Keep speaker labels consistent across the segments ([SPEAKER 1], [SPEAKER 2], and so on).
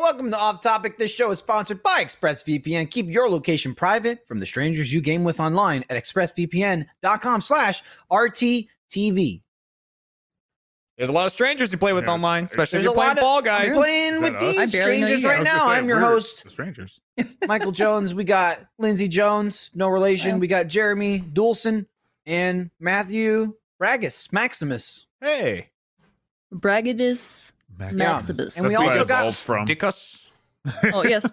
[SPEAKER 1] Welcome to Off Topic. This show is sponsored by ExpressVPN. Keep your location private from the strangers you game with online at expressvpn.com slash RTTV.
[SPEAKER 2] There's a lot of strangers you play with
[SPEAKER 3] Yeah.
[SPEAKER 2] online, especially
[SPEAKER 1] There's
[SPEAKER 2] if you're
[SPEAKER 1] a lot
[SPEAKER 2] playing
[SPEAKER 1] of-
[SPEAKER 2] ball,
[SPEAKER 1] I'm
[SPEAKER 2] guys.
[SPEAKER 1] playing
[SPEAKER 3] Is
[SPEAKER 1] with
[SPEAKER 3] that us?
[SPEAKER 1] these
[SPEAKER 3] I
[SPEAKER 4] barely know
[SPEAKER 1] strangers
[SPEAKER 4] you. I
[SPEAKER 1] right
[SPEAKER 3] was gonna
[SPEAKER 1] now.
[SPEAKER 3] say,
[SPEAKER 1] I'm your
[SPEAKER 3] we're
[SPEAKER 1] host,
[SPEAKER 3] the strangers.
[SPEAKER 1] Michael Jones. We got Lindsey Jones, no relation.
[SPEAKER 4] Wow.
[SPEAKER 1] We got Jeremy Doulson and Matthew Bragus Maximus.
[SPEAKER 3] Hey,
[SPEAKER 4] Braggadus Maximus.
[SPEAKER 1] And we
[SPEAKER 3] That's where
[SPEAKER 1] also
[SPEAKER 3] it's
[SPEAKER 1] got-
[SPEAKER 3] all from.
[SPEAKER 2] Dickus.
[SPEAKER 4] Oh yes.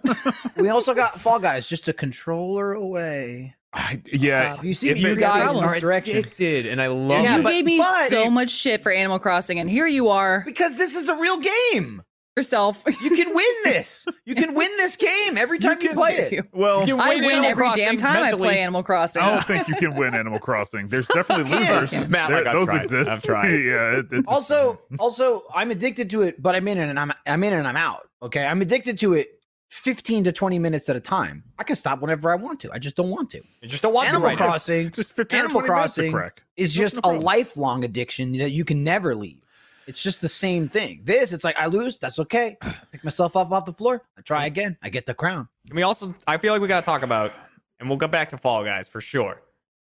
[SPEAKER 1] We also got Fall Guys, just a controller away.
[SPEAKER 3] I, yeah,
[SPEAKER 4] Stop.
[SPEAKER 1] You see,
[SPEAKER 3] If
[SPEAKER 1] you
[SPEAKER 3] you
[SPEAKER 1] guys
[SPEAKER 4] problem.
[SPEAKER 1] in this direction.
[SPEAKER 2] addicted, and I love
[SPEAKER 1] Yeah,
[SPEAKER 4] you
[SPEAKER 2] it.
[SPEAKER 1] but-
[SPEAKER 4] gave me
[SPEAKER 1] but-
[SPEAKER 4] so much shit for Animal Crossing, and here you are
[SPEAKER 1] Because this is a real game.
[SPEAKER 4] yourself.
[SPEAKER 1] You can win this. You can win this game every time you,
[SPEAKER 3] can
[SPEAKER 1] play
[SPEAKER 3] take-
[SPEAKER 1] it.
[SPEAKER 3] Well,
[SPEAKER 2] You
[SPEAKER 4] I
[SPEAKER 2] win
[SPEAKER 4] win
[SPEAKER 2] Animal
[SPEAKER 4] every damn
[SPEAKER 2] Crossing
[SPEAKER 4] time
[SPEAKER 2] mentally.
[SPEAKER 4] I play Animal Crossing.
[SPEAKER 3] I don't think you can win Animal Crossing. There's definitely
[SPEAKER 1] Yeah.
[SPEAKER 3] losers.
[SPEAKER 2] Matt,
[SPEAKER 3] There-
[SPEAKER 2] like, I've
[SPEAKER 3] those
[SPEAKER 2] tried.
[SPEAKER 3] exist.
[SPEAKER 2] I've tried.
[SPEAKER 3] yeah, it- it's-
[SPEAKER 1] Also, also, I'm addicted to it, but I'm in it and I'm I'm in it and I'm out. Okay, I'm addicted to it. 15 to 20 minutes at a time. I can stop whenever I want to. I just don't want to.
[SPEAKER 2] You just don't want
[SPEAKER 1] Animal
[SPEAKER 2] to right now.
[SPEAKER 1] Crossing
[SPEAKER 3] just 15
[SPEAKER 1] Animal
[SPEAKER 3] or 20 minutes to
[SPEAKER 1] Crossing-
[SPEAKER 3] crack.
[SPEAKER 1] is
[SPEAKER 3] No-
[SPEAKER 1] just
[SPEAKER 3] no
[SPEAKER 1] a
[SPEAKER 3] problem.
[SPEAKER 1] lifelong addiction that you can never leave. It's just the same thing. This, it's like I lose, that's okay. I pick myself up off the floor, I try again, I get the crown.
[SPEAKER 2] And we also, I feel like we got to talk about, and we'll go back to Fall Guys for sure.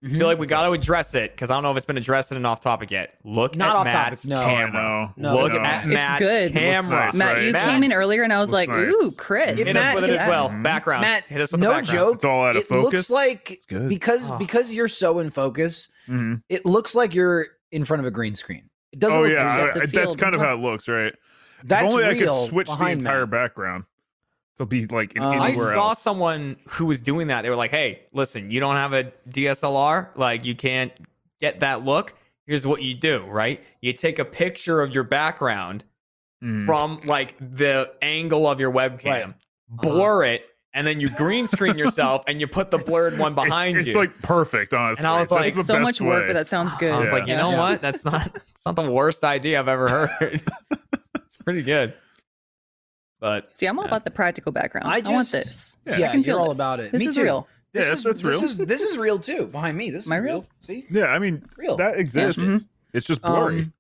[SPEAKER 2] I feel
[SPEAKER 1] Mhm.
[SPEAKER 2] like we got to address it because I don't know if it's been addressed in an off topic yet. Look
[SPEAKER 1] Not
[SPEAKER 2] at
[SPEAKER 1] off topic,
[SPEAKER 2] Matt's
[SPEAKER 1] no.
[SPEAKER 2] camera.
[SPEAKER 3] No,
[SPEAKER 1] No,
[SPEAKER 2] Look
[SPEAKER 3] no.
[SPEAKER 2] at
[SPEAKER 4] It's
[SPEAKER 2] Matt's
[SPEAKER 4] good. Looks
[SPEAKER 2] camera.
[SPEAKER 3] nice,
[SPEAKER 4] Matt,
[SPEAKER 3] right.
[SPEAKER 4] you
[SPEAKER 2] Matt,
[SPEAKER 4] came in earlier, and I was
[SPEAKER 3] Looks
[SPEAKER 4] like,
[SPEAKER 3] nice.
[SPEAKER 4] "Ooh, Chris."
[SPEAKER 2] Hit
[SPEAKER 1] Matt,
[SPEAKER 2] us with it
[SPEAKER 1] get
[SPEAKER 2] as
[SPEAKER 1] that.
[SPEAKER 2] well.
[SPEAKER 3] Mhm.
[SPEAKER 2] Background.
[SPEAKER 1] Matt,
[SPEAKER 2] Hit us with
[SPEAKER 1] no
[SPEAKER 2] the background.
[SPEAKER 1] joke.
[SPEAKER 3] It's all out of
[SPEAKER 1] It
[SPEAKER 3] focus.
[SPEAKER 1] looks like
[SPEAKER 3] It's good. Ah.
[SPEAKER 1] because
[SPEAKER 2] Oh.
[SPEAKER 1] because you're so in focus,
[SPEAKER 3] Mhm.
[SPEAKER 1] it looks like you're in front of a green screen. It doesn't
[SPEAKER 3] Oh
[SPEAKER 1] look
[SPEAKER 3] yeah,
[SPEAKER 1] like
[SPEAKER 3] I-
[SPEAKER 4] depth of
[SPEAKER 3] I- that's
[SPEAKER 4] field.
[SPEAKER 3] kind of how it looks, right?
[SPEAKER 1] that's
[SPEAKER 3] if only
[SPEAKER 1] real
[SPEAKER 3] I could switch the
[SPEAKER 1] behind
[SPEAKER 3] entire
[SPEAKER 1] Matt.
[SPEAKER 3] background. It'll be like in
[SPEAKER 1] Uh,
[SPEAKER 2] I
[SPEAKER 3] anywhere
[SPEAKER 2] saw
[SPEAKER 3] else.
[SPEAKER 2] someone who was doing that. They were like, "Hey, listen, you don't have a DSLR, like you can't get that look. Here's what you do, right? You take a picture of your background
[SPEAKER 3] Mm. Uh-huh.
[SPEAKER 2] from like the angle of your webcam,
[SPEAKER 1] Right.
[SPEAKER 2] blur it, and then you green screen yourself and you put the blurred one
[SPEAKER 3] It's-
[SPEAKER 2] behind
[SPEAKER 3] it's,
[SPEAKER 2] you."
[SPEAKER 3] like perfect, honestly.
[SPEAKER 2] And I was
[SPEAKER 3] That's
[SPEAKER 2] like,
[SPEAKER 3] the
[SPEAKER 4] it's so
[SPEAKER 3] best
[SPEAKER 4] much work,
[SPEAKER 3] way.
[SPEAKER 4] but that sounds good.
[SPEAKER 2] I was
[SPEAKER 3] Yeah.
[SPEAKER 2] like, "You know
[SPEAKER 1] Yeah.
[SPEAKER 2] what? That's not it's not the worst idea I've ever heard. it's pretty good." But
[SPEAKER 4] See, I'm all
[SPEAKER 2] Yeah.
[SPEAKER 4] about the practical background.
[SPEAKER 1] I
[SPEAKER 4] I, want
[SPEAKER 1] just-
[SPEAKER 4] this.
[SPEAKER 3] Yeah.
[SPEAKER 1] Yeah,
[SPEAKER 4] I
[SPEAKER 1] you're
[SPEAKER 4] can feel
[SPEAKER 1] all
[SPEAKER 4] this.
[SPEAKER 1] about it.
[SPEAKER 4] This
[SPEAKER 1] Me
[SPEAKER 4] is
[SPEAKER 1] too.
[SPEAKER 4] real.
[SPEAKER 1] This
[SPEAKER 3] Yeah,
[SPEAKER 1] is
[SPEAKER 3] that's
[SPEAKER 1] this
[SPEAKER 3] real.
[SPEAKER 1] is this is real too behind me. This
[SPEAKER 4] Am I
[SPEAKER 1] is
[SPEAKER 4] real?
[SPEAKER 1] real. See,
[SPEAKER 3] yeah, I mean
[SPEAKER 1] real.
[SPEAKER 3] that exists.
[SPEAKER 4] Mhm.
[SPEAKER 3] It's just
[SPEAKER 1] Um,
[SPEAKER 3] blurry.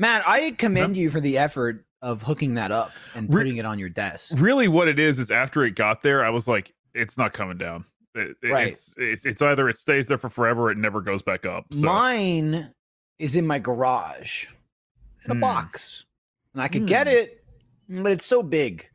[SPEAKER 1] Matt, I commend you for the effort of hooking that up and
[SPEAKER 3] Re-
[SPEAKER 1] putting it on your desk.
[SPEAKER 3] really what it is is after it got there i was like it's not coming down It- it-
[SPEAKER 1] Right.
[SPEAKER 3] it's, it's it's either it stays there for forever or it never goes back up so
[SPEAKER 1] Mine is in my garage in a
[SPEAKER 3] Hmm.
[SPEAKER 1] box, and I could
[SPEAKER 3] Hmm.
[SPEAKER 1] get it, but it's so big,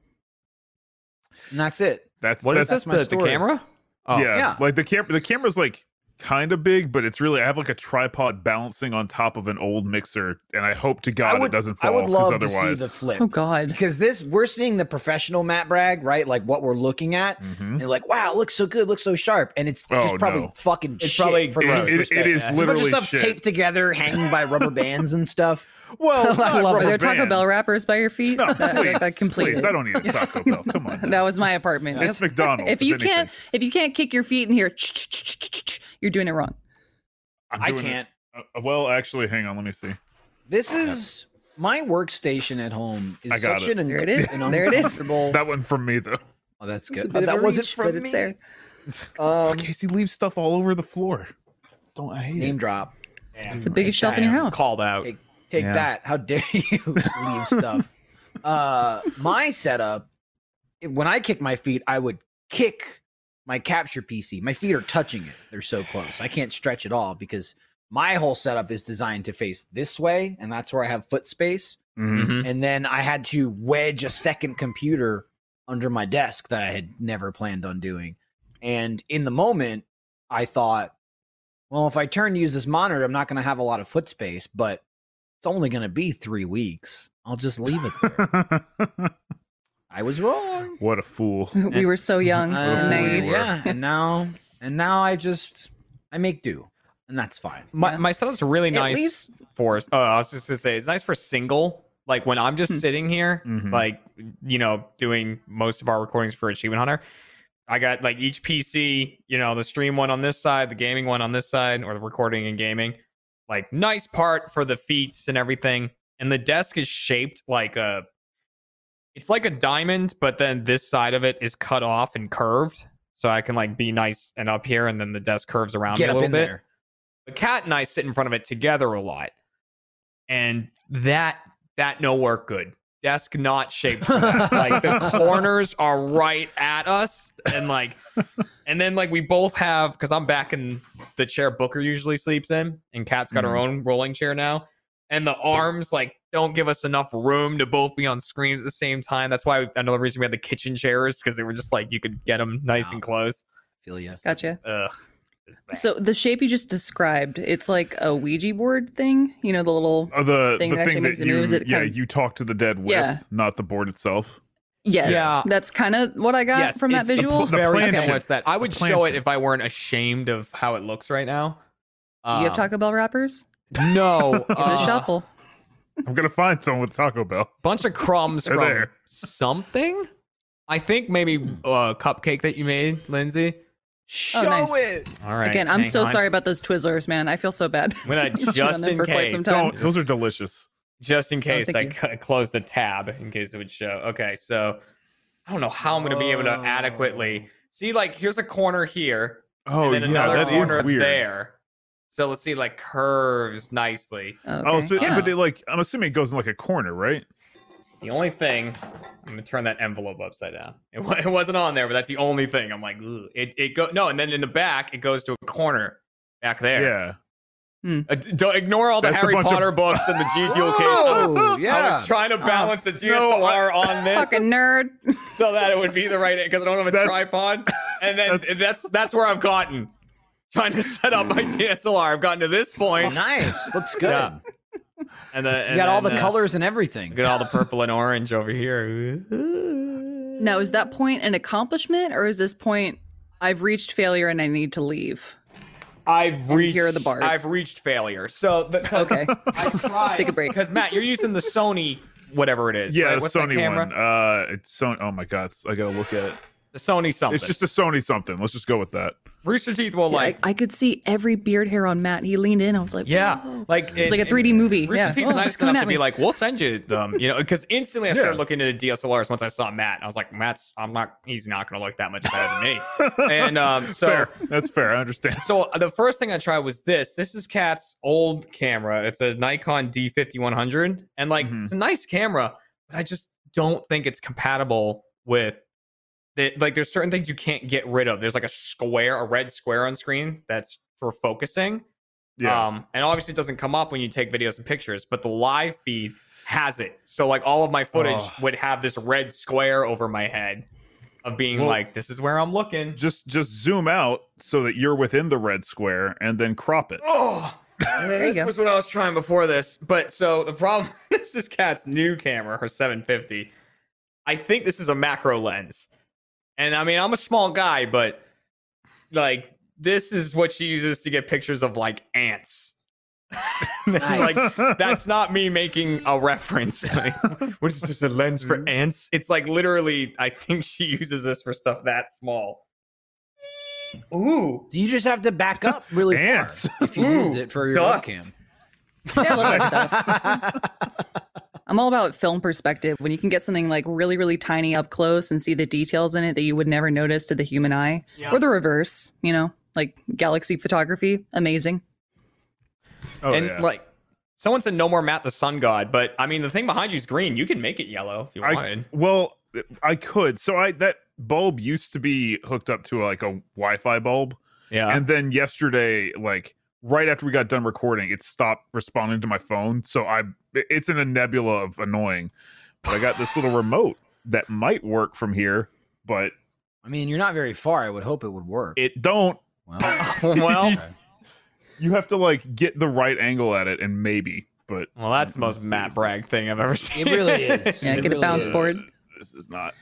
[SPEAKER 1] and that's it.
[SPEAKER 3] that's
[SPEAKER 2] what is
[SPEAKER 1] that's
[SPEAKER 2] this?
[SPEAKER 3] that's
[SPEAKER 1] my
[SPEAKER 2] The, the
[SPEAKER 1] story.
[SPEAKER 2] camera? Oh,
[SPEAKER 3] yeah,
[SPEAKER 1] Yeah.
[SPEAKER 3] like the camera the camera's like kind of big but it's really i have like a tripod balancing on top of an old mixer and i hope to god
[SPEAKER 1] would-
[SPEAKER 3] it doesn't
[SPEAKER 1] I
[SPEAKER 3] fall
[SPEAKER 1] would
[SPEAKER 3] 'cause
[SPEAKER 1] love to see
[SPEAKER 3] otherwise
[SPEAKER 1] the flip.
[SPEAKER 4] Oh God.
[SPEAKER 1] because this we're seeing the professional Matt Bragg, right? Like what we're looking at,
[SPEAKER 4] Mm-hmm.
[SPEAKER 3] Mhm.
[SPEAKER 1] and like, wow, looks so good, looks so sharp, and it's just
[SPEAKER 3] Oh,
[SPEAKER 1] probably
[SPEAKER 3] no.
[SPEAKER 1] fucking
[SPEAKER 2] It's
[SPEAKER 1] shit
[SPEAKER 2] probably
[SPEAKER 1] from
[SPEAKER 2] gross.
[SPEAKER 1] his
[SPEAKER 3] It- it- it
[SPEAKER 1] perspective.
[SPEAKER 3] is
[SPEAKER 1] It's a bunch of
[SPEAKER 3] literally
[SPEAKER 1] stuff
[SPEAKER 3] shit.
[SPEAKER 1] taped together, hanging by rubber bands and stuff.
[SPEAKER 3] well
[SPEAKER 1] I love
[SPEAKER 3] not
[SPEAKER 1] it.
[SPEAKER 4] Are
[SPEAKER 3] rubber
[SPEAKER 4] there Taco
[SPEAKER 3] bands.
[SPEAKER 4] Bell wrappers by your feet?
[SPEAKER 3] no,
[SPEAKER 4] that, that-
[SPEAKER 3] please,
[SPEAKER 4] that completely.
[SPEAKER 3] please, i don't need a taco bell come on
[SPEAKER 4] that was my apartment.
[SPEAKER 3] it's
[SPEAKER 4] That's-
[SPEAKER 3] mcdonald's
[SPEAKER 4] if you
[SPEAKER 3] anything.
[SPEAKER 4] can't, if you can't kick your feet in here, ch-ch-ch-ch-ch-ch, you're doing it wrong.
[SPEAKER 3] I'm
[SPEAKER 1] I
[SPEAKER 3] doing it.
[SPEAKER 1] can't.
[SPEAKER 3] Uh, well actually hang on let me see
[SPEAKER 1] This is my workstation at home. Is
[SPEAKER 3] I got
[SPEAKER 1] such
[SPEAKER 3] it.
[SPEAKER 1] an
[SPEAKER 4] There it is.
[SPEAKER 1] an
[SPEAKER 4] There it is.
[SPEAKER 1] uncomfortable-
[SPEAKER 3] that one from me though
[SPEAKER 1] Oh, that's
[SPEAKER 4] It's a
[SPEAKER 1] good.
[SPEAKER 4] bit
[SPEAKER 1] Oh,
[SPEAKER 4] of
[SPEAKER 1] that
[SPEAKER 4] a
[SPEAKER 1] wasn't
[SPEAKER 4] reach,
[SPEAKER 1] from
[SPEAKER 4] but
[SPEAKER 1] me.
[SPEAKER 4] it's there.
[SPEAKER 1] Um,
[SPEAKER 3] Casey leaves stuff all over the floor. Don't I hate
[SPEAKER 1] name drop.
[SPEAKER 4] It's the biggest shelf in your house.
[SPEAKER 2] Called out.
[SPEAKER 1] Hey, Take
[SPEAKER 3] Yeah.
[SPEAKER 1] that. How dare you leave stuff? Uh, my setup. When I kick my feet, I would kick my capture PC. My feet are touching it. They're so close. I can't stretch at all because my whole setup is designed to face this way, and that's where I have foot space.
[SPEAKER 3] Mm-hmm.
[SPEAKER 2] Mhm.
[SPEAKER 1] and then I had to wedge a second computer under my desk that I had never planned on doing. And in the moment, I thought, well, if I turn to use this monitor, I'm not going to have a lot of foot space, but it's only going to be three weeks. I'll just leave it there. I was wrong.
[SPEAKER 3] what a fool.
[SPEAKER 4] we were so
[SPEAKER 2] Oh,
[SPEAKER 4] young
[SPEAKER 1] Uh,
[SPEAKER 4] and naive.
[SPEAKER 1] yeah, and now, and now I just I make do, and that's fine.
[SPEAKER 2] My,
[SPEAKER 4] Yeah.
[SPEAKER 2] my setup's really
[SPEAKER 4] At
[SPEAKER 2] nice
[SPEAKER 4] least
[SPEAKER 2] for. Uh, I was just gonna say it's nice for single. Like when I'm just
[SPEAKER 4] Hmm.
[SPEAKER 2] sitting here,
[SPEAKER 3] Mhm.
[SPEAKER 1] Mm-hmm.
[SPEAKER 2] like you know, doing most of our recordings for Achievement Hunter. I got like each PC, you know, the stream one on this side, the gaming one on this side, or the recording and gaming. Like nice part for the feats and everything. And the desk is shaped like a it's like a diamond, but then this side of it is cut off and curved. So I can like be nice and up here and then the desk curves around me
[SPEAKER 1] Get
[SPEAKER 2] a
[SPEAKER 1] up
[SPEAKER 2] little
[SPEAKER 1] in
[SPEAKER 2] bit
[SPEAKER 1] there.
[SPEAKER 2] the cat and I sit in front of it together a lot, and that that no work good desk not shaped for that. like the corners are right at us and like and then like we both have because i'm back in the chair booker usually sleeps in and kat's got her own rolling chair now and the arms like don't give us enough room to both be on screen at the same time that's why another reason we had the kitchen chairs because they were just like you could get them nice
[SPEAKER 1] Wow.
[SPEAKER 2] and close
[SPEAKER 1] Feel yes.
[SPEAKER 4] Gotcha.
[SPEAKER 2] Ugh.
[SPEAKER 4] So the shape you just described, it's like a Ouija board thing. You know, the little
[SPEAKER 3] Uh, the
[SPEAKER 4] Thing
[SPEAKER 3] the
[SPEAKER 4] that actually
[SPEAKER 3] thing
[SPEAKER 4] makes
[SPEAKER 3] that
[SPEAKER 4] the
[SPEAKER 3] you
[SPEAKER 4] moves, it
[SPEAKER 3] yeah
[SPEAKER 4] kind of-
[SPEAKER 3] you talk to the dead with,
[SPEAKER 4] Yeah.
[SPEAKER 3] not the board itself.
[SPEAKER 4] yes.
[SPEAKER 2] Yeah.
[SPEAKER 4] That's kind of what I got
[SPEAKER 2] yes,
[SPEAKER 4] from that
[SPEAKER 2] it's- it's
[SPEAKER 4] visual.
[SPEAKER 3] The
[SPEAKER 2] very
[SPEAKER 3] plan
[SPEAKER 2] similar
[SPEAKER 3] shape.
[SPEAKER 2] to that i would
[SPEAKER 3] The plan
[SPEAKER 2] show it
[SPEAKER 3] shape.
[SPEAKER 2] if i weren't ashamed of how it looks right now
[SPEAKER 4] Do you have
[SPEAKER 2] Um,
[SPEAKER 4] Taco Bell wrappers?
[SPEAKER 2] no
[SPEAKER 4] Give it a
[SPEAKER 2] uh,
[SPEAKER 4] shuffle.
[SPEAKER 3] I'm gonna find someone with Taco Bell.
[SPEAKER 2] bunch of crumbs
[SPEAKER 3] They're
[SPEAKER 2] from
[SPEAKER 3] there.
[SPEAKER 2] something. I think maybe a cupcake that you made, Lindsay.
[SPEAKER 1] Show
[SPEAKER 4] Oh, nice.
[SPEAKER 1] it.
[SPEAKER 2] All right.
[SPEAKER 4] Again, I'm
[SPEAKER 2] hang
[SPEAKER 4] so
[SPEAKER 2] on.
[SPEAKER 4] sorry about those Twizzlers, man. I feel so bad.
[SPEAKER 2] I'm gonna
[SPEAKER 4] I've chewed on
[SPEAKER 2] just
[SPEAKER 4] them
[SPEAKER 2] in
[SPEAKER 4] for quite some
[SPEAKER 2] case.
[SPEAKER 4] time. Oh,
[SPEAKER 3] Don't, those are delicious.
[SPEAKER 2] Just in case, I
[SPEAKER 4] thank
[SPEAKER 2] c- closed the tab in case it would show. Okay, so I don't know how I'm gonna be able to
[SPEAKER 1] Whoa.
[SPEAKER 2] adequately see. Like, here's a corner here,
[SPEAKER 3] Oh
[SPEAKER 2] and then
[SPEAKER 3] yeah,
[SPEAKER 2] another
[SPEAKER 3] that is
[SPEAKER 2] corner
[SPEAKER 3] weird.
[SPEAKER 2] there. So let's see, like curves nicely.
[SPEAKER 3] Oh,
[SPEAKER 4] Okay.
[SPEAKER 3] so,
[SPEAKER 2] Yeah.
[SPEAKER 3] but it, like I'm assuming it goes in like a corner, right?
[SPEAKER 2] The only thing I'm gonna turn that envelope upside down. It, wa- it wasn't on there, but that's the only thing. I'm like, "Ugh." it it go no, and then in the back it goes to a corner back there.
[SPEAKER 3] Yeah.
[SPEAKER 2] Uh, d- don't ignore all the
[SPEAKER 3] That's a
[SPEAKER 2] Harry
[SPEAKER 3] bunch of- Ah,
[SPEAKER 2] Potter books and the G Fuel case. I was,
[SPEAKER 1] Oh,
[SPEAKER 3] I
[SPEAKER 2] I
[SPEAKER 1] yeah.
[SPEAKER 2] was trying to balance the DSLR on this
[SPEAKER 4] Fucking nerd.
[SPEAKER 2] so that it would be the right because I don't have a
[SPEAKER 3] That's-
[SPEAKER 2] tripod. And then
[SPEAKER 3] that's-
[SPEAKER 2] that's, that's where I've gotten trying to set up my DSLR. I've gotten to this point.
[SPEAKER 1] Nice. Looks good.
[SPEAKER 2] Yeah. And, the,
[SPEAKER 1] You
[SPEAKER 2] and
[SPEAKER 1] got all
[SPEAKER 2] then,
[SPEAKER 1] the
[SPEAKER 2] uh,
[SPEAKER 1] colors and everything.
[SPEAKER 2] Look at all the purple and orange over here.
[SPEAKER 4] Now, is that point an accomplishment or is this point I've reached failure and I need to leave?
[SPEAKER 2] I've reached.
[SPEAKER 4] here are the bars.
[SPEAKER 2] I've reached failure. So the,
[SPEAKER 4] Okay.
[SPEAKER 2] I tried.
[SPEAKER 4] Take a break.
[SPEAKER 2] Because Matt, you're using the Sony whatever it is.
[SPEAKER 3] Yeah,
[SPEAKER 2] right?
[SPEAKER 3] the
[SPEAKER 2] What's that
[SPEAKER 3] Sony
[SPEAKER 2] camera?
[SPEAKER 3] one. Uh, it's Sony. Oh my god, I gotta look at it.
[SPEAKER 2] The Sony something.
[SPEAKER 3] It's just a Sony something. Let's just go with that.
[SPEAKER 2] Rooster Teeth will
[SPEAKER 4] Yeah,
[SPEAKER 2] like.
[SPEAKER 4] I, I could see every beard hair on Matt. He leaned in. I was like,
[SPEAKER 2] Yeah,
[SPEAKER 4] "Whoa."
[SPEAKER 2] like
[SPEAKER 4] It's
[SPEAKER 2] it-
[SPEAKER 4] like a
[SPEAKER 2] it-
[SPEAKER 4] 3D movie.
[SPEAKER 2] Rooster
[SPEAKER 4] yeah.
[SPEAKER 2] Teeth
[SPEAKER 4] Oh,
[SPEAKER 2] is nice
[SPEAKER 4] it's coming
[SPEAKER 2] enough
[SPEAKER 4] at
[SPEAKER 2] to be
[SPEAKER 4] me.
[SPEAKER 2] like, "We'll send you them," you know, because instantly I started
[SPEAKER 3] Yeah.
[SPEAKER 2] looking into DSLRs once I saw Matt. I was like, "Matt's, I'm not, he's not going to look that much better than me." And um, so,
[SPEAKER 3] fair. That's fair. I understand.
[SPEAKER 2] so uh, the first thing I tried was this. This is Kat's old camera. It's a Nikon D5100, and like
[SPEAKER 3] Mhm.
[SPEAKER 2] it's a nice camera, but I just don't think it's compatible with. The, like there's certain things you can't get rid of. There's like a square, a red square on screen that's for focusing.
[SPEAKER 3] Yeah.
[SPEAKER 2] Um, and obviously it doesn't come up when you take videos and pictures, but the live feed has it. So like all of my footage
[SPEAKER 3] Ugh.
[SPEAKER 2] would have this red square over my head of being
[SPEAKER 3] Well-
[SPEAKER 2] like, this is where I'm looking.
[SPEAKER 3] just just zoom out so that you're within the red square and then crop it.
[SPEAKER 2] Oh, and then
[SPEAKER 4] There you
[SPEAKER 2] this
[SPEAKER 4] go.
[SPEAKER 2] was what I was trying before this. But so the problem, this is Kat's new camera, her 750. I think this is a macro lens. And I mean, I'm a small guy, but like this is what she uses to get pictures of like ants. like
[SPEAKER 3] Oh,
[SPEAKER 2] that's not me making a reference. Like, what is this? A lens
[SPEAKER 4] Mm-hmm.
[SPEAKER 2] for ants? It's like literally. I think she uses this for stuff that small. Ooh,
[SPEAKER 1] You just have to back up really
[SPEAKER 3] Ants.
[SPEAKER 1] far if you
[SPEAKER 2] Ooh,
[SPEAKER 1] used it for your
[SPEAKER 2] dust.
[SPEAKER 1] webcam.
[SPEAKER 4] Yeah, I love that stuff. I'm all about film perspective. When you can get something like really, really tiny up close and see the details in it that you would never notice to the human eye,
[SPEAKER 2] Yeah.
[SPEAKER 4] or the reverse, you know, like galaxy photography, amazing.
[SPEAKER 3] oh,
[SPEAKER 2] and
[SPEAKER 3] yeah.
[SPEAKER 2] like someone said, no more Matt the Sun God. But I mean, the thing behind you is green. You can make it yellow if you
[SPEAKER 3] I,
[SPEAKER 2] wanted.
[SPEAKER 3] well, I could. So I that bulb used to be hooked up to like a Wi-Fi bulb,
[SPEAKER 2] Yeah.
[SPEAKER 3] and then yesterday, like right after we got done recording, it stopped responding to my phone. So I it's in a nebula of annoying. But I got this little remote that might work from here, but
[SPEAKER 1] I mean, you're not very far. I would hope it would work.
[SPEAKER 3] it don't.
[SPEAKER 1] well,
[SPEAKER 2] well,
[SPEAKER 3] You have to like get the right angle at it, and maybe. But
[SPEAKER 2] well, that's the most Matt brag thing I've ever seen.
[SPEAKER 1] it really is.
[SPEAKER 4] Yeah,
[SPEAKER 1] It
[SPEAKER 4] get a
[SPEAKER 1] really
[SPEAKER 4] bounce
[SPEAKER 1] is.
[SPEAKER 4] board.
[SPEAKER 3] This is not.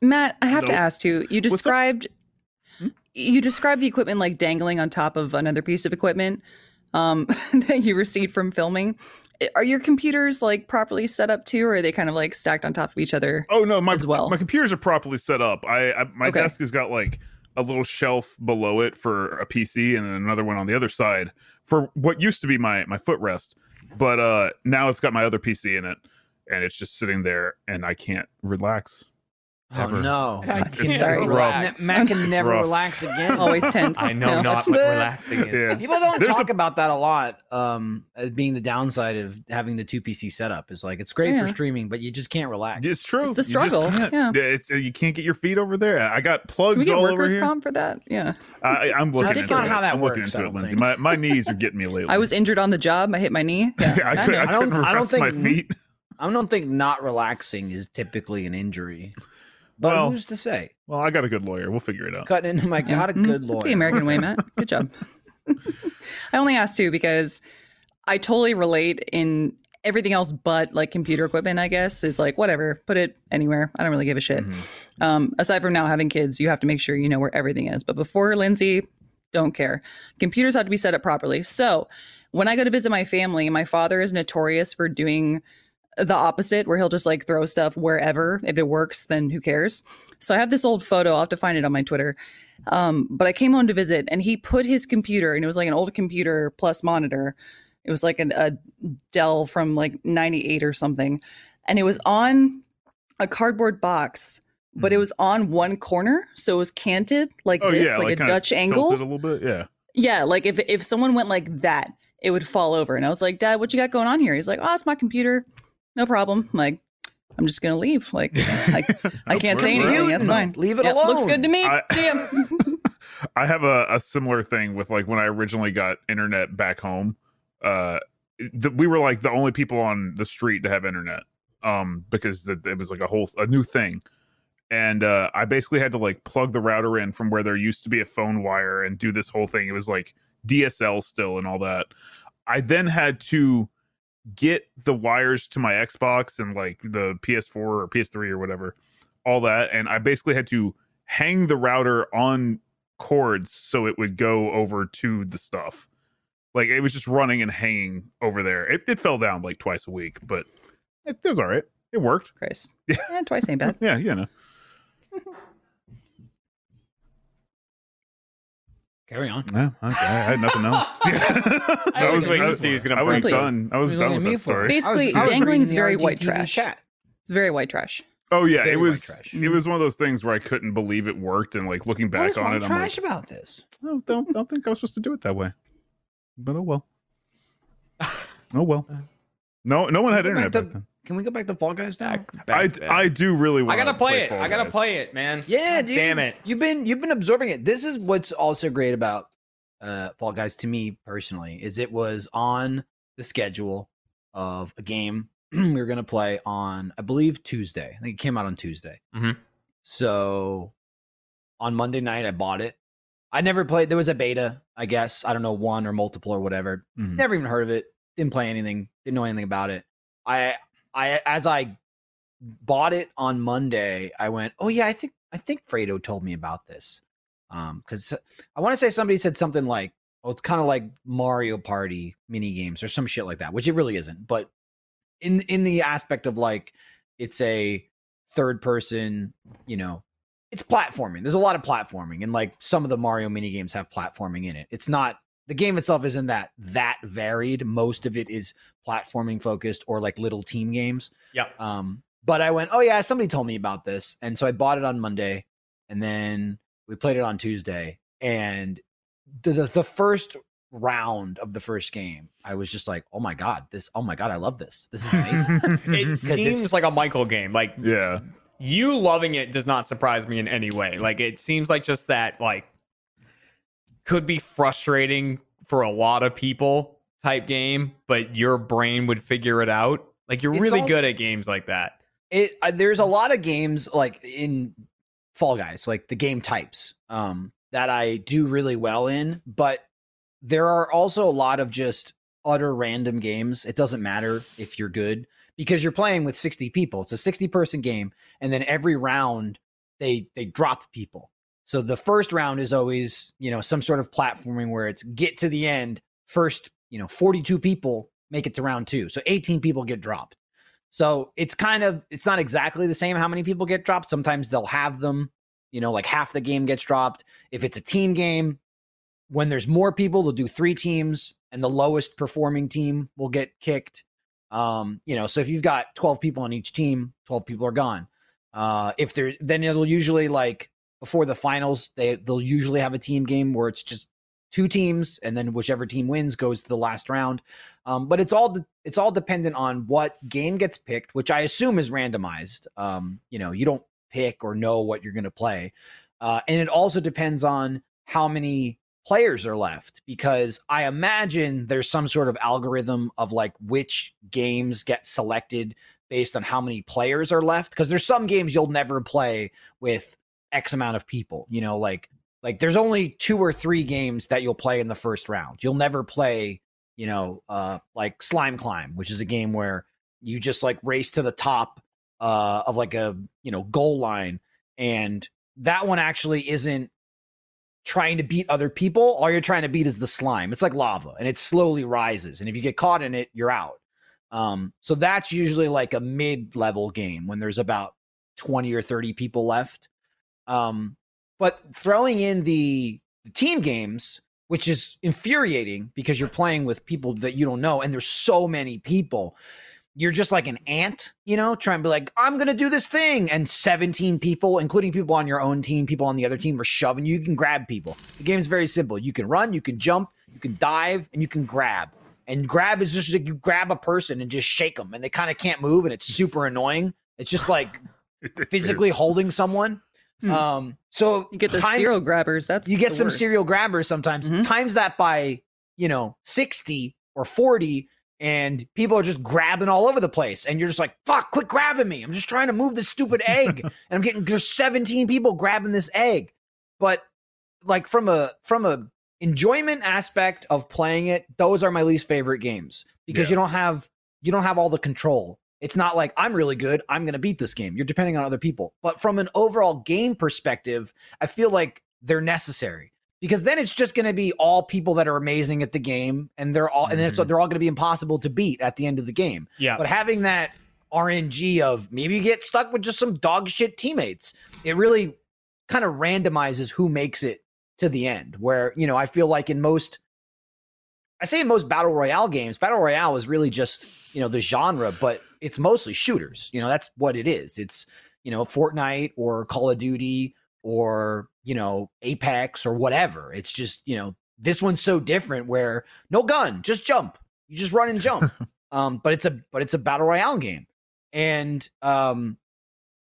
[SPEAKER 4] Matt, I have to
[SPEAKER 3] Nope.
[SPEAKER 4] ask you. You
[SPEAKER 3] up? Hmm?
[SPEAKER 4] described you described the equipment like dangling on top of another piece of equipment um, that you received from filming. I- Are your computers like properly set up too, or are they kind of like stacked on top of each other?
[SPEAKER 3] Oh no, my
[SPEAKER 4] as well.
[SPEAKER 3] my computers are properly set up. I, I my
[SPEAKER 4] Okay.
[SPEAKER 3] desk has got like a little shelf below it for a PC and then another one on the other side for what used to be my my footrest, but uh now it's got my other PC in it and it's just sitting there and I can't relax.
[SPEAKER 1] Oh
[SPEAKER 2] Ever.
[SPEAKER 1] no,
[SPEAKER 2] I
[SPEAKER 1] Matt can
[SPEAKER 4] can't
[SPEAKER 1] never,
[SPEAKER 2] relax.
[SPEAKER 1] relax. Matt can never
[SPEAKER 3] rough.
[SPEAKER 1] relax again.
[SPEAKER 4] Always tense.
[SPEAKER 2] I know
[SPEAKER 4] No,
[SPEAKER 2] not
[SPEAKER 4] it's
[SPEAKER 2] what
[SPEAKER 4] the-
[SPEAKER 2] relaxing is.
[SPEAKER 3] Yeah.
[SPEAKER 1] People don't
[SPEAKER 3] There's
[SPEAKER 1] talk about that a lot. Um, as being the downside of having the two PC setup is like it's great
[SPEAKER 4] Yeah.
[SPEAKER 1] for streaming, but you just can't relax.
[SPEAKER 3] It's true.
[SPEAKER 4] It's the
[SPEAKER 3] You just
[SPEAKER 4] struggle,
[SPEAKER 3] can't.
[SPEAKER 4] yeah.
[SPEAKER 3] It's you can't get your feet over there. I got plugs
[SPEAKER 4] Can we get
[SPEAKER 3] all over
[SPEAKER 4] workers
[SPEAKER 3] here.
[SPEAKER 4] comp for that? Yeah.
[SPEAKER 3] I, I'm looking
[SPEAKER 1] that's
[SPEAKER 3] into
[SPEAKER 1] not
[SPEAKER 3] it.
[SPEAKER 1] how that
[SPEAKER 3] I'm
[SPEAKER 1] works, I
[SPEAKER 3] Looking into
[SPEAKER 1] don't
[SPEAKER 3] it, Lindsay.
[SPEAKER 1] think.
[SPEAKER 3] My, my knees are getting me lately.
[SPEAKER 4] I was injured on the job. I hit my knee. Yeah.
[SPEAKER 3] I,
[SPEAKER 4] I
[SPEAKER 3] could,
[SPEAKER 4] know.
[SPEAKER 3] I,
[SPEAKER 1] I don't-
[SPEAKER 3] couldn't
[SPEAKER 1] I don't
[SPEAKER 3] rest my
[SPEAKER 1] think-
[SPEAKER 3] feet.
[SPEAKER 1] I don't think not relaxing is typically an injury. But
[SPEAKER 3] Well-
[SPEAKER 1] who's to say?
[SPEAKER 3] Well, I got a good lawyer. We'll figure it out.
[SPEAKER 1] Cutting into my
[SPEAKER 4] Yeah.
[SPEAKER 1] got a
[SPEAKER 4] Mhm.
[SPEAKER 1] good
[SPEAKER 4] That's
[SPEAKER 1] lawyer.
[SPEAKER 4] the American way, Matt. Good job. I only asked you because I totally relate in everything else but like computer equipment, I guess, is like whatever, put it anywhere. I don't really give a shit.
[SPEAKER 3] Mm-hmm.
[SPEAKER 1] Mhm.
[SPEAKER 4] Um, aside from now having kids, you have to make sure you know where everything is. But before Lindsay, don't care. Computers have to be set up properly. So when I go to visit my family, my father is notorious for doing the opposite, where he'll just like throw stuff wherever. If it works, then who cares? So I have this old photo. I'll have to find it on my Twitter. Um, but I came home to visit, and he put his computer, and it was like an old computer plus monitor. It was like an, a Dell from like '98 or something, and it was on a cardboard box, but it was on one corner, so it was canted like
[SPEAKER 3] Mm-hmm. Oh
[SPEAKER 4] this,
[SPEAKER 3] yeah,
[SPEAKER 4] like, a
[SPEAKER 3] kinda
[SPEAKER 4] Dutch
[SPEAKER 3] tilted
[SPEAKER 4] angle.
[SPEAKER 3] a little bit. Yeah.
[SPEAKER 4] Yeah, like if if someone went like that, it would fall over. And I was like, Dad, what you got going on here? He's like, Oh, it's my computer. No problem. I'm like, I'm just gonna leave. Like, I, I
[SPEAKER 3] That's where we're
[SPEAKER 4] can't say
[SPEAKER 3] at.
[SPEAKER 4] anything.
[SPEAKER 1] Mutant.
[SPEAKER 4] That's fine.
[SPEAKER 1] Leave it
[SPEAKER 4] Yeah,
[SPEAKER 1] alone.
[SPEAKER 4] Looks good to me.
[SPEAKER 3] I-
[SPEAKER 4] See ya.
[SPEAKER 3] I have a, a similar thing with like when I originally got internet back home. Uh, the, we were like the only people on the street to have internet, um, because the, it was like a whole a new thing, and uh, I basically had to like plug the router in from where there used to be a phone wire and do this whole thing. It was like DSL still and all that. I then had to get the wires to my Xbox and like the PS4 or PS3 or whatever, all that, and I basically had to hang the router on cords so it would go over to the stuff. Like it was just running and hanging over there. It, it fell down like twice a week, but it, it was all right. It worked.
[SPEAKER 4] Chris.
[SPEAKER 3] Yeah.
[SPEAKER 4] Yeah, twice ain't bad.
[SPEAKER 3] Yeah, you know.
[SPEAKER 1] Carry on.
[SPEAKER 3] Yeah, I, I had nothing else.
[SPEAKER 2] I
[SPEAKER 3] I
[SPEAKER 2] was
[SPEAKER 3] was
[SPEAKER 2] waiting
[SPEAKER 3] I
[SPEAKER 2] to
[SPEAKER 3] was-
[SPEAKER 2] see who's gonna
[SPEAKER 3] I was
[SPEAKER 2] break this.
[SPEAKER 3] done. I was
[SPEAKER 1] What are you
[SPEAKER 3] done
[SPEAKER 1] looking
[SPEAKER 3] with
[SPEAKER 1] at me
[SPEAKER 3] that
[SPEAKER 1] for?
[SPEAKER 3] story.
[SPEAKER 4] Basically,
[SPEAKER 1] I was- I was
[SPEAKER 4] dangling's
[SPEAKER 1] reading the
[SPEAKER 4] very white
[SPEAKER 1] RGTV
[SPEAKER 4] trash.
[SPEAKER 1] chat.
[SPEAKER 4] It's very white trash.
[SPEAKER 3] Oh yeah,
[SPEAKER 1] Very
[SPEAKER 3] it
[SPEAKER 1] white
[SPEAKER 3] was.
[SPEAKER 1] trash.
[SPEAKER 3] It was one of those things where I couldn't believe it worked, and like looking
[SPEAKER 1] What is
[SPEAKER 3] back on
[SPEAKER 1] white
[SPEAKER 3] it, I'm like,
[SPEAKER 1] trash about this?
[SPEAKER 3] oh, don't don't think I was supposed to do it that way. But oh well. Oh well.
[SPEAKER 2] Uh,
[SPEAKER 3] No, no one had
[SPEAKER 1] Go back
[SPEAKER 3] internet
[SPEAKER 1] to-
[SPEAKER 3] back then.
[SPEAKER 1] Can we go back to Fall Guys now?
[SPEAKER 2] Back-
[SPEAKER 3] I,
[SPEAKER 2] back then.
[SPEAKER 3] I do really want.
[SPEAKER 2] I gotta play, it.
[SPEAKER 3] Fall
[SPEAKER 2] I gotta
[SPEAKER 3] Guys.
[SPEAKER 2] play it, man.
[SPEAKER 1] Yeah,
[SPEAKER 2] God
[SPEAKER 1] dude.
[SPEAKER 2] Damn it.
[SPEAKER 1] You've been you've been absorbing it. This is what's also great about uh Fall Guys to me personally is it was on the schedule of a game we were gonna play on I believe Tuesday. I think it came out on Tuesday.
[SPEAKER 2] Mhm.
[SPEAKER 1] So on Monday night I bought it. I never played. There was a beta, I guess. I don't know one or multiple or whatever.
[SPEAKER 3] Mhm.
[SPEAKER 1] Never even heard of it. Didn't play anything. Didn't know anything about it. I I as I bought it on Monday, I went, "Oh yeah, I think I think Fredo told me about this." Um cuz I want to say somebody said something like, "Oh, it's kind of like Mario Party mini games or some shit like that," which it really isn't, but in in the aspect of like it's a third person, you know, it's platforming. There's a lot of platforming and like some of the Mario mini games have platforming in it. It's not the game itself isn't that that varied. Most of it is platforming focused or like little team games.
[SPEAKER 2] Yeah.
[SPEAKER 1] Um, but I went, oh yeah, somebody told me about this, and so I bought it on Monday, and then we played it on Tuesday, and the the, the first round of the first game, I was just like, oh my god, this, oh my god, I love this, this is amazing.
[SPEAKER 3] Mm-hmm.
[SPEAKER 2] It seems
[SPEAKER 1] it's-
[SPEAKER 2] like a Michael game. Like
[SPEAKER 3] yeah.
[SPEAKER 2] you loving it does not surprise me in any way. Like it seems like just that like could be frustrating for a lot of people type game, but your brain would figure it out. Like you're
[SPEAKER 1] It's
[SPEAKER 2] really
[SPEAKER 1] all-
[SPEAKER 2] good at games like that.
[SPEAKER 1] it I, there's a lot of games like in Fall Guys, like the game types um, that I do really well in, but there are also a lot of just utter random games. It doesn't matter if you're good because you're playing with 60 people. It's a 60 person game, and then every round they they drop people. So the first round is always you know some sort of platforming where it's get to the end first. You know, 42 people make it to round two, so 18 people get dropped. So it's kind of it's not exactly the same how many people get dropped. Sometimes they'll have them, you know, like half the game gets dropped. If it's a team game, when there's more people, they'll do three teams and the lowest performing team will get kicked. Um, you know, so if you've got 12 people on each team, 12 people are gone. Uh, if there, then it'll usually like before the finals, they they'll usually have a team game where it's just two teams, and then whichever team wins goes to the last round. Um, but it's all de- it's all dependent on what game gets picked, which I assume is randomized. Um, you know, you don't pick or know what you're going to play, uh, and it also depends on how many players are left because I imagine there's some sort of algorithm of like which games get selected based on how many players are left because there's some games you'll never play with x amount of people you know like like there's only two or three games that you'll play in the first round you'll never play you know uh like slime climb which is a game where you just like race to the top uh of like a you know goal line and that one actually isn't trying to beat other people all you're trying to beat is the slime it's like lava and it slowly rises and if you get caught in it you're out um so that's usually like a mid-level game when there's about 20 or 30 people left um but throwing in the, the team games which is infuriating because you're playing with people that you don't know and there's so many people you're just like an ant you know trying to be like i'm gonna do this thing and 17 people including people on your own team people on the other team are shoving you you can grab people the game's very simple you can run you can jump you can dive and you can grab and grab is just like you grab a person and just shake them and they kind of can't move and it's super annoying it's just like physically holding someone
[SPEAKER 4] Hmm.
[SPEAKER 1] um so
[SPEAKER 4] You get the
[SPEAKER 1] time-
[SPEAKER 4] serial grabbers. That's
[SPEAKER 1] you get
[SPEAKER 4] the
[SPEAKER 1] some
[SPEAKER 4] worst.
[SPEAKER 1] serial grabbers sometimes
[SPEAKER 4] Mhm.
[SPEAKER 1] times that by you know 60 or 40 and people are just grabbing all over the place and you're just like fuck quit grabbing me i'm just trying to move this stupid egg and i'm getting there's 17 people grabbing this egg but like from a from a enjoyment aspect of playing it those are my least favorite games because you
[SPEAKER 3] Yeah.
[SPEAKER 1] don't have you don't have all the control it's not like i'm really good i'm going to beat this game you're depending on other people but from an overall game perspective i feel like they're necessary because then it's just going to be all people that are amazing at the game and they're all and then it's,
[SPEAKER 2] Mhm.
[SPEAKER 1] they're all going to be impossible to beat at the end of the game
[SPEAKER 2] Yeah.
[SPEAKER 1] but having that RNG of maybe you get stuck with just some dog shit teammates, it really kind of randomizes who makes it to the end. Where, you know, I feel like in most, I say in most battle royale games, battle royale is really just, you know, the genre, but it's mostly shooters. You know, that's what it is. It's, you know, Fortnite or Call of Duty or, you know, Apex or whatever. It's just, you know, this one's so different where no gun, just jump. You just run and jump um, but it's a but it's a battle royale game, and um,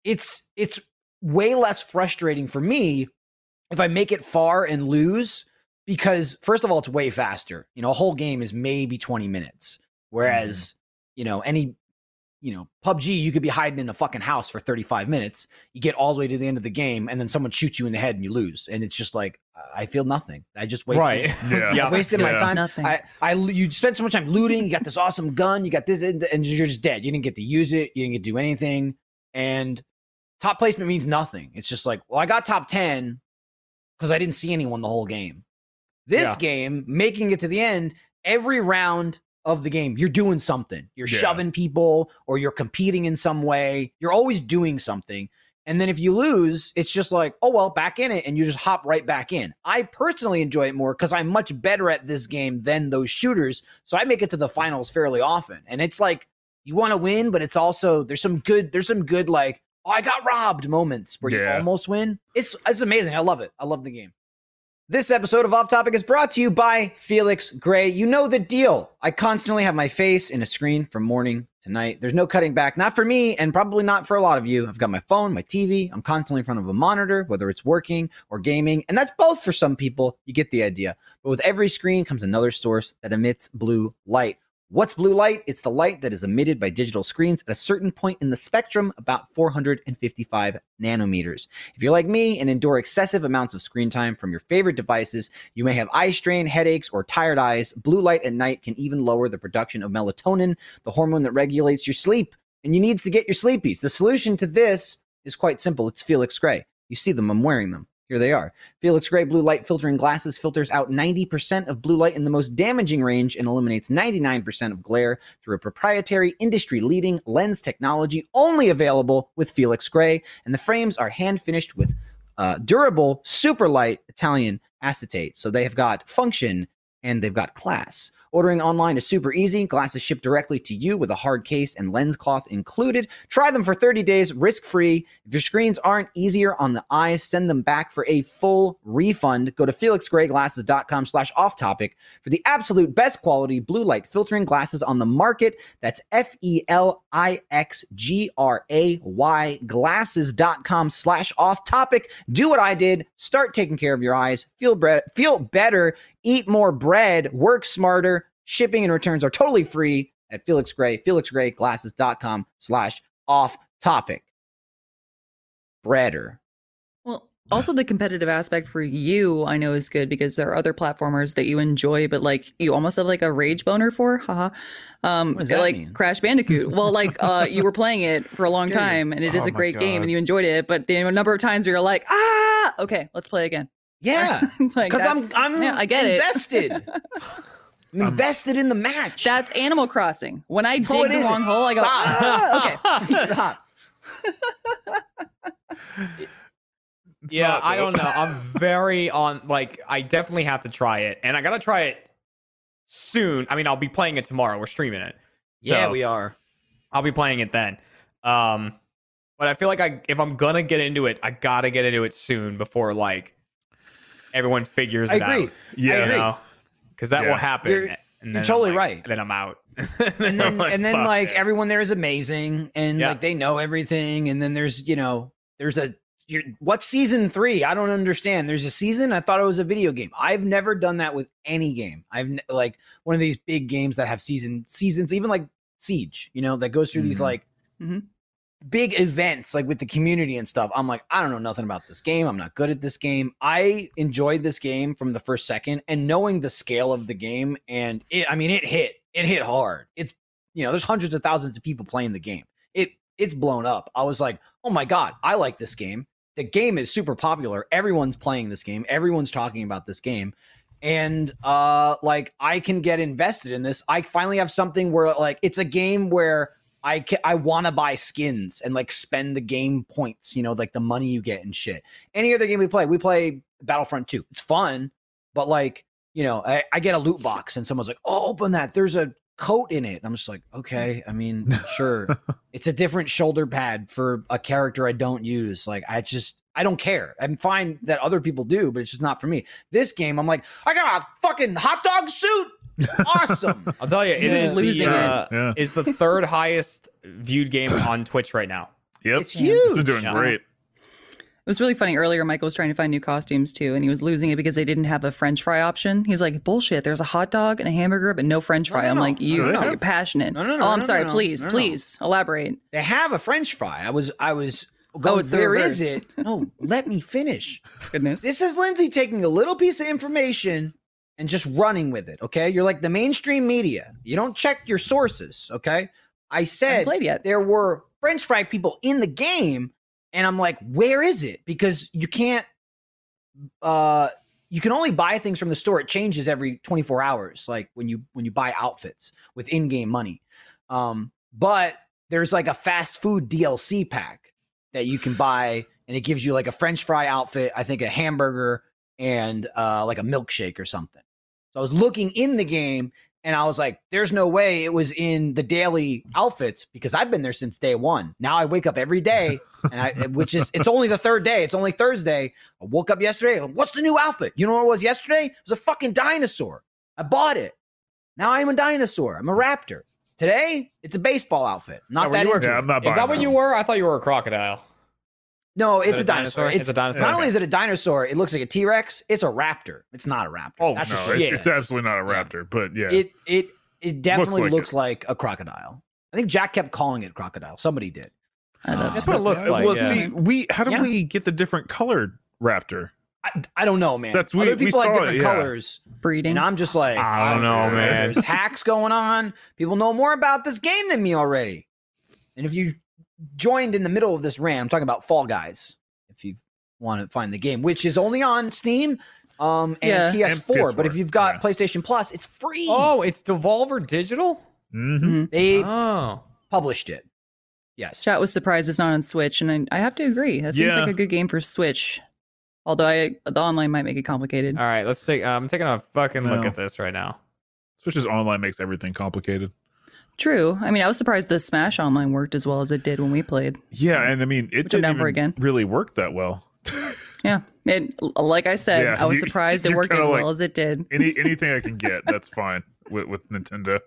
[SPEAKER 1] it's it's way less frustrating for me if I make it far and lose because first of all, it's way faster. You know, a whole game is maybe twenty minutes, whereas you know any you know PUBG, you could be hiding in a fucking house for thirty five minutes. You get all the way to the end of the game, and then someone shoots you in the head, and you lose. And it's just like I I feel nothing. I just wasted
[SPEAKER 2] right.
[SPEAKER 3] Yeah.
[SPEAKER 1] I wasted my
[SPEAKER 3] Yeah.
[SPEAKER 1] time.
[SPEAKER 4] Nothing.
[SPEAKER 1] I, I, you spent so much time looting. You got this awesome gun. You got this, and and you're just dead. You didn't get to use it. You didn't get to do anything. And top placement means nothing. It's just like, well, I got top ten because I didn't see anyone the whole game. This
[SPEAKER 2] Yeah.
[SPEAKER 1] game, making it to the end, every round of the game, you're doing something. You're
[SPEAKER 3] Yeah.
[SPEAKER 1] shoving people, or you're competing in some way. You're always doing something. And then if you lose, it's just like, oh, well, back in it. And you just hop right back in. I personally enjoy it more because I'm much better at this game than those shooters. So I make it to the finals fairly often. And it's like, you want to win, but it's also, there's some good, there's some good, like, oh, I got robbed moments where you
[SPEAKER 3] Yeah.
[SPEAKER 1] almost win. It's, it's amazing. I love it. I love the game. This episode of Off Topic is brought to you by Felix Gray. You know the deal. I constantly have my face in a screen from morning to night. There's no cutting back, not for me, and probably not for a lot of you. I've got my phone, my TV. I'm constantly in front of a monitor, whether it's working or gaming, and that's both for some people. You get the idea. But with every screen comes another source that emits blue light. What's blue light? It's the light that is emitted by digital screens at a certain point in the spectrum, about 455 nanometers. If you're like me and endure excessive amounts of screen time from your favorite devices, you may have eye strain, headaches, or tired eyes. Blue light at night can even lower the production of melatonin, the hormone that regulates your sleep, and you needs to get your sleepies. The solution to this is quite simple. It's Felix Gray. You see them, I'm wearing them. Here they are. Felix Gray blue light filtering glasses filters out 90% of blue light in the most damaging range and eliminates 99% of glare through a proprietary industry leading lens technology only available with Felix Gray. And the frames are hand finished with uh, durable, super light Italian acetate. So they have got function and they've got class. Ordering online is super easy. Glasses ship directly to you with a hard case and lens cloth included. Try them for 30 days risk free. If your screens aren't easier on the eyes, send them back for a full refund. Go to felixgrayglasses.com slash off topic for the absolute best quality blue light filtering glasses on the market. That's F E L I X G R A Y glasses.com slash off topic. Do what I did. Start taking care of your eyes. Feel, bre- feel better. Eat more bread. Work smarter. Shipping and returns are totally free at Felix Gray, felixgrayglasses.com slash off topic. Breader.
[SPEAKER 4] Well, also the competitive aspect for you, I know, is good because there are other platformers that you enjoy, but like you almost have like a rage boner for, haha. Um,
[SPEAKER 1] What does that
[SPEAKER 4] like
[SPEAKER 1] mean?
[SPEAKER 4] Crash Bandicoot. well, like uh, you were playing it for a long
[SPEAKER 2] Yeah, yeah.
[SPEAKER 4] time, and it is
[SPEAKER 2] Oh
[SPEAKER 4] a
[SPEAKER 2] my
[SPEAKER 4] great game,
[SPEAKER 2] God.
[SPEAKER 4] and you enjoyed it, but the number of times where you're like, ah, okay, let's play again.
[SPEAKER 1] Yeah.
[SPEAKER 4] it's like
[SPEAKER 1] Because I'm
[SPEAKER 4] that's-
[SPEAKER 1] I'm
[SPEAKER 4] yeah, I get it.
[SPEAKER 1] invested. I'm invested in the match.
[SPEAKER 4] That's Animal Crossing. When I dig
[SPEAKER 1] No, it
[SPEAKER 4] the
[SPEAKER 1] isn't.
[SPEAKER 4] wrong hole, I go, ah, okay.
[SPEAKER 1] Stop.
[SPEAKER 3] It's
[SPEAKER 2] yeah,
[SPEAKER 3] not,
[SPEAKER 2] I
[SPEAKER 3] though.
[SPEAKER 2] don't know. I'm very on. Like, I definitely have to try it, and I gotta try it soon. I mean, I'll be playing it tomorrow. We're streaming it.
[SPEAKER 1] Yeah,
[SPEAKER 2] So-
[SPEAKER 1] we are.
[SPEAKER 2] I'll be playing it then. Um, but I feel like I, if I'm gonna get into it, I gotta get into it soon before like everyone figures
[SPEAKER 1] I
[SPEAKER 2] it
[SPEAKER 1] agree.
[SPEAKER 2] out.
[SPEAKER 3] yeah,
[SPEAKER 1] agree.
[SPEAKER 2] Because that
[SPEAKER 3] Yeah.
[SPEAKER 2] will happen.
[SPEAKER 1] You're-
[SPEAKER 2] and then
[SPEAKER 1] you're
[SPEAKER 2] I'm
[SPEAKER 1] totally
[SPEAKER 2] like-
[SPEAKER 1] right.
[SPEAKER 2] And then I'm out.
[SPEAKER 1] And then and then like
[SPEAKER 2] every
[SPEAKER 1] everyone there is amazing and
[SPEAKER 2] Yeah.
[SPEAKER 1] like they know everything. And then there's, you know, there's a you're, what's season three? I don't understand. There's a season. I thought it was a video game. I've never done that with any game. I've ne- like one of these big games that have season seasons, even like Siege, you know, that goes through these
[SPEAKER 2] Mhm.
[SPEAKER 1] like
[SPEAKER 4] Mhm.
[SPEAKER 1] big events like with the community and stuff. I'm like, I don't know nothing about this game. I'm not good at this game. I enjoyed this game from the first second and knowing the scale of the game and it I mean it hit. It hit hard. It's you know, there's hundreds of thousands of people playing the game. It it's blown up. I was like, "Oh my god, I like this game." The game is super popular. Everyone's playing this game. Everyone's talking about this game and uh like i can get invested in this i finally have something where like it's a game where i ca i want to buy skins and like spend the game points you know like the money you get and shit any other game we play we play battlefront 2 it's fun but like you know i, I get a loot box and someone's like oh open that there's a coat in it and i'm just like okay i mean sure it's a different shoulder pad for a character i don't use like i just i don't care i'm fine that other people do but it's just not for me this game, I'm like, I got a fucking hot dog suit. Awesome.
[SPEAKER 2] I'll tell you, it
[SPEAKER 4] You're
[SPEAKER 2] is
[SPEAKER 4] losing
[SPEAKER 2] the,
[SPEAKER 4] it.
[SPEAKER 2] uh,
[SPEAKER 3] Yeah.
[SPEAKER 2] is the third highest viewed game on Twitch right now.
[SPEAKER 3] Yep.
[SPEAKER 1] it's
[SPEAKER 4] Yeah.
[SPEAKER 3] It's been
[SPEAKER 1] huge.
[SPEAKER 3] doing
[SPEAKER 2] Yeah.
[SPEAKER 3] great.
[SPEAKER 4] It was really funny earlier. Michael was trying to find new costumes too, and he was losing it because they didn't have a French fry option. He's like, "Bullshit! There's a hot dog and a hamburger, but no French
[SPEAKER 1] No,
[SPEAKER 4] fry."
[SPEAKER 1] no,
[SPEAKER 4] I'm
[SPEAKER 1] no.
[SPEAKER 4] like, "You,
[SPEAKER 3] No, they
[SPEAKER 4] are
[SPEAKER 3] have-
[SPEAKER 4] passionate."
[SPEAKER 1] No, no, no,
[SPEAKER 4] Oh, I'm
[SPEAKER 1] no,
[SPEAKER 4] sorry.
[SPEAKER 1] no, no,
[SPEAKER 4] please,
[SPEAKER 1] no, no.
[SPEAKER 4] please elaborate.
[SPEAKER 1] They have a French fry. I was, I was. Going,
[SPEAKER 4] Oh, it's the
[SPEAKER 1] where is
[SPEAKER 4] reverse.
[SPEAKER 1] it? No, let me finish.
[SPEAKER 4] Goodness.
[SPEAKER 1] This is Lindsay taking a little piece of information and just running with it. Okay, you're like the mainstream media. You don't check your sources. Okay, I
[SPEAKER 4] I
[SPEAKER 1] said
[SPEAKER 4] played yet?
[SPEAKER 1] there were French fry people in the game, and I'm like, where is it? Because you can't uh you can only buy things from the store. It changes every 24 hours, like when you when you buy outfits with in-game money. Um, but there's like a fast food DLC pack that you can buy, and it gives you like a French fry outfit, I think a hamburger, and uh like a milkshake or something. So I was looking in the game and I was like, there's no way it was in the daily outfits because I've been there since day one. Now I wake up every day, and I, eh, which is, it's only the third day. It's only Thursday. I woke up yesterday. What's the new outfit? You know what it was yesterday? It was a fucking dinosaur. I bought it. Now I'm a dinosaur. I'm a raptor. Today, it's a baseball outfit. Not
[SPEAKER 2] No, Oh, were
[SPEAKER 1] that.
[SPEAKER 2] you
[SPEAKER 1] into
[SPEAKER 3] Yeah,
[SPEAKER 1] it.
[SPEAKER 3] I'm not buying
[SPEAKER 2] Is that what
[SPEAKER 3] them.
[SPEAKER 2] you were? I thought you were a crocodile.
[SPEAKER 1] no,
[SPEAKER 2] Is
[SPEAKER 1] it's
[SPEAKER 2] it
[SPEAKER 1] a dinosaur.
[SPEAKER 2] It's, a dinosaur.
[SPEAKER 1] Not
[SPEAKER 2] Okay.
[SPEAKER 1] only is it a dinosaur, it looks like a T Rex. It's a raptor. It's not a raptor.
[SPEAKER 2] Oh,
[SPEAKER 1] That's
[SPEAKER 3] No,
[SPEAKER 1] just
[SPEAKER 2] shit.
[SPEAKER 1] what
[SPEAKER 3] it's,
[SPEAKER 1] it
[SPEAKER 3] it's
[SPEAKER 1] says.
[SPEAKER 3] absolutely not a raptor, but yeah.
[SPEAKER 1] It it it definitely
[SPEAKER 3] like
[SPEAKER 1] looks,
[SPEAKER 3] it.
[SPEAKER 1] like a crocodile. I think Jack kept calling it crocodile. Somebody did.
[SPEAKER 4] I love
[SPEAKER 2] That's what it looks
[SPEAKER 3] Yeah,
[SPEAKER 2] like.
[SPEAKER 3] Well,
[SPEAKER 2] yeah.
[SPEAKER 3] see, we how did
[SPEAKER 1] Yeah.
[SPEAKER 3] we get the different colored raptor?
[SPEAKER 1] I, I don't know, man.
[SPEAKER 3] That's- we-
[SPEAKER 1] Other
[SPEAKER 3] we
[SPEAKER 1] people like
[SPEAKER 3] saw it,
[SPEAKER 1] different
[SPEAKER 3] yeah.
[SPEAKER 1] colors,
[SPEAKER 4] breeding.
[SPEAKER 1] and I'm just like,
[SPEAKER 2] I don't know,
[SPEAKER 1] "Fuck,
[SPEAKER 2] man.
[SPEAKER 1] There's hacks going on. People know more about this game than me already. And if you joined in the middle of this rant, I'm talking about Fall Guys. If you want to find the game, which is only on Steam um, and,
[SPEAKER 4] Yeah.
[SPEAKER 1] PS4,
[SPEAKER 3] And
[SPEAKER 1] but if
[SPEAKER 3] PS4,
[SPEAKER 1] you've got
[SPEAKER 3] yeah.
[SPEAKER 1] PlayStation Plus, it's free.
[SPEAKER 2] Oh, it's Devolver Digital.
[SPEAKER 3] Mm-hmm.
[SPEAKER 1] They
[SPEAKER 2] Oh,
[SPEAKER 1] published it. Yes.
[SPEAKER 4] Chat was surprised it's not on Switch, and I, I have to agree. That seems
[SPEAKER 3] Yeah.
[SPEAKER 4] like a good game for Switch. Although I, the online might make it complicated.
[SPEAKER 3] Uh,
[SPEAKER 2] all right. Let's take. I'm taking a fucking look
[SPEAKER 3] No.
[SPEAKER 2] at this right now.
[SPEAKER 3] Switch's online makes everything complicated.
[SPEAKER 4] True. I mean, I was surprised the Smash Online worked as well as it did when we played.
[SPEAKER 3] Yeah, and I mean, it
[SPEAKER 4] Which I've
[SPEAKER 3] didn't
[SPEAKER 4] done for
[SPEAKER 3] even
[SPEAKER 4] again.
[SPEAKER 3] really work that well.
[SPEAKER 4] Yeah. It, like I said,
[SPEAKER 3] Yeah,
[SPEAKER 4] I was
[SPEAKER 3] you-
[SPEAKER 4] surprised it
[SPEAKER 3] you're
[SPEAKER 4] worked as
[SPEAKER 3] kinda
[SPEAKER 4] well
[SPEAKER 3] like-
[SPEAKER 4] as it did.
[SPEAKER 3] Any anything I can get, that's fine with, with Nintendo.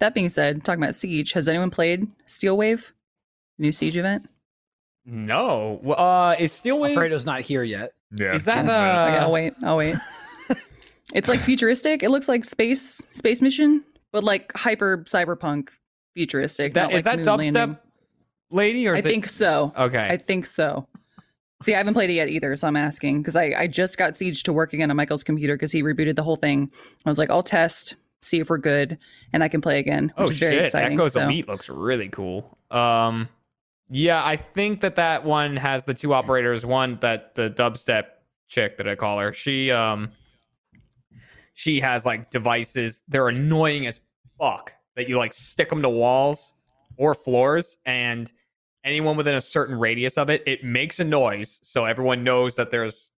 [SPEAKER 4] That being said, talking about Siege, has anyone played Steel Wave? New Siege event?
[SPEAKER 2] No. Well, Uh, is Steel Wave?
[SPEAKER 1] Alfredo's not here yet.
[SPEAKER 3] Yeah,
[SPEAKER 2] Is that
[SPEAKER 3] give 'em a minute.
[SPEAKER 2] uh?
[SPEAKER 4] Okay, I'll wait. I'll wait. it's like futuristic. It looks like space space mission, but like hyper cyberpunk futuristic.
[SPEAKER 2] That,
[SPEAKER 4] not
[SPEAKER 2] is
[SPEAKER 4] like
[SPEAKER 2] that dubstep
[SPEAKER 4] moon landing.
[SPEAKER 2] lady or
[SPEAKER 4] I
[SPEAKER 2] is
[SPEAKER 4] think
[SPEAKER 2] it?
[SPEAKER 4] so.
[SPEAKER 2] Okay.
[SPEAKER 4] I think so. See, I haven't played it yet either, so I'm asking because I, I just got Siege to work again on Michael's computer because he rebooted the whole thing. I was like, I'll test, see if we're good, and I can play again, which
[SPEAKER 2] oh
[SPEAKER 4] is very
[SPEAKER 2] shit!
[SPEAKER 4] exciting.
[SPEAKER 2] Echoes
[SPEAKER 4] so.
[SPEAKER 2] Elite looks really cool. Um, yeah, I think that that one has the two operators. One that the dubstep chick that I call her. She um, she has like devices. They're annoying as fuck. That you like stick them to walls or floors, and anyone within a certain radius of it, it makes a noise, so everyone knows that there's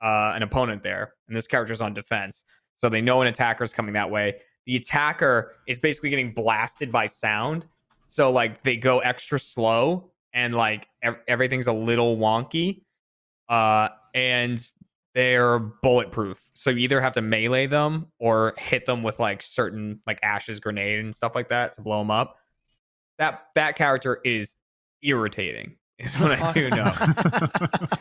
[SPEAKER 2] uh, an opponent there, and this character's on defense, so they know an attacker's coming that way the attacker is basically getting blasted by sound. So like they go extra slow and like ev- everything's a little wonky. Uh and they're bulletproof. So you either have to melee them or hit them with like certain like ashes grenade and stuff like that to blow them up. That that character is irritating. Is what I do
[SPEAKER 4] Awesome.
[SPEAKER 2] know.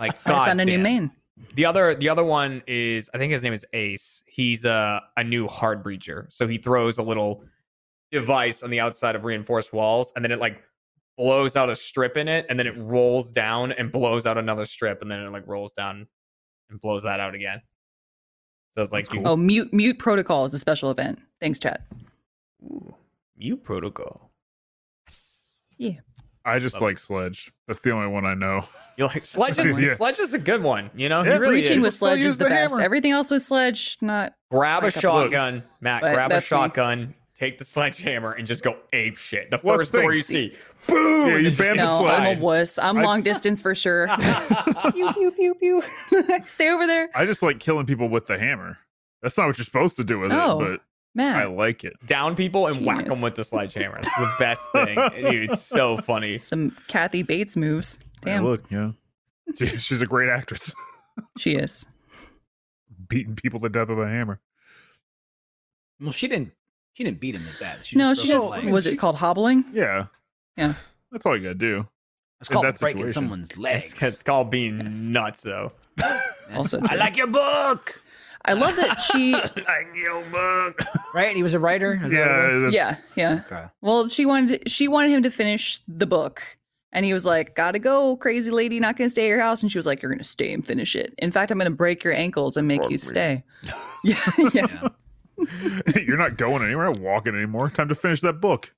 [SPEAKER 2] Like
[SPEAKER 4] I
[SPEAKER 2] God
[SPEAKER 4] found a new main.
[SPEAKER 2] the other the other one is I think his name is Ace. He's a a new hard breacher. So he throws a little device on the outside of reinforced walls and then it like blows out a strip in it and then it rolls down and blows out another strip and then it like rolls down and blows that out again. So it's like
[SPEAKER 3] That's cool.
[SPEAKER 4] Oh, mute mute protocol is a special event. Thanks, chat.
[SPEAKER 2] you, you protocol.
[SPEAKER 3] I just like Sledge. That's the only one I know.
[SPEAKER 2] You're like Sledge is
[SPEAKER 3] Yeah.
[SPEAKER 2] Sledge is a good one, you know?
[SPEAKER 3] Yeah,
[SPEAKER 2] he really
[SPEAKER 4] Reaching
[SPEAKER 2] is.
[SPEAKER 3] Let's
[SPEAKER 4] with
[SPEAKER 3] not
[SPEAKER 4] Sledge
[SPEAKER 3] use
[SPEAKER 4] is the,
[SPEAKER 3] the
[SPEAKER 4] best.
[SPEAKER 3] hammer.
[SPEAKER 4] Everything else with Sledge, not
[SPEAKER 2] grab a
[SPEAKER 4] Like a blow.
[SPEAKER 2] shotgun, Matt.
[SPEAKER 4] But
[SPEAKER 2] grab a
[SPEAKER 4] that's me.
[SPEAKER 2] shotgun. Take the sledgehammer and just go ape shit. The
[SPEAKER 3] Well,
[SPEAKER 2] first door you
[SPEAKER 3] thanks.
[SPEAKER 2] see, boom.
[SPEAKER 3] Yeah,
[SPEAKER 2] and
[SPEAKER 3] you
[SPEAKER 2] then
[SPEAKER 3] banned
[SPEAKER 2] just
[SPEAKER 4] No, I'm
[SPEAKER 2] slide.
[SPEAKER 4] a wuss. I'm
[SPEAKER 3] I-
[SPEAKER 4] long distance for sure. pew pew pew pew. Stay over there,
[SPEAKER 3] I just like killing people with the hammer. That's not what you're supposed to do with
[SPEAKER 4] Oh.
[SPEAKER 3] it, but I
[SPEAKER 4] Matt.
[SPEAKER 3] like it.
[SPEAKER 2] Down people and whack
[SPEAKER 4] Genius.
[SPEAKER 2] them with the sledgehammer. It's the best thing, dude. It's so funny.
[SPEAKER 4] Some Kathy Bates moves.
[SPEAKER 3] Yeah,
[SPEAKER 4] Damn,
[SPEAKER 3] look, yeah, She- she's a great actress.
[SPEAKER 4] she is.
[SPEAKER 3] Beating people to death with a hammer.
[SPEAKER 1] Well, she didn't. She didn't beat him at that. She
[SPEAKER 4] No,
[SPEAKER 1] broke
[SPEAKER 4] she
[SPEAKER 1] his
[SPEAKER 4] just
[SPEAKER 1] leg.
[SPEAKER 4] was it called hobbling?
[SPEAKER 3] Yeah,
[SPEAKER 4] Yeah.
[SPEAKER 3] That's all you gotta do.
[SPEAKER 1] It's called
[SPEAKER 3] in that
[SPEAKER 1] breaking
[SPEAKER 3] situation.
[SPEAKER 1] someone's legs.
[SPEAKER 2] It's, it's called being
[SPEAKER 4] Yes.
[SPEAKER 2] nuts, though.
[SPEAKER 1] That's-
[SPEAKER 4] Also
[SPEAKER 1] I
[SPEAKER 4] true.
[SPEAKER 1] like your book.
[SPEAKER 4] I love that she.
[SPEAKER 2] Like, yo, bug.
[SPEAKER 1] Right? He was a writer. Is that what it was?
[SPEAKER 3] Yeah,
[SPEAKER 4] yeah, yeah.
[SPEAKER 1] Okay.
[SPEAKER 4] Well, she wanted she wanted him to finish the book, and he was like, "Gotta go, crazy lady. Not gonna stay at your house." And she was like, "You're gonna stay and finish it. In fact, I'm gonna break your ankles and make
[SPEAKER 3] Fuck me.
[SPEAKER 4] you stay." Yeah. yes.
[SPEAKER 3] you're not going anywhere. Not walking anymore. Time to finish that book.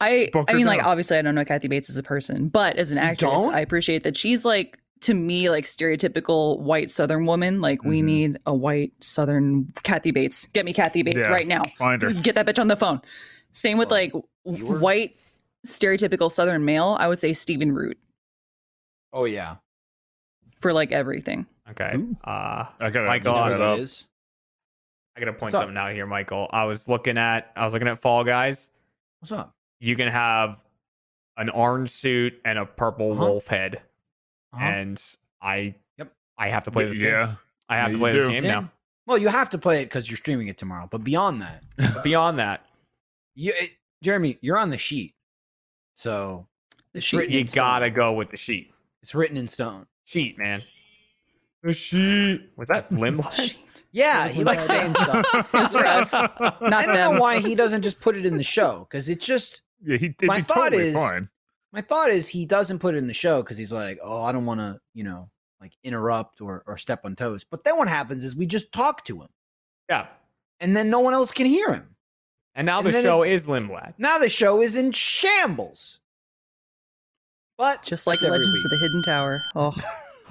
[SPEAKER 4] I
[SPEAKER 3] Bonked
[SPEAKER 4] I
[SPEAKER 3] her
[SPEAKER 4] mean, like
[SPEAKER 3] down.
[SPEAKER 4] obviously, I don't know Kathy Bates as a person, but as an actress,
[SPEAKER 1] don't?
[SPEAKER 4] I appreciate that she's like to me like stereotypical white Southern woman. Like we
[SPEAKER 1] Mm-hmm.
[SPEAKER 3] Mhm.
[SPEAKER 4] need a white Southern Kathy Bates. Get me Kathy Bates
[SPEAKER 3] Yeah.
[SPEAKER 4] right now.
[SPEAKER 3] Find her.
[SPEAKER 4] Get that bitch on the phone. Same with
[SPEAKER 1] Well,
[SPEAKER 4] like
[SPEAKER 1] you were-
[SPEAKER 4] white stereotypical Southern male. I would say Stephen Root
[SPEAKER 1] Oh yeah.
[SPEAKER 4] for like everything.
[SPEAKER 2] Okay.
[SPEAKER 3] Ooh.
[SPEAKER 2] Uh,
[SPEAKER 3] I gotta
[SPEAKER 2] Michael,
[SPEAKER 3] look
[SPEAKER 2] I
[SPEAKER 1] you
[SPEAKER 3] that
[SPEAKER 1] know who
[SPEAKER 3] up.
[SPEAKER 1] it is?
[SPEAKER 2] I gotta point
[SPEAKER 1] What's up?
[SPEAKER 2] something out here, Michael. I was looking at I was looking at Fall Guys.
[SPEAKER 1] What's up?
[SPEAKER 2] You can have an orange suit and a purple
[SPEAKER 1] Uh-huh.
[SPEAKER 2] wolf head.
[SPEAKER 1] Uh-huh.
[SPEAKER 2] and I
[SPEAKER 1] Yep.
[SPEAKER 2] I have to play this game.
[SPEAKER 3] Yeah,
[SPEAKER 2] I have
[SPEAKER 3] Yeah,
[SPEAKER 2] to
[SPEAKER 3] you
[SPEAKER 2] play this
[SPEAKER 3] do.
[SPEAKER 2] game
[SPEAKER 1] Sin?
[SPEAKER 2] now.
[SPEAKER 1] Well, you have to play it because you're streaming it tomorrow. But beyond that,
[SPEAKER 2] But beyond that,
[SPEAKER 1] you, it, Jeremy, you're on the sheet, so
[SPEAKER 4] The
[SPEAKER 1] It's
[SPEAKER 4] sheet.
[SPEAKER 1] written
[SPEAKER 2] you
[SPEAKER 1] in stone.
[SPEAKER 2] gotta go with the sheet.
[SPEAKER 1] It's written in stone.
[SPEAKER 2] Sheet, man. The sheet. Was that Limblad?
[SPEAKER 4] Sheet.
[SPEAKER 1] Yeah,
[SPEAKER 4] That
[SPEAKER 1] he
[SPEAKER 4] was
[SPEAKER 1] likes saying
[SPEAKER 4] Limbaugh.
[SPEAKER 1] stuff.
[SPEAKER 4] That's us.
[SPEAKER 1] I
[SPEAKER 4] Not
[SPEAKER 1] don't know
[SPEAKER 4] them.
[SPEAKER 1] why he doesn't just put it in the show because it's just
[SPEAKER 3] yeah. He did
[SPEAKER 1] My
[SPEAKER 3] be
[SPEAKER 1] thought
[SPEAKER 3] totally
[SPEAKER 1] is-
[SPEAKER 3] fine.
[SPEAKER 1] my thought is he doesn't put it in the show because he's like, oh, I don't want to, you know, like interrupt or or step on toes. But then what happens is we just talk to him,
[SPEAKER 2] Yeah.
[SPEAKER 1] and then no one else can hear him.
[SPEAKER 2] And now
[SPEAKER 1] And
[SPEAKER 2] the
[SPEAKER 1] then
[SPEAKER 2] show is Limblad.
[SPEAKER 1] Now the show is in shambles. But
[SPEAKER 4] Just like
[SPEAKER 1] it's every
[SPEAKER 4] Legends of the
[SPEAKER 1] week.
[SPEAKER 4] Hidden Tower. Oh,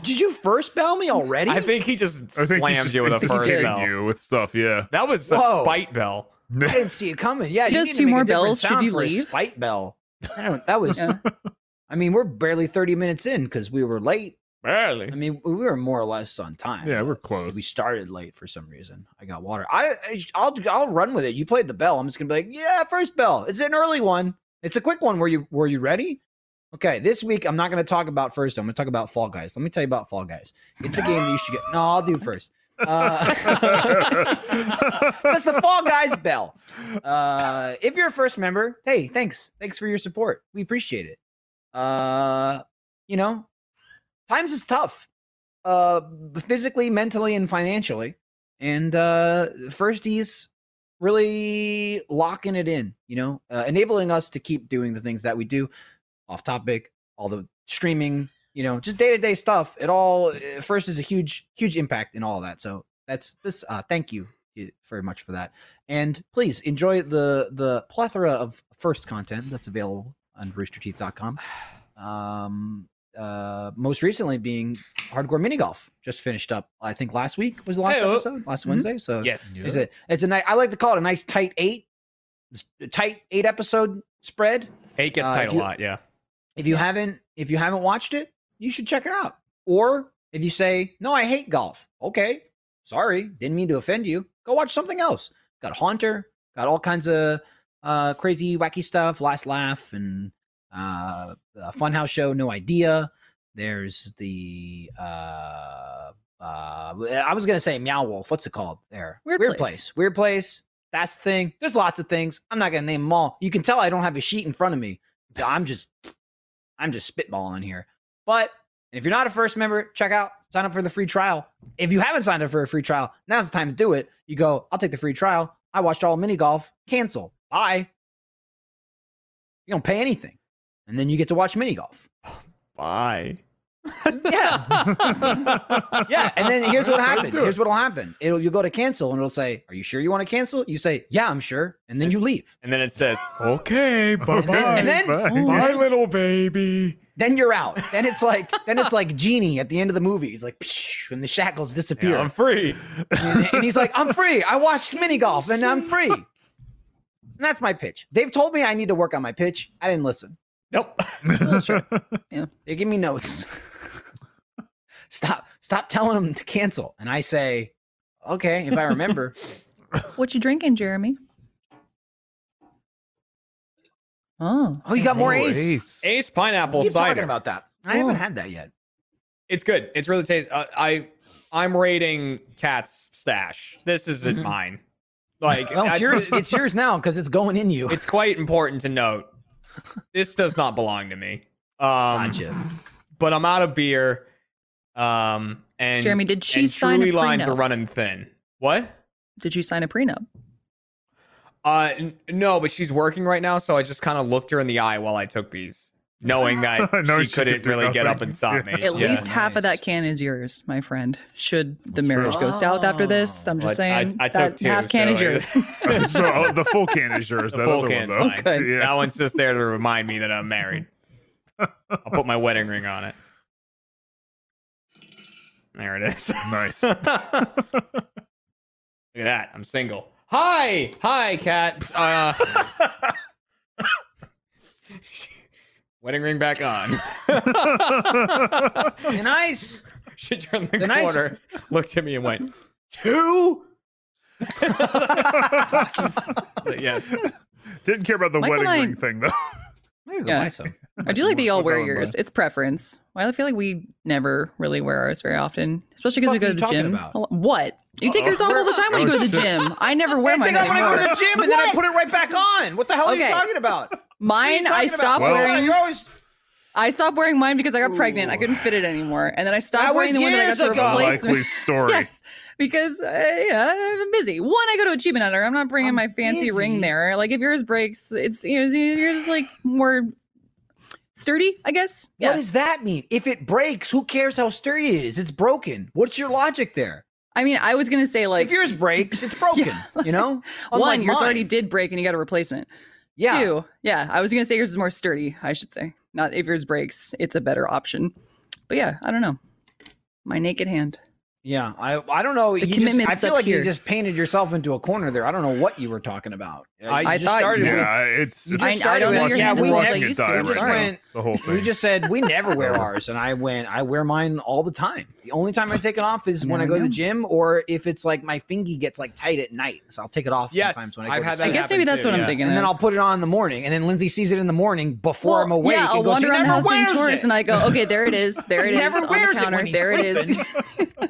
[SPEAKER 1] did you first bell me already?
[SPEAKER 2] I think he just
[SPEAKER 3] I think he's
[SPEAKER 2] slams
[SPEAKER 3] just-
[SPEAKER 2] you with a
[SPEAKER 3] he's just
[SPEAKER 2] first
[SPEAKER 3] hitting
[SPEAKER 2] bell.
[SPEAKER 3] You with stuff. Yeah.
[SPEAKER 2] That was a
[SPEAKER 1] Whoa.
[SPEAKER 2] spite bell.
[SPEAKER 1] I didn't see it coming. Yeah,
[SPEAKER 4] He
[SPEAKER 1] you
[SPEAKER 4] does
[SPEAKER 1] need to
[SPEAKER 4] two
[SPEAKER 1] make a
[SPEAKER 4] more
[SPEAKER 1] different
[SPEAKER 4] bells. Should
[SPEAKER 1] sound
[SPEAKER 4] you
[SPEAKER 1] for a
[SPEAKER 4] leave?
[SPEAKER 1] Spite bell. I don't. That was.
[SPEAKER 4] Yeah.
[SPEAKER 1] I mean, we're barely thirty minutes in because we were late.
[SPEAKER 2] Barely.
[SPEAKER 1] I mean, we were more or less on time.
[SPEAKER 3] Yeah, we're
[SPEAKER 1] but
[SPEAKER 3] close.
[SPEAKER 1] We started late for some reason. I got water. I, I I'll I'll run with it. You played the bell. I'm just gonna be like, yeah, first bell. It's an early one. It's a quick one. Were you were you ready? Okay, this week I'm not gonna talk about first. I'm gonna talk about Fall Guys. Let me tell you about Fall Guys. It's a game that you should get. No, I'll do first. Uh, that's the Fall Guys bell. Uh, if you're a first member, hey, thanks, thanks for your support. We appreciate it. Uh, you know, times is tough, uh, physically, mentally, and financially. And uh, firsties really locking it in, you know, uh, enabling us to keep doing the things that we do. Off topic, all the streaming, you know, just day to day stuff. It all uh, first is a huge, huge impact in all of that. So that's this. Uh, thank you uh, very much for that. And please enjoy the the plethora of first content that's available on roosterteeth.com. Um, uh, most recently being hardcore mini golf, just finished up. I think last week was the last
[SPEAKER 2] Hey-o.
[SPEAKER 1] episode, last
[SPEAKER 4] Mhm.
[SPEAKER 1] Wednesday. So
[SPEAKER 2] Yes.
[SPEAKER 1] it's a it's a nice. I like to call it a nice tight eight, s- tight eight episode spread.
[SPEAKER 2] Eight gets
[SPEAKER 1] Uh,
[SPEAKER 2] tight
[SPEAKER 1] if
[SPEAKER 2] a
[SPEAKER 1] you-
[SPEAKER 2] lot, yeah.
[SPEAKER 1] If you haven't if you haven't watched it, you should check it out. Or if you say no, I hate golf. Okay, sorry, didn't mean to offend you. Go watch something else. Got Haunter. Got all kinds of uh, crazy wacky stuff. Last Laugh and uh, uh, Funhouse Show. No idea. There's the uh, uh, I was gonna say Meow Wolf. What's it called? There,
[SPEAKER 4] Weird
[SPEAKER 1] weird
[SPEAKER 4] Place.
[SPEAKER 1] place. Weird place. That's the thing. There's lots of things. I'm not gonna name them all. You can tell I don't have a sheet in front of me. I'm just, I'm just spitballing here. But if you're not a first member, check out sign up for the free trial. If you haven't signed up for a free trial, now's the time to do it. You go. I'll take the free trial. I watched all mini golf. Cancel. Bye. You don't pay anything, and then you get to watch mini golf.
[SPEAKER 2] Bye.
[SPEAKER 1] Yeah. Yeah, and then here's what happened. Here's what'll happen. It'll you go to cancel and it'll say, "Are you sure you want to cancel?" You say, "Yeah, I'm sure," and then you leave.
[SPEAKER 2] And then it says, okay, bye
[SPEAKER 1] And then, and
[SPEAKER 2] bye.
[SPEAKER 1] then,
[SPEAKER 3] Bye.
[SPEAKER 2] Bye, little baby.
[SPEAKER 1] then you're out. Then it's like then it's like genie at the end of the movie. He's like, "Psh," and the shackles
[SPEAKER 2] Yeah,
[SPEAKER 1] disappear,
[SPEAKER 2] I'm free.
[SPEAKER 1] and, and he's like, "I'm free. I watched mini golf and I'm free." And that's my pitch. They've told me I need to work on my pitch. I didn't listen.
[SPEAKER 2] Nope.
[SPEAKER 1] They give me notes. stop, stop telling them to cancel, and I say, "Okay, if I remember."
[SPEAKER 4] What you drinking, Jeremy? Oh,
[SPEAKER 1] Oh, you got more
[SPEAKER 3] Oh,
[SPEAKER 1] ace.
[SPEAKER 3] ace.
[SPEAKER 2] Ace pineapple
[SPEAKER 1] Keep
[SPEAKER 2] cider.
[SPEAKER 1] talking about that. I
[SPEAKER 4] Oh.
[SPEAKER 1] haven't had that yet.
[SPEAKER 2] it's good. It's really tasty. Uh, I I'm rating Cat's stash. This isn't
[SPEAKER 1] Mhm.
[SPEAKER 2] mine. Like
[SPEAKER 1] Well,
[SPEAKER 2] I-
[SPEAKER 1] it's yours. It's yours now because it's going in you.
[SPEAKER 2] it's quite important to note. This does not belong to me. Um,
[SPEAKER 1] Gotcha.
[SPEAKER 2] but I'm out of beer. Um, and
[SPEAKER 4] Jeremy, did she
[SPEAKER 2] and
[SPEAKER 4] sign a
[SPEAKER 2] Truly lines are
[SPEAKER 4] prenup?
[SPEAKER 2] running thin. What?
[SPEAKER 4] Did you sign a prenup?
[SPEAKER 2] Uh, n- no, but she's working right now, so I just kind of looked her in the eye while I took these, knowing that
[SPEAKER 3] No,
[SPEAKER 2] she,
[SPEAKER 3] she could
[SPEAKER 2] couldn't
[SPEAKER 3] do
[SPEAKER 2] really get
[SPEAKER 3] nothing.
[SPEAKER 2] up and stop me.
[SPEAKER 3] Yeah.
[SPEAKER 4] At
[SPEAKER 2] Yeah.
[SPEAKER 4] least half of
[SPEAKER 1] nice.
[SPEAKER 4] that can is yours, my friend. Should the
[SPEAKER 3] That's
[SPEAKER 4] marriage
[SPEAKER 1] true.
[SPEAKER 4] go south after this,
[SPEAKER 1] Oh.
[SPEAKER 4] I'm
[SPEAKER 2] Well,
[SPEAKER 4] just
[SPEAKER 2] I- I-
[SPEAKER 4] saying
[SPEAKER 2] I took
[SPEAKER 4] that
[SPEAKER 2] two,
[SPEAKER 4] half can
[SPEAKER 2] so
[SPEAKER 4] is
[SPEAKER 2] I-
[SPEAKER 4] yours.
[SPEAKER 3] so oh, the full can is yours.
[SPEAKER 2] The
[SPEAKER 3] that
[SPEAKER 2] full
[SPEAKER 3] other
[SPEAKER 2] can's
[SPEAKER 3] one, though.
[SPEAKER 2] mine.
[SPEAKER 4] Good.
[SPEAKER 3] Yeah.
[SPEAKER 2] That one's just there to remind me that I'm married. I'll put my wedding ring on it. There it is.
[SPEAKER 3] Nice.
[SPEAKER 2] Look at that. I'm single. Hi. Hi, cats. Uh, wedding ring back on.
[SPEAKER 1] And ice.
[SPEAKER 2] she turned the,
[SPEAKER 1] The nice-
[SPEAKER 2] corner, looked at me, and went, Two? But yes.
[SPEAKER 3] Didn't care about the
[SPEAKER 4] Michael
[SPEAKER 3] wedding
[SPEAKER 4] and I-
[SPEAKER 3] ring thing though.
[SPEAKER 1] There you go.
[SPEAKER 4] Yeah.
[SPEAKER 1] Nice. one.
[SPEAKER 4] I do like that y'all
[SPEAKER 3] Put
[SPEAKER 4] wear
[SPEAKER 3] that on
[SPEAKER 4] yours.
[SPEAKER 3] blast.
[SPEAKER 4] It's preference. Well, I feel like we never really wear ours very often, especially because
[SPEAKER 1] Fuck are
[SPEAKER 4] we go to
[SPEAKER 1] you
[SPEAKER 4] the
[SPEAKER 1] talking
[SPEAKER 4] gym.
[SPEAKER 1] about?
[SPEAKER 4] a lot- What? You take
[SPEAKER 2] Uh-oh.
[SPEAKER 4] yours off all the time when you go to the gym. I never wear
[SPEAKER 1] I
[SPEAKER 4] mine
[SPEAKER 1] take off when I
[SPEAKER 4] anymore.
[SPEAKER 1] go to the gym and then I
[SPEAKER 4] What?
[SPEAKER 1] put it right back on. What the hell are
[SPEAKER 4] Okay.
[SPEAKER 1] you talking about? What are you
[SPEAKER 4] Mine,
[SPEAKER 1] talking
[SPEAKER 4] I
[SPEAKER 1] about?
[SPEAKER 4] stopped
[SPEAKER 3] Well-
[SPEAKER 4] wearing.
[SPEAKER 1] You're always-
[SPEAKER 4] I stopped wearing mine because I got pregnant. I couldn't fit it anymore, and then I stopped
[SPEAKER 1] That
[SPEAKER 4] wearing
[SPEAKER 1] was
[SPEAKER 4] the one that I got
[SPEAKER 1] years
[SPEAKER 4] to
[SPEAKER 1] ago.
[SPEAKER 4] replace.
[SPEAKER 3] Likely story.
[SPEAKER 4] Yes, because uh, yeah, I'm busy. One, I go to Achievement Hunter. I'm not bringing
[SPEAKER 1] I'm
[SPEAKER 4] my fancy
[SPEAKER 1] busy.
[SPEAKER 4] ring there. Like if yours breaks, it's yours. Yours is like more sturdy, I guess.
[SPEAKER 1] What
[SPEAKER 4] Yeah,
[SPEAKER 1] does that mean? If it breaks, who cares how sturdy it is? It's broken. What's your logic there?
[SPEAKER 4] I mean, I was gonna say like
[SPEAKER 1] if yours breaks, it's broken. You know, Unlike
[SPEAKER 4] one, yours
[SPEAKER 1] mine.
[SPEAKER 4] already did break and you got a replacement.
[SPEAKER 1] yeah.
[SPEAKER 4] Two, yeah, I was gonna say yours is more sturdy. I should say not if yours breaks, it's a better option. But yeah, I don't know. My naked hand.
[SPEAKER 1] Yeah, I I don't know.
[SPEAKER 4] The
[SPEAKER 1] you just, I
[SPEAKER 4] commitment's
[SPEAKER 1] feel
[SPEAKER 4] up
[SPEAKER 1] like you
[SPEAKER 4] here.
[SPEAKER 1] just painted yourself into a corner there. I don't know what you were talking about. Uh,
[SPEAKER 2] I-
[SPEAKER 1] You
[SPEAKER 2] I
[SPEAKER 1] just
[SPEAKER 4] thought-
[SPEAKER 1] started with-
[SPEAKER 3] Yeah, it's,
[SPEAKER 1] You
[SPEAKER 3] it's
[SPEAKER 1] just
[SPEAKER 4] I- I
[SPEAKER 1] started
[SPEAKER 4] don't know
[SPEAKER 1] with,
[SPEAKER 4] your
[SPEAKER 1] yeah,
[SPEAKER 4] hand
[SPEAKER 1] we
[SPEAKER 4] is
[SPEAKER 3] watching
[SPEAKER 4] like
[SPEAKER 1] never-
[SPEAKER 3] it
[SPEAKER 4] used to
[SPEAKER 3] die
[SPEAKER 1] we
[SPEAKER 4] it.
[SPEAKER 1] just
[SPEAKER 4] right
[SPEAKER 3] now.
[SPEAKER 1] went.
[SPEAKER 3] the whole thing.
[SPEAKER 1] We just said we never wear ours, and I went. I wear mine all the time. The only time I take it off is when I
[SPEAKER 4] Never
[SPEAKER 1] go to the
[SPEAKER 4] know.
[SPEAKER 1] gym, or if it's like my fingy gets like tight at night, so I'll take it off
[SPEAKER 2] Yes,
[SPEAKER 1] sometimes when I go
[SPEAKER 2] I've
[SPEAKER 1] to
[SPEAKER 2] had
[SPEAKER 1] sleep.
[SPEAKER 2] that.
[SPEAKER 4] I guess maybe
[SPEAKER 2] happen
[SPEAKER 4] that's
[SPEAKER 2] too,
[SPEAKER 4] what
[SPEAKER 2] yeah.
[SPEAKER 4] I'm thinking.
[SPEAKER 1] and then
[SPEAKER 4] of.
[SPEAKER 1] I'll put it on in the morning, and then Lindsay sees it in the morning before I'm
[SPEAKER 4] Well,
[SPEAKER 1] awake.
[SPEAKER 4] Yeah, I'll
[SPEAKER 1] and goes,
[SPEAKER 4] wander
[SPEAKER 1] "She
[SPEAKER 4] around the
[SPEAKER 1] never
[SPEAKER 4] house doing
[SPEAKER 1] wears
[SPEAKER 4] chores,
[SPEAKER 1] it."
[SPEAKER 4] and I go, "Okay, there it is. There it
[SPEAKER 1] He
[SPEAKER 4] is
[SPEAKER 1] never
[SPEAKER 4] on
[SPEAKER 1] wears it
[SPEAKER 4] the counter.
[SPEAKER 1] when he's
[SPEAKER 4] there it is."
[SPEAKER 1] sleeping.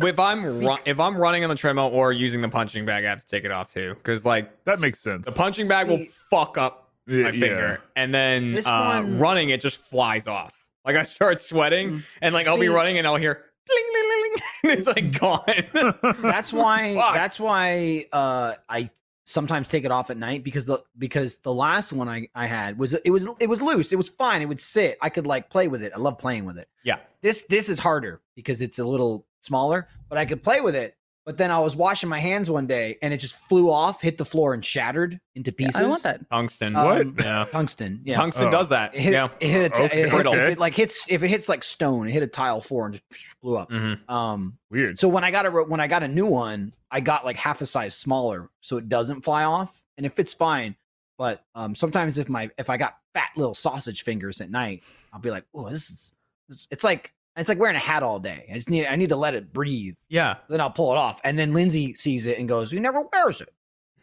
[SPEAKER 2] If I'm ru- if I'm running on the treadmill or using the punching bag, I have to take it off too, because like
[SPEAKER 3] that makes sense.
[SPEAKER 2] the punching bag will
[SPEAKER 1] See-
[SPEAKER 2] fuck up
[SPEAKER 3] Yeah,
[SPEAKER 2] my finger, and then
[SPEAKER 1] This
[SPEAKER 2] uh,
[SPEAKER 1] one-
[SPEAKER 2] running it just flies off. Like I start sweating,
[SPEAKER 4] Mm.
[SPEAKER 2] and like I'll be
[SPEAKER 1] See-
[SPEAKER 2] running, and I'll hear, "Bling, bling, bling, bling," and it's like gone.
[SPEAKER 3] yeah.
[SPEAKER 1] That's why.
[SPEAKER 2] Fuck.
[SPEAKER 1] that's why uh, I sometimes take it off at night because the because the last one I I had was it was it was loose. It was fine. It would sit. I could like play with it. I love playing with it.
[SPEAKER 2] Yeah.
[SPEAKER 1] This this is harder because it's a little smaller, but I could play with it. But then I was washing my hands one day and it just flew off, hit the floor, and shattered into pieces.
[SPEAKER 4] I don't want that.
[SPEAKER 2] Tungsten.
[SPEAKER 1] Um,
[SPEAKER 3] What?
[SPEAKER 2] yeah.
[SPEAKER 1] Tungsten. Yeah.
[SPEAKER 2] Tungsten
[SPEAKER 3] Oh.
[SPEAKER 2] does that.
[SPEAKER 1] it hit,
[SPEAKER 2] yeah.
[SPEAKER 1] it hit, a t-
[SPEAKER 3] Okay.
[SPEAKER 1] it hit-
[SPEAKER 2] Brittle.
[SPEAKER 1] if it like hits if it hits like stone, it hit a tile floor and just blew up.
[SPEAKER 3] Mm-hmm.
[SPEAKER 2] Mhm.
[SPEAKER 1] Um,
[SPEAKER 3] Weird.
[SPEAKER 1] so when I got a when I got a new one, I got like half a size smaller, so it doesn't fly off, and it fits fine. But um, sometimes if my if I got fat little sausage fingers at night, I'll be like, oh, this is this- it's like it's like wearing a hat all day. I just need I need to let it breathe.
[SPEAKER 2] Yeah.
[SPEAKER 1] Then I'll pull it off, and then Lindsay sees it and goes, "You never wears it.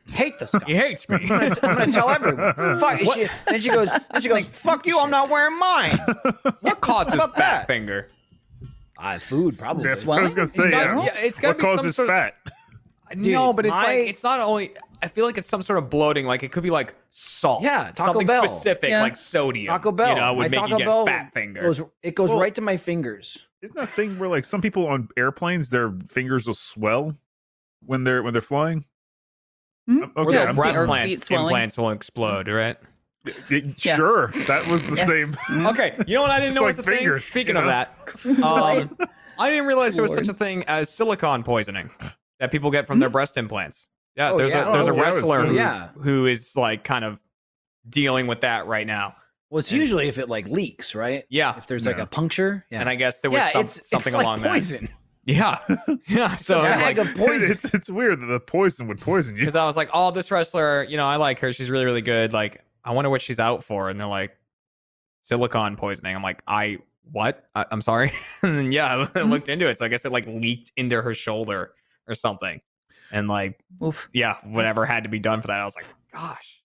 [SPEAKER 1] Hate this
[SPEAKER 2] He
[SPEAKER 1] guy."
[SPEAKER 2] hates me.
[SPEAKER 1] I'm gonna- I'm gonna tell everyone. Fuck. and She, and she goes. And she goes. Fuck you. I'm not wearing mine.
[SPEAKER 2] what causes
[SPEAKER 1] Fuck
[SPEAKER 2] fat
[SPEAKER 1] that.
[SPEAKER 2] finger?
[SPEAKER 1] I food probably.
[SPEAKER 3] Yeah, I was
[SPEAKER 4] Swelling?
[SPEAKER 3] gonna say,
[SPEAKER 4] Is that
[SPEAKER 3] yeah.
[SPEAKER 4] wrong?
[SPEAKER 2] it's gotta
[SPEAKER 3] What
[SPEAKER 2] be some
[SPEAKER 3] causes
[SPEAKER 2] sort of-
[SPEAKER 3] fat?
[SPEAKER 2] no, but it's
[SPEAKER 1] my-
[SPEAKER 2] like it's not only. I feel like it's some sort of bloating. Like it could be like salt.
[SPEAKER 1] Yeah, Taco
[SPEAKER 2] something
[SPEAKER 1] Bell.
[SPEAKER 2] specific
[SPEAKER 4] Yeah.
[SPEAKER 2] like sodium.
[SPEAKER 1] Taco Bell.
[SPEAKER 2] You know, would
[SPEAKER 1] My
[SPEAKER 2] make you
[SPEAKER 1] Taco
[SPEAKER 2] get
[SPEAKER 1] Bell
[SPEAKER 2] fat finger.
[SPEAKER 1] Goes, it goes
[SPEAKER 3] Well-
[SPEAKER 1] right to my fingers.
[SPEAKER 3] Isn't that thing where like some people on airplanes, their fingers will swell when they're when they're flying?
[SPEAKER 4] Hmm?
[SPEAKER 3] Um,
[SPEAKER 2] Or
[SPEAKER 3] Okay,
[SPEAKER 2] their
[SPEAKER 3] I'm
[SPEAKER 2] breast
[SPEAKER 4] sorry.
[SPEAKER 3] sorry.
[SPEAKER 4] Feet
[SPEAKER 2] implants,
[SPEAKER 4] swelling.
[SPEAKER 2] implants will explode, right?
[SPEAKER 3] It-
[SPEAKER 4] Yeah.
[SPEAKER 3] Sure, that was the
[SPEAKER 4] Yes.
[SPEAKER 3] same.
[SPEAKER 2] Okay, you know what? I didn't
[SPEAKER 3] It's
[SPEAKER 2] know was the
[SPEAKER 3] like fingers,
[SPEAKER 2] thing. Speaking
[SPEAKER 3] you
[SPEAKER 2] of
[SPEAKER 3] know?
[SPEAKER 2] that,
[SPEAKER 4] What?
[SPEAKER 2] um, I didn't realize there was
[SPEAKER 4] Lord.
[SPEAKER 2] such a thing as silicon poisoning that people get from their breast implants. Yeah,
[SPEAKER 1] Oh,
[SPEAKER 2] there's
[SPEAKER 1] yeah.
[SPEAKER 2] a there's a
[SPEAKER 3] Mm-hmm. Oh, yeah, it's
[SPEAKER 2] wrestler
[SPEAKER 3] true.
[SPEAKER 2] who,
[SPEAKER 1] Yeah.
[SPEAKER 2] who is like kind of dealing with that right now.
[SPEAKER 1] Well, it's
[SPEAKER 2] And-
[SPEAKER 1] usually if it like leaks, right?
[SPEAKER 2] Yeah,
[SPEAKER 1] If there's like
[SPEAKER 3] Yeah.
[SPEAKER 1] a puncture, yeah.
[SPEAKER 2] and I guess there was some- something
[SPEAKER 1] like
[SPEAKER 2] along that.
[SPEAKER 1] poison.
[SPEAKER 2] Yeah, yeah. So
[SPEAKER 1] it's a
[SPEAKER 2] it's
[SPEAKER 1] bag
[SPEAKER 2] like
[SPEAKER 1] of poison.
[SPEAKER 3] It's it's weird that the poison would poison you.
[SPEAKER 2] because I was like, oh, this wrestler, you know, I like her. She's really really good. Like, I wonder what she's out for. And they're like, silicon poisoning. I'm like, I what? I, I'm sorry. and then, yeah,
[SPEAKER 3] Mm-hmm.
[SPEAKER 2] I looked into it. So I guess it like leaked into her shoulder or something. And like,
[SPEAKER 4] Oof.
[SPEAKER 2] yeah, whatever had to be done for that. I was like, gosh.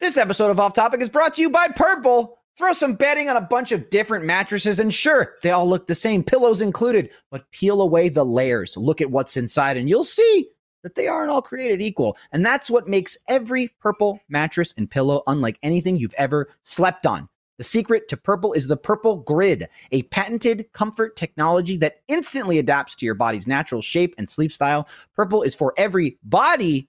[SPEAKER 1] This episode of Off Topic is brought to you by Purple. Throw some bedding on a bunch of different mattresses, and sure, they all look the same, pillows included, but peel away the layers. Look at what's inside, and you'll see that they aren't all created equal. And that's what makes every Purple mattress and pillow unlike anything you've ever slept on. The secret to Purple is the Purple Grid, a patented comfort technology that instantly adapts to your body's natural shape and sleep style. Purple is for every body,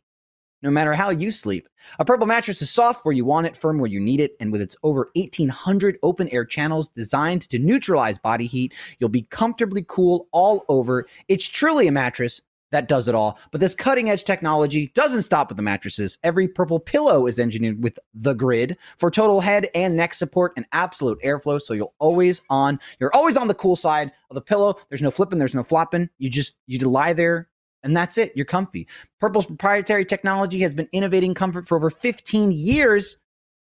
[SPEAKER 1] no matter how you sleep. A Purple mattress is soft where you want it, firm where you need it, and with its over 1,800 open air channels designed to neutralize body heat, you'll be comfortably cool all over. It's truly a mattress that does it all. But this cutting edge technology doesn't stop with the mattresses. Every Purple pillow is engineered with the grid for total head and neck support and absolute airflow, so you'll always on. You're always on the cool side of the pillow. There's no flipping. There's no flopping. You just you lie there. And that's it. You're comfy. Purple's proprietary technology has been innovating comfort for over 15 years,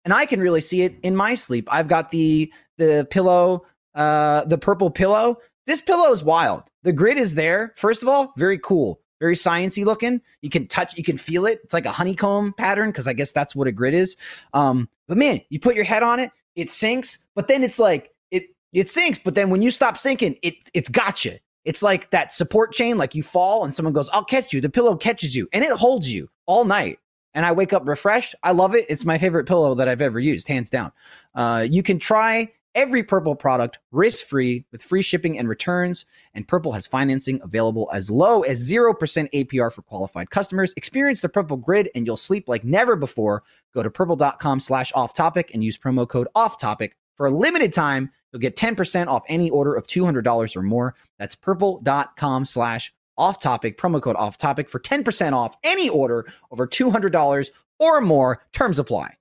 [SPEAKER 1] and I can really see it in my sleep. I've got the the pillow, uh, the purple pillow. This pillow is wild. The grid is there. First of all, very cool, very sciency looking. You can touch, you can feel it. It's like a honeycomb pattern because I guess that's what a grid is. Um, but man, you put your head on it, it sinks, but then it's like it it sinks, but then when you stop sinking, it it's gotcha. It's like that support chain, like you fall and someone goes, I'll catch you. The pillow catches you and it holds you all night. And I wake up refreshed. I love it. It's my favorite pillow that I've ever used, hands down. Uh, you can try every Purple product risk free with free shipping and returns. And Purple has financing available as low as 0% APR for qualified customers. Experience the Purple Grid and you'll sleep like never before. Go to purple.com slash off topic and use promo code off topic for a limited time. You'll get 10% off any order of $200 or more. That's purple.com slash off topic, promo code off topic for 10% off any order over $200 or more. Terms apply.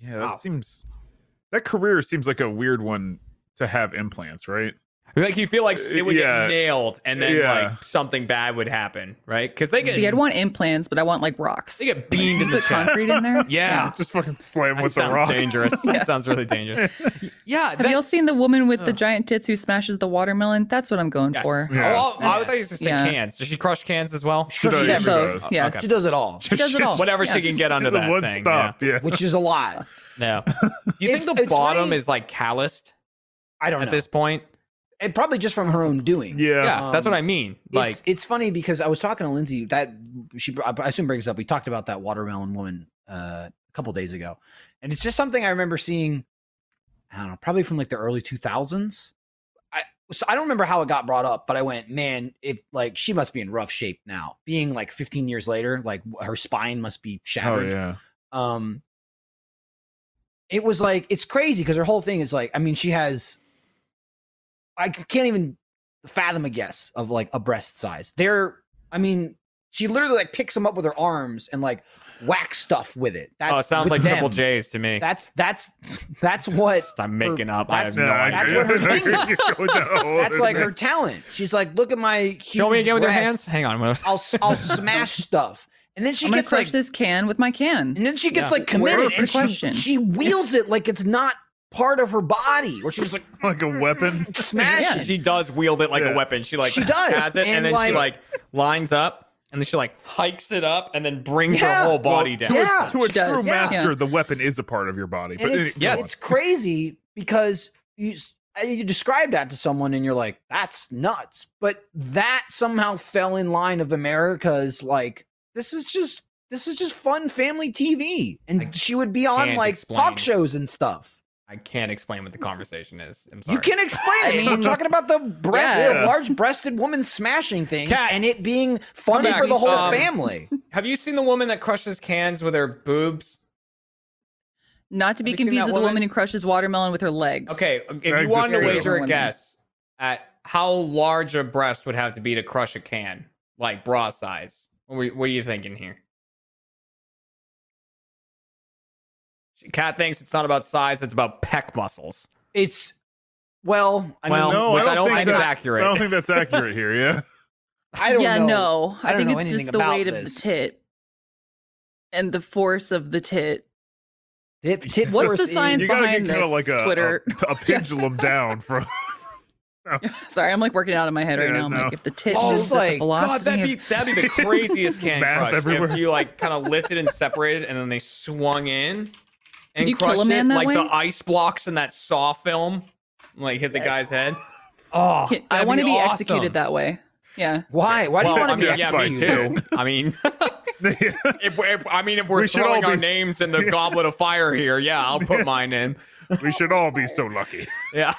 [SPEAKER 3] Yeah, that
[SPEAKER 2] Wow.
[SPEAKER 3] seems that career seems like a weird one to have implants, right?
[SPEAKER 2] Like you feel like it would
[SPEAKER 3] Uh,
[SPEAKER 2] get
[SPEAKER 3] Yeah.
[SPEAKER 2] nailed, and then
[SPEAKER 3] Yeah.
[SPEAKER 2] like something bad would happen, right? Because they get
[SPEAKER 4] See, I'd want implants, but I want like rocks.
[SPEAKER 2] they get beamed in the
[SPEAKER 4] Put
[SPEAKER 2] chest.
[SPEAKER 4] concrete in there.
[SPEAKER 2] Yeah,
[SPEAKER 3] Just fucking slam
[SPEAKER 2] that
[SPEAKER 3] with the
[SPEAKER 2] sounds
[SPEAKER 3] rock.
[SPEAKER 2] dangerous. That sounds really dangerous. Yeah,
[SPEAKER 4] Have
[SPEAKER 2] that-
[SPEAKER 4] you all seen the woman with the
[SPEAKER 2] Ugh.
[SPEAKER 4] giant tits who smashes the watermelon? That's what I'm going
[SPEAKER 2] yes.
[SPEAKER 4] for.
[SPEAKER 3] Yeah.
[SPEAKER 2] Oh, I was I used to say
[SPEAKER 4] Yeah.
[SPEAKER 2] cans. Does she crush cans as well?
[SPEAKER 1] She does,
[SPEAKER 4] She does
[SPEAKER 1] everything.
[SPEAKER 4] both.
[SPEAKER 3] Okay.
[SPEAKER 4] Yes.
[SPEAKER 1] She does it all,
[SPEAKER 4] She does it all.
[SPEAKER 2] Whatever
[SPEAKER 4] Yeah.
[SPEAKER 2] she can get under
[SPEAKER 3] She's a
[SPEAKER 2] that
[SPEAKER 3] one
[SPEAKER 2] thing.
[SPEAKER 3] stop. Yeah.
[SPEAKER 1] which is a lot.
[SPEAKER 2] Yeah. No. Do you think
[SPEAKER 1] It's-
[SPEAKER 2] the
[SPEAKER 1] it's
[SPEAKER 2] bottom
[SPEAKER 1] funny-
[SPEAKER 2] is like calloused
[SPEAKER 1] I don't
[SPEAKER 2] at
[SPEAKER 1] know.
[SPEAKER 2] this point?
[SPEAKER 1] and probably just from her own doing.
[SPEAKER 3] Yeah.
[SPEAKER 2] Yeah, that's what
[SPEAKER 1] Um,
[SPEAKER 2] I mean. Like,
[SPEAKER 1] it's, it's funny because I was talking to Lindsay that she I assume brings up. We talked about that watermelon woman uh, a couple days ago, and it's just something I remember seeing. I don't know, probably from like the early two thousands. I so I don't remember how it got brought up, but I went, man, if like she must be in rough shape now, being like fifteen years later, like her spine must be
[SPEAKER 3] Oh
[SPEAKER 1] shattered
[SPEAKER 3] yeah.
[SPEAKER 1] um it was like it's crazy because her whole thing is like i mean she has i c- can't even fathom a guess of like a breast size they're i mean she literally like picks them up with her arms and like whacks stuff with it that's
[SPEAKER 2] oh, it sounds
[SPEAKER 1] with
[SPEAKER 2] like
[SPEAKER 1] them.
[SPEAKER 2] triple J's to me.
[SPEAKER 1] that's that's that's what
[SPEAKER 2] I'm making up. I have
[SPEAKER 1] that's-
[SPEAKER 2] no
[SPEAKER 3] I
[SPEAKER 1] that's
[SPEAKER 2] idea.
[SPEAKER 1] what her thing
[SPEAKER 3] agree.
[SPEAKER 1] was.
[SPEAKER 3] Go down.
[SPEAKER 1] that's like her talent she's like look at my huge
[SPEAKER 2] Show me again with your hands.
[SPEAKER 1] breasts.
[SPEAKER 2] Hang on. what-
[SPEAKER 1] i'll s- i'll smash stuff and then she
[SPEAKER 4] I'm gonna
[SPEAKER 1] gets like
[SPEAKER 4] crush this can with my can.
[SPEAKER 1] And then she gets
[SPEAKER 2] Yeah.
[SPEAKER 1] like
[SPEAKER 4] Where
[SPEAKER 1] committed
[SPEAKER 4] is the
[SPEAKER 1] and she,
[SPEAKER 4] question?
[SPEAKER 1] she wields it like it's not part of her body, or she's like
[SPEAKER 3] like a weapon.
[SPEAKER 1] smash
[SPEAKER 4] Yeah.
[SPEAKER 1] it.
[SPEAKER 2] She does wield it like
[SPEAKER 3] Yeah.
[SPEAKER 2] a weapon. She like
[SPEAKER 1] She does,
[SPEAKER 2] has it, and,
[SPEAKER 1] and,
[SPEAKER 2] then
[SPEAKER 1] like-
[SPEAKER 2] she like lines up, and then she like hikes it up, and then brings
[SPEAKER 1] Yeah.
[SPEAKER 2] her whole body
[SPEAKER 3] Well,
[SPEAKER 2] down.
[SPEAKER 1] yeah.
[SPEAKER 3] To a, to a
[SPEAKER 4] She does.
[SPEAKER 3] true
[SPEAKER 1] Yeah.
[SPEAKER 3] master, the weapon is a part of your body. But
[SPEAKER 1] And it's,
[SPEAKER 3] any- go
[SPEAKER 2] uh, yes.
[SPEAKER 3] on.
[SPEAKER 1] it's crazy because you s- and you describe that to someone and you're like, that's nuts. But that somehow fell in line of America's like, this is just this is just fun family TV. And
[SPEAKER 2] I
[SPEAKER 1] she would be on
[SPEAKER 2] can't
[SPEAKER 1] like
[SPEAKER 2] explain.
[SPEAKER 1] talk shows and stuff.
[SPEAKER 2] I can't explain what the conversation is. I'm sorry.
[SPEAKER 1] You can explain
[SPEAKER 4] I
[SPEAKER 1] it.
[SPEAKER 4] mean-
[SPEAKER 1] I'm talking about the breast,
[SPEAKER 4] Yeah.
[SPEAKER 1] the large-breasted woman smashing things,
[SPEAKER 2] Kat,
[SPEAKER 1] and it being funny
[SPEAKER 2] back.
[SPEAKER 1] for the whole
[SPEAKER 2] Um,
[SPEAKER 1] family.
[SPEAKER 2] Have you seen the woman that crushes cans with her boobs?
[SPEAKER 4] Not to be
[SPEAKER 2] Have you seen
[SPEAKER 4] confused
[SPEAKER 2] that
[SPEAKER 4] with the woman
[SPEAKER 2] woman?
[SPEAKER 4] who crushes watermelon with her legs.
[SPEAKER 2] Okay, if
[SPEAKER 3] That
[SPEAKER 2] you wanted to
[SPEAKER 4] exists.
[SPEAKER 2] wager a
[SPEAKER 4] Women.
[SPEAKER 2] guess at how large a breast would have to be to crush a can, like bra size, what, were, what are you thinking here? Cat thinks it's not about size; it's about pec muscles.
[SPEAKER 1] It's well, I
[SPEAKER 2] Well,
[SPEAKER 1] mean,
[SPEAKER 2] No, which I don't think is
[SPEAKER 3] that's-
[SPEAKER 2] accurate.
[SPEAKER 3] I don't think that's accurate here. Yeah.
[SPEAKER 1] I don't
[SPEAKER 4] yeah,
[SPEAKER 1] know.
[SPEAKER 4] no.
[SPEAKER 1] I
[SPEAKER 4] I,
[SPEAKER 1] don't
[SPEAKER 4] think
[SPEAKER 1] know
[SPEAKER 4] it's
[SPEAKER 1] anything
[SPEAKER 4] just the
[SPEAKER 1] about
[SPEAKER 4] weight of
[SPEAKER 1] this.
[SPEAKER 4] the tit and the force of the tit.
[SPEAKER 1] Tit, tit
[SPEAKER 4] What's
[SPEAKER 1] force
[SPEAKER 4] the
[SPEAKER 1] is-
[SPEAKER 4] science
[SPEAKER 3] you gotta
[SPEAKER 4] behind
[SPEAKER 3] get kind of
[SPEAKER 4] this,
[SPEAKER 3] like a,
[SPEAKER 4] Twitter.
[SPEAKER 3] a, a pendulum down from.
[SPEAKER 4] Sorry, I'm like working out in my head right
[SPEAKER 3] Yeah,
[SPEAKER 4] now. I'm
[SPEAKER 3] no.
[SPEAKER 4] like, if the tit
[SPEAKER 1] It's
[SPEAKER 4] moves
[SPEAKER 1] just
[SPEAKER 4] at
[SPEAKER 1] like,
[SPEAKER 4] the
[SPEAKER 2] Oh, God,
[SPEAKER 4] velocity
[SPEAKER 2] that'd be
[SPEAKER 4] of-
[SPEAKER 2] that'd be the craziest can
[SPEAKER 3] Math
[SPEAKER 2] crush
[SPEAKER 3] everywhere.
[SPEAKER 2] if you like kind of lifted and separated, and then they swung in and
[SPEAKER 4] you kill
[SPEAKER 2] crushed
[SPEAKER 4] a man
[SPEAKER 2] it
[SPEAKER 4] that
[SPEAKER 2] like
[SPEAKER 4] way?
[SPEAKER 2] the ice blocks in that Saw film, like hit the
[SPEAKER 4] Yes.
[SPEAKER 2] guy's head. Oh,
[SPEAKER 4] Can- I
[SPEAKER 2] that'd
[SPEAKER 4] want to be
[SPEAKER 2] awesome.
[SPEAKER 4] executed that way. Yeah.
[SPEAKER 1] Why? Why do you
[SPEAKER 2] Well,
[SPEAKER 1] want to
[SPEAKER 2] I
[SPEAKER 1] be
[SPEAKER 2] mean, yeah, me
[SPEAKER 1] executed?
[SPEAKER 2] too. I mean, if, we- if I mean if we're
[SPEAKER 3] We should all
[SPEAKER 2] throwing our
[SPEAKER 3] be-
[SPEAKER 2] names in the goblet of fire here, yeah, I'll put mine in.
[SPEAKER 3] we should all be so lucky.
[SPEAKER 2] Yeah,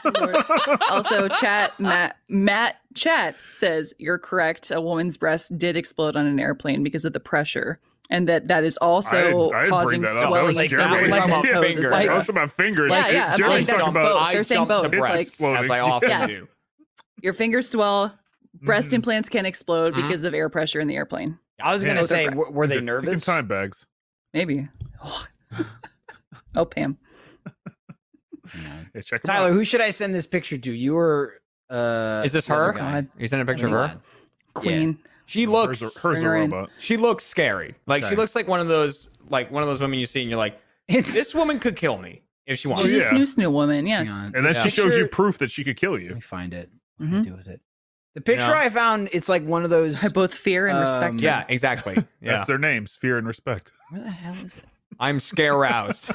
[SPEAKER 4] also, chat Matt Matt chat says you're correct. A woman's breast did explode on an airplane because of the pressure, and that that is
[SPEAKER 3] I-
[SPEAKER 4] also
[SPEAKER 3] I didn't bring
[SPEAKER 4] causing
[SPEAKER 3] that up. That
[SPEAKER 4] swelling
[SPEAKER 3] was
[SPEAKER 4] of
[SPEAKER 3] Jeremy.
[SPEAKER 4] the
[SPEAKER 2] That
[SPEAKER 4] legs and
[SPEAKER 2] was
[SPEAKER 4] toes.
[SPEAKER 2] my
[SPEAKER 4] It's
[SPEAKER 2] finger.
[SPEAKER 4] like-
[SPEAKER 2] That
[SPEAKER 3] Most of my fingers.
[SPEAKER 4] Yeah,
[SPEAKER 3] it-
[SPEAKER 4] yeah, I'm
[SPEAKER 3] Jeremy's
[SPEAKER 4] saying that's
[SPEAKER 3] talking about
[SPEAKER 4] both.
[SPEAKER 2] I
[SPEAKER 4] They're saying
[SPEAKER 2] jumped to
[SPEAKER 4] both. It's
[SPEAKER 2] breasts,
[SPEAKER 3] like-
[SPEAKER 2] as I often
[SPEAKER 4] Yeah.
[SPEAKER 2] do.
[SPEAKER 4] your fingers swell. Breast
[SPEAKER 3] Mhm.
[SPEAKER 4] implants can explode
[SPEAKER 2] Mhm.
[SPEAKER 1] Mm-hmm.
[SPEAKER 4] because of air pressure in the airplane.
[SPEAKER 1] I was gonna
[SPEAKER 3] Yeah.
[SPEAKER 1] say, were, were they
[SPEAKER 3] Chicken
[SPEAKER 1] nervous?
[SPEAKER 3] Time bags.
[SPEAKER 4] Maybe. oh, Pam.
[SPEAKER 3] Yeah, check 'em
[SPEAKER 1] Tyler,
[SPEAKER 3] out.
[SPEAKER 1] who should I send this picture to? You or uh,
[SPEAKER 2] Is this
[SPEAKER 1] the other
[SPEAKER 2] her?
[SPEAKER 1] guy?
[SPEAKER 4] God.
[SPEAKER 2] You sent a picture of her.
[SPEAKER 4] Queen.
[SPEAKER 2] She
[SPEAKER 3] Hers,
[SPEAKER 2] looks.
[SPEAKER 3] a- hers a
[SPEAKER 4] Bring her in.
[SPEAKER 3] robot.
[SPEAKER 2] She looks scary. Like
[SPEAKER 1] Okay.
[SPEAKER 2] she looks like one of those like one of those women you see and you're like,
[SPEAKER 1] It's
[SPEAKER 2] this woman could kill me if she wants.
[SPEAKER 4] She's
[SPEAKER 3] Oh,
[SPEAKER 4] a
[SPEAKER 3] yeah.
[SPEAKER 4] snoo snoo woman.
[SPEAKER 1] hang
[SPEAKER 4] Yes.
[SPEAKER 1] on.
[SPEAKER 3] And then
[SPEAKER 1] This
[SPEAKER 3] she shows you
[SPEAKER 1] picture-
[SPEAKER 3] proof that she could kill
[SPEAKER 1] Let
[SPEAKER 3] you.
[SPEAKER 1] me find it. What do I
[SPEAKER 4] Mhm.
[SPEAKER 1] do with it? The picture
[SPEAKER 2] Yeah.
[SPEAKER 1] I found, it's like one of those.
[SPEAKER 4] I both fear and respect
[SPEAKER 1] Um,
[SPEAKER 4] her.
[SPEAKER 2] Yeah, exactly. Yeah,
[SPEAKER 3] That's their names, fear and respect.
[SPEAKER 1] Where the hell is it?
[SPEAKER 2] I'm scare roused.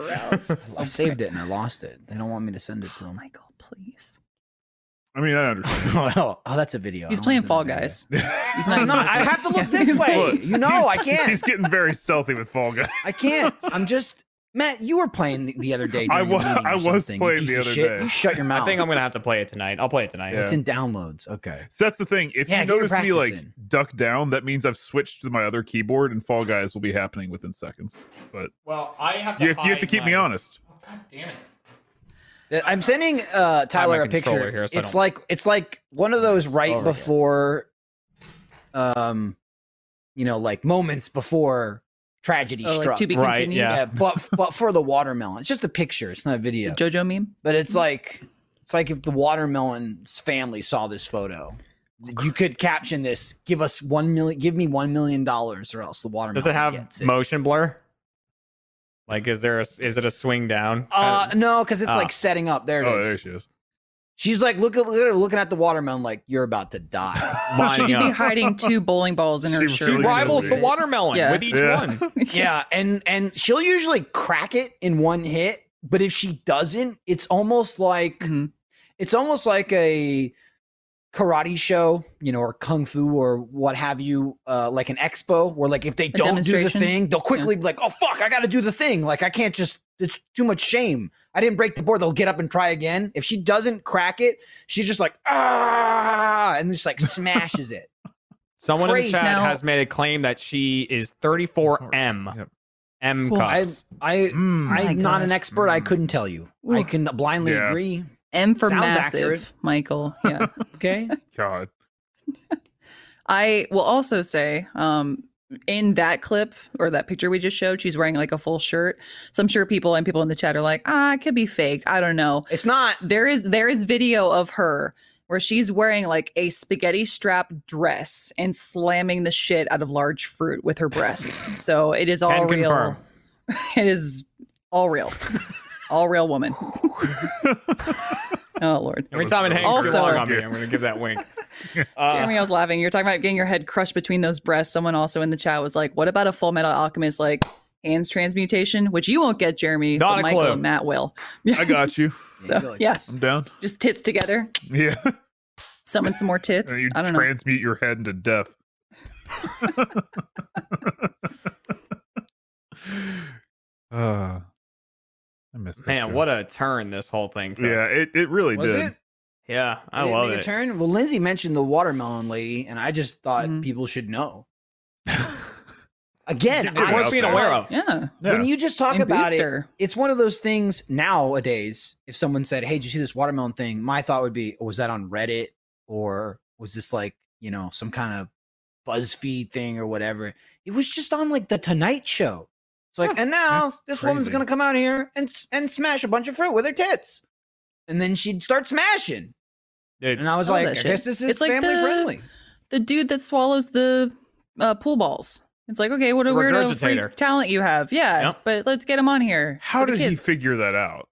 [SPEAKER 4] rouse.
[SPEAKER 1] I saved it and I lost it. They don't want me to send it to them.
[SPEAKER 4] Michael, Oh please.
[SPEAKER 3] I mean, I understand.
[SPEAKER 1] oh, oh, that's a video. I
[SPEAKER 4] He's
[SPEAKER 1] don't
[SPEAKER 4] playing
[SPEAKER 1] wanna send
[SPEAKER 4] Fall
[SPEAKER 1] that video.
[SPEAKER 4] Guys.
[SPEAKER 3] He's
[SPEAKER 1] No,
[SPEAKER 4] not-
[SPEAKER 1] I'm not. I have to look this
[SPEAKER 4] He's-
[SPEAKER 1] way.
[SPEAKER 3] Look,
[SPEAKER 1] You know, I can't.
[SPEAKER 3] He's getting very stealthy with Fall Guys.
[SPEAKER 1] I can't. I'm just. Matt, you were playing the- the other day.
[SPEAKER 3] I
[SPEAKER 1] during a
[SPEAKER 3] wa-
[SPEAKER 1] meeting or
[SPEAKER 3] I was
[SPEAKER 1] something, you
[SPEAKER 3] playing
[SPEAKER 1] piece
[SPEAKER 3] the
[SPEAKER 1] of
[SPEAKER 3] other
[SPEAKER 1] shit.
[SPEAKER 3] day.
[SPEAKER 1] You shut your mouth.
[SPEAKER 2] I think I'm gonna have to play it tonight. I'll play it tonight.
[SPEAKER 3] Yeah.
[SPEAKER 1] It's in downloads. Okay.
[SPEAKER 3] So that's the thing. If
[SPEAKER 1] Yeah,
[SPEAKER 3] you
[SPEAKER 1] get your
[SPEAKER 3] notice me like
[SPEAKER 1] practice in.
[SPEAKER 3] duck down, that means I've switched to my other keyboard, and Fall Guys will be happening within seconds. But
[SPEAKER 2] Well, I have to.
[SPEAKER 3] you, you have to keep me honest.
[SPEAKER 2] God damn it.
[SPEAKER 1] Uh, I'm sending uh, Tyler a
[SPEAKER 2] controller
[SPEAKER 1] picture.
[SPEAKER 2] here so I
[SPEAKER 1] it's
[SPEAKER 2] don't-
[SPEAKER 1] like it's like one of those right
[SPEAKER 2] Over here.
[SPEAKER 1] before, um, you know, like moments before tragedy
[SPEAKER 4] Oh, like
[SPEAKER 1] struck.
[SPEAKER 4] to be
[SPEAKER 2] Right,
[SPEAKER 4] continued.
[SPEAKER 2] yeah.
[SPEAKER 1] yeah, but but for the watermelon, it's just a picture. It's not a video,
[SPEAKER 4] The JoJo meme.
[SPEAKER 1] but it's like It's like if the watermelon's family saw this photo, you could caption this. Give us one million. Give me one million dollars, or else the watermelon
[SPEAKER 2] Does it have
[SPEAKER 1] gets
[SPEAKER 2] motion blur? Like, is there a is it a swing down?
[SPEAKER 1] Uh,
[SPEAKER 2] kind of-
[SPEAKER 1] no, because it's
[SPEAKER 2] Ah.
[SPEAKER 1] like setting up. There it is.
[SPEAKER 3] oh, there she is.
[SPEAKER 1] She's like, look at, look at her looking at the watermelon, like you're about to die.
[SPEAKER 2] lining
[SPEAKER 4] She'd be
[SPEAKER 2] up.
[SPEAKER 4] hiding two bowling balls in her
[SPEAKER 3] She
[SPEAKER 2] She
[SPEAKER 4] shirt.
[SPEAKER 3] really
[SPEAKER 2] rivals
[SPEAKER 3] is.
[SPEAKER 2] the watermelon
[SPEAKER 4] Yeah.
[SPEAKER 2] with each
[SPEAKER 3] Yeah.
[SPEAKER 2] one.
[SPEAKER 1] yeah, and and she'll usually crack it in one hit, but if she doesn't, it's almost
[SPEAKER 2] Mm-hmm.
[SPEAKER 1] like
[SPEAKER 4] Mhm.
[SPEAKER 1] it's almost like a karate show, you know, or kung fu or what have you, uh, like an expo where like if they don't do the
[SPEAKER 4] demonstration?
[SPEAKER 1] thing, they'll quickly be like, oh fuck, I gotta do the thing. Like I can't just it's too much shame. I didn't break the board. They'll get up and try again. If she doesn't crack it, she's just like ah, and just like smashes it.
[SPEAKER 2] Someone in
[SPEAKER 1] Crazy.
[SPEAKER 2] the chat
[SPEAKER 4] Now-
[SPEAKER 2] has made a claim that she is 34M.
[SPEAKER 3] Yep.
[SPEAKER 2] M
[SPEAKER 1] Well, I,
[SPEAKER 2] cups.
[SPEAKER 1] I,
[SPEAKER 3] Mm.
[SPEAKER 4] my
[SPEAKER 1] I'm not
[SPEAKER 4] God.
[SPEAKER 1] an expert. I
[SPEAKER 3] Mm.
[SPEAKER 1] couldn't tell you. I
[SPEAKER 4] Oof.
[SPEAKER 1] can blindly
[SPEAKER 3] Yeah.
[SPEAKER 1] agree.
[SPEAKER 4] M for
[SPEAKER 1] Sounds
[SPEAKER 4] massive,
[SPEAKER 1] accurate.
[SPEAKER 4] Michael. Yeah.
[SPEAKER 1] Okay.
[SPEAKER 3] God.
[SPEAKER 4] I will also say, um, in that clip or that picture we just showed, she's wearing like a full shirt. So I'm sure people and people in the chat are like, ah, it could be faked. I don't know.
[SPEAKER 1] it's not.
[SPEAKER 4] there is there is video of her where she's wearing like a spaghetti strap dress and slamming the shit out of large fruit with her breasts. so it is all
[SPEAKER 2] Can
[SPEAKER 4] real.
[SPEAKER 2] confirm.
[SPEAKER 4] It is all real. all real woman. oh lord.
[SPEAKER 2] Every time it hangs
[SPEAKER 4] Also-
[SPEAKER 2] too long on me, I'm going to give that wink. Uh,
[SPEAKER 4] Jeremy, I was laughing. You're talking about getting your head crushed between those breasts. Someone also in the chat was like, "What about a Full Metal Alchemist like hands transmutation?" Which you won't get, Jeremy.
[SPEAKER 2] Not
[SPEAKER 4] but
[SPEAKER 2] a
[SPEAKER 4] Michael
[SPEAKER 2] clue.
[SPEAKER 4] and Matt will.
[SPEAKER 3] I got you.
[SPEAKER 1] Yeah, you go like
[SPEAKER 4] yeah.
[SPEAKER 1] this.
[SPEAKER 3] I'm down.
[SPEAKER 4] Just tits together.
[SPEAKER 3] Yeah.
[SPEAKER 4] Summon some more tits.
[SPEAKER 3] you
[SPEAKER 4] I don't know.
[SPEAKER 3] transmute your head into death. uh, I missed that
[SPEAKER 2] man,
[SPEAKER 3] show.
[SPEAKER 2] what a turn this whole thing took.
[SPEAKER 3] yeah, it, it really
[SPEAKER 1] Was
[SPEAKER 3] did.
[SPEAKER 1] it?
[SPEAKER 2] Yeah, I
[SPEAKER 1] Did
[SPEAKER 2] love
[SPEAKER 1] make a
[SPEAKER 2] it.
[SPEAKER 1] turn? Well, Lindsay mentioned the watermelon lady, and I just thought
[SPEAKER 4] Mhm.
[SPEAKER 1] people should know. Again,
[SPEAKER 3] It
[SPEAKER 1] I
[SPEAKER 2] worth
[SPEAKER 1] was
[SPEAKER 2] being aware of.
[SPEAKER 4] Yeah.
[SPEAKER 1] When
[SPEAKER 3] Yeah.
[SPEAKER 1] you just talk
[SPEAKER 4] And
[SPEAKER 1] about it,
[SPEAKER 4] booster.
[SPEAKER 1] it's one of those things nowadays. If someone said, "Hey, did you see this watermelon thing?" My thought would be, "Was that on Reddit or was this like you know some kind of BuzzFeed thing or whatever?" It was just on like the Tonight Show. It's like,
[SPEAKER 2] Huh,
[SPEAKER 1] and now
[SPEAKER 3] that's
[SPEAKER 1] this woman's
[SPEAKER 3] crazy.
[SPEAKER 1] gonna come out here and s- and smash a bunch of fruit with her tits, and then she'd start smashing.
[SPEAKER 2] Dude,
[SPEAKER 1] And I was
[SPEAKER 4] All
[SPEAKER 1] like,
[SPEAKER 4] that
[SPEAKER 1] I
[SPEAKER 4] shit.
[SPEAKER 1] guess this is
[SPEAKER 4] It's like
[SPEAKER 1] family
[SPEAKER 4] the-
[SPEAKER 1] friendly.
[SPEAKER 4] the dude that swallows the uh, pool balls. It's like, okay, what a
[SPEAKER 2] The
[SPEAKER 4] weirdo
[SPEAKER 2] regurgitator.
[SPEAKER 4] freak talent you have. Yeah,
[SPEAKER 2] Yep.
[SPEAKER 4] but let's get him on here.
[SPEAKER 3] How
[SPEAKER 4] for the
[SPEAKER 3] did he
[SPEAKER 4] kids.
[SPEAKER 3] figure that out?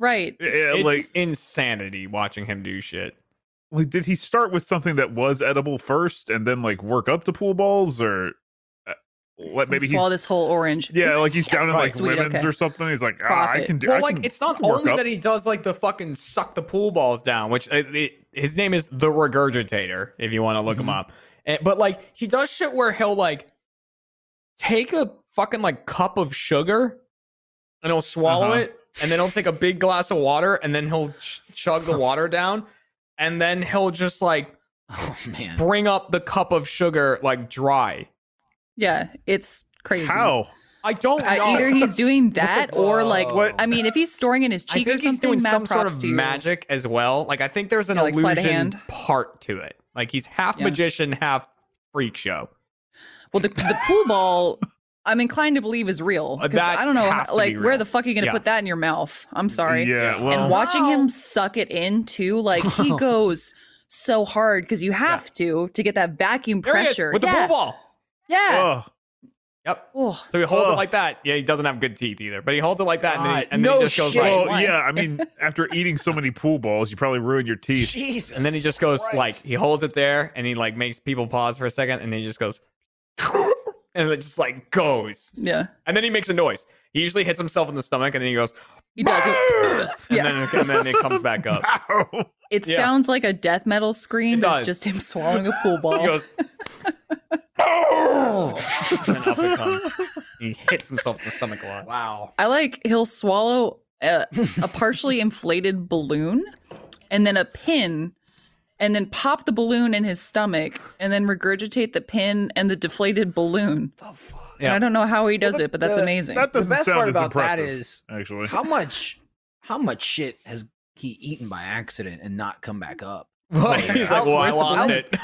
[SPEAKER 4] Right.
[SPEAKER 3] Yeah,
[SPEAKER 2] it's
[SPEAKER 3] like,
[SPEAKER 2] insanity watching him do shit.
[SPEAKER 3] like, did he start with something that was edible first, and then like work up to pool balls, or uh, like maybe he's
[SPEAKER 4] swallow this whole orange.
[SPEAKER 3] yeah, like he's down in
[SPEAKER 2] right.
[SPEAKER 3] like
[SPEAKER 4] Sweet,
[SPEAKER 3] women's
[SPEAKER 4] okay.
[SPEAKER 3] or something. He's like, ah, I
[SPEAKER 4] Profit.
[SPEAKER 3] can do.
[SPEAKER 2] well,
[SPEAKER 3] I
[SPEAKER 2] like
[SPEAKER 3] can-
[SPEAKER 2] it's not
[SPEAKER 3] can work
[SPEAKER 2] only
[SPEAKER 3] up.
[SPEAKER 2] that he does like the fucking suck the pool balls down, which uh it, his name is the regurgitator. If you want to
[SPEAKER 3] Mm-hmm.
[SPEAKER 2] look him
[SPEAKER 1] Mhm.
[SPEAKER 2] up, And- but like he does shit where he'll like take a fucking like cup of sugar and he'll swallow
[SPEAKER 3] Uh-huh.
[SPEAKER 2] it, and then he'll take a big glass of water, and then he'll ch- chug the water down, and then he'll just like
[SPEAKER 1] Oh man,
[SPEAKER 2] bring up the cup of sugar like dry.
[SPEAKER 4] Yeah, it's crazy.
[SPEAKER 3] How?
[SPEAKER 2] I don't
[SPEAKER 4] Uh,
[SPEAKER 2] know.
[SPEAKER 4] Either he's doing that or like,
[SPEAKER 3] What?
[SPEAKER 4] I mean, if he's storing it in his
[SPEAKER 2] I
[SPEAKER 4] cheek or
[SPEAKER 2] think
[SPEAKER 4] something,
[SPEAKER 2] he's doing
[SPEAKER 4] mad
[SPEAKER 2] some sort
[SPEAKER 4] props
[SPEAKER 2] of
[SPEAKER 4] to you.
[SPEAKER 2] magic as well. Like I think there's an
[SPEAKER 4] Yeah, like sleight of
[SPEAKER 2] illusion
[SPEAKER 4] hand.
[SPEAKER 2] part to it. Like he's half
[SPEAKER 4] Yeah.
[SPEAKER 2] magician, half freak show.
[SPEAKER 4] Well, the, the pool ball, I'm inclined to believe is real.
[SPEAKER 2] Uh,
[SPEAKER 4] 'cause
[SPEAKER 2] that
[SPEAKER 4] I don't know,
[SPEAKER 2] has to
[SPEAKER 4] how,
[SPEAKER 2] be
[SPEAKER 4] like, where
[SPEAKER 2] real.
[SPEAKER 4] the fuck are you going to
[SPEAKER 2] Yeah.
[SPEAKER 4] put that in your mouth? I'm sorry.
[SPEAKER 3] Yeah. Well,
[SPEAKER 4] and watching
[SPEAKER 1] Wow.
[SPEAKER 4] him suck it in too, like he goes so hard because you have to to get that vacuum
[SPEAKER 2] There he is
[SPEAKER 4] pressure.
[SPEAKER 2] with the
[SPEAKER 4] yeah,
[SPEAKER 2] pool ball.
[SPEAKER 4] yeah.
[SPEAKER 3] ugh.
[SPEAKER 2] Yep.
[SPEAKER 4] Oh,
[SPEAKER 2] So he holds
[SPEAKER 3] Ugh.
[SPEAKER 2] it like that. Yeah, he doesn't have good teeth either, but he holds it like that, and then he,
[SPEAKER 1] God,
[SPEAKER 2] and then
[SPEAKER 1] no
[SPEAKER 2] he just goes
[SPEAKER 1] shit.
[SPEAKER 2] right,
[SPEAKER 1] Well,
[SPEAKER 3] Oh
[SPEAKER 4] why?
[SPEAKER 3] yeah, I mean, after eating so many pool balls, you probably ruin your teeth.
[SPEAKER 1] Jesus!
[SPEAKER 2] and then he just goes
[SPEAKER 1] Christ.
[SPEAKER 2] like he holds it there, and he like makes people pause for a second, and then he just goes, and it just like goes,
[SPEAKER 4] yeah.
[SPEAKER 2] and then he makes a noise. He usually hits himself in the stomach, and then he goes,
[SPEAKER 4] He does.
[SPEAKER 2] and
[SPEAKER 4] Yeah.
[SPEAKER 2] then and then it comes back up.
[SPEAKER 3] Ow.
[SPEAKER 4] It
[SPEAKER 2] Yeah.
[SPEAKER 4] sounds like a death metal scream.
[SPEAKER 2] It
[SPEAKER 4] but
[SPEAKER 2] does.
[SPEAKER 4] It's just him swallowing a pool
[SPEAKER 2] He
[SPEAKER 4] ball.
[SPEAKER 2] goes,
[SPEAKER 1] Oh,
[SPEAKER 2] "Ow!" and then up it comes. He hits himself in the stomach a lot.
[SPEAKER 1] wow.
[SPEAKER 4] I like he'll swallow a, a partially inflated balloon and then a pin and then pop the balloon in his stomach and then regurgitate the pin and the deflated balloon. And I don't know how he does
[SPEAKER 1] the-
[SPEAKER 4] it, but that's
[SPEAKER 1] the-
[SPEAKER 4] amazing.
[SPEAKER 3] That
[SPEAKER 1] The
[SPEAKER 3] doesn't
[SPEAKER 1] best
[SPEAKER 3] sound
[SPEAKER 1] part
[SPEAKER 3] as
[SPEAKER 1] about that
[SPEAKER 3] impressive.
[SPEAKER 1] is
[SPEAKER 3] actually,
[SPEAKER 1] how much how much shit has he eaten by accident and not come back up
[SPEAKER 2] Well,
[SPEAKER 1] yeah.
[SPEAKER 2] he's like, well, I
[SPEAKER 1] Where's the
[SPEAKER 2] lost
[SPEAKER 1] balloon?
[SPEAKER 2] it.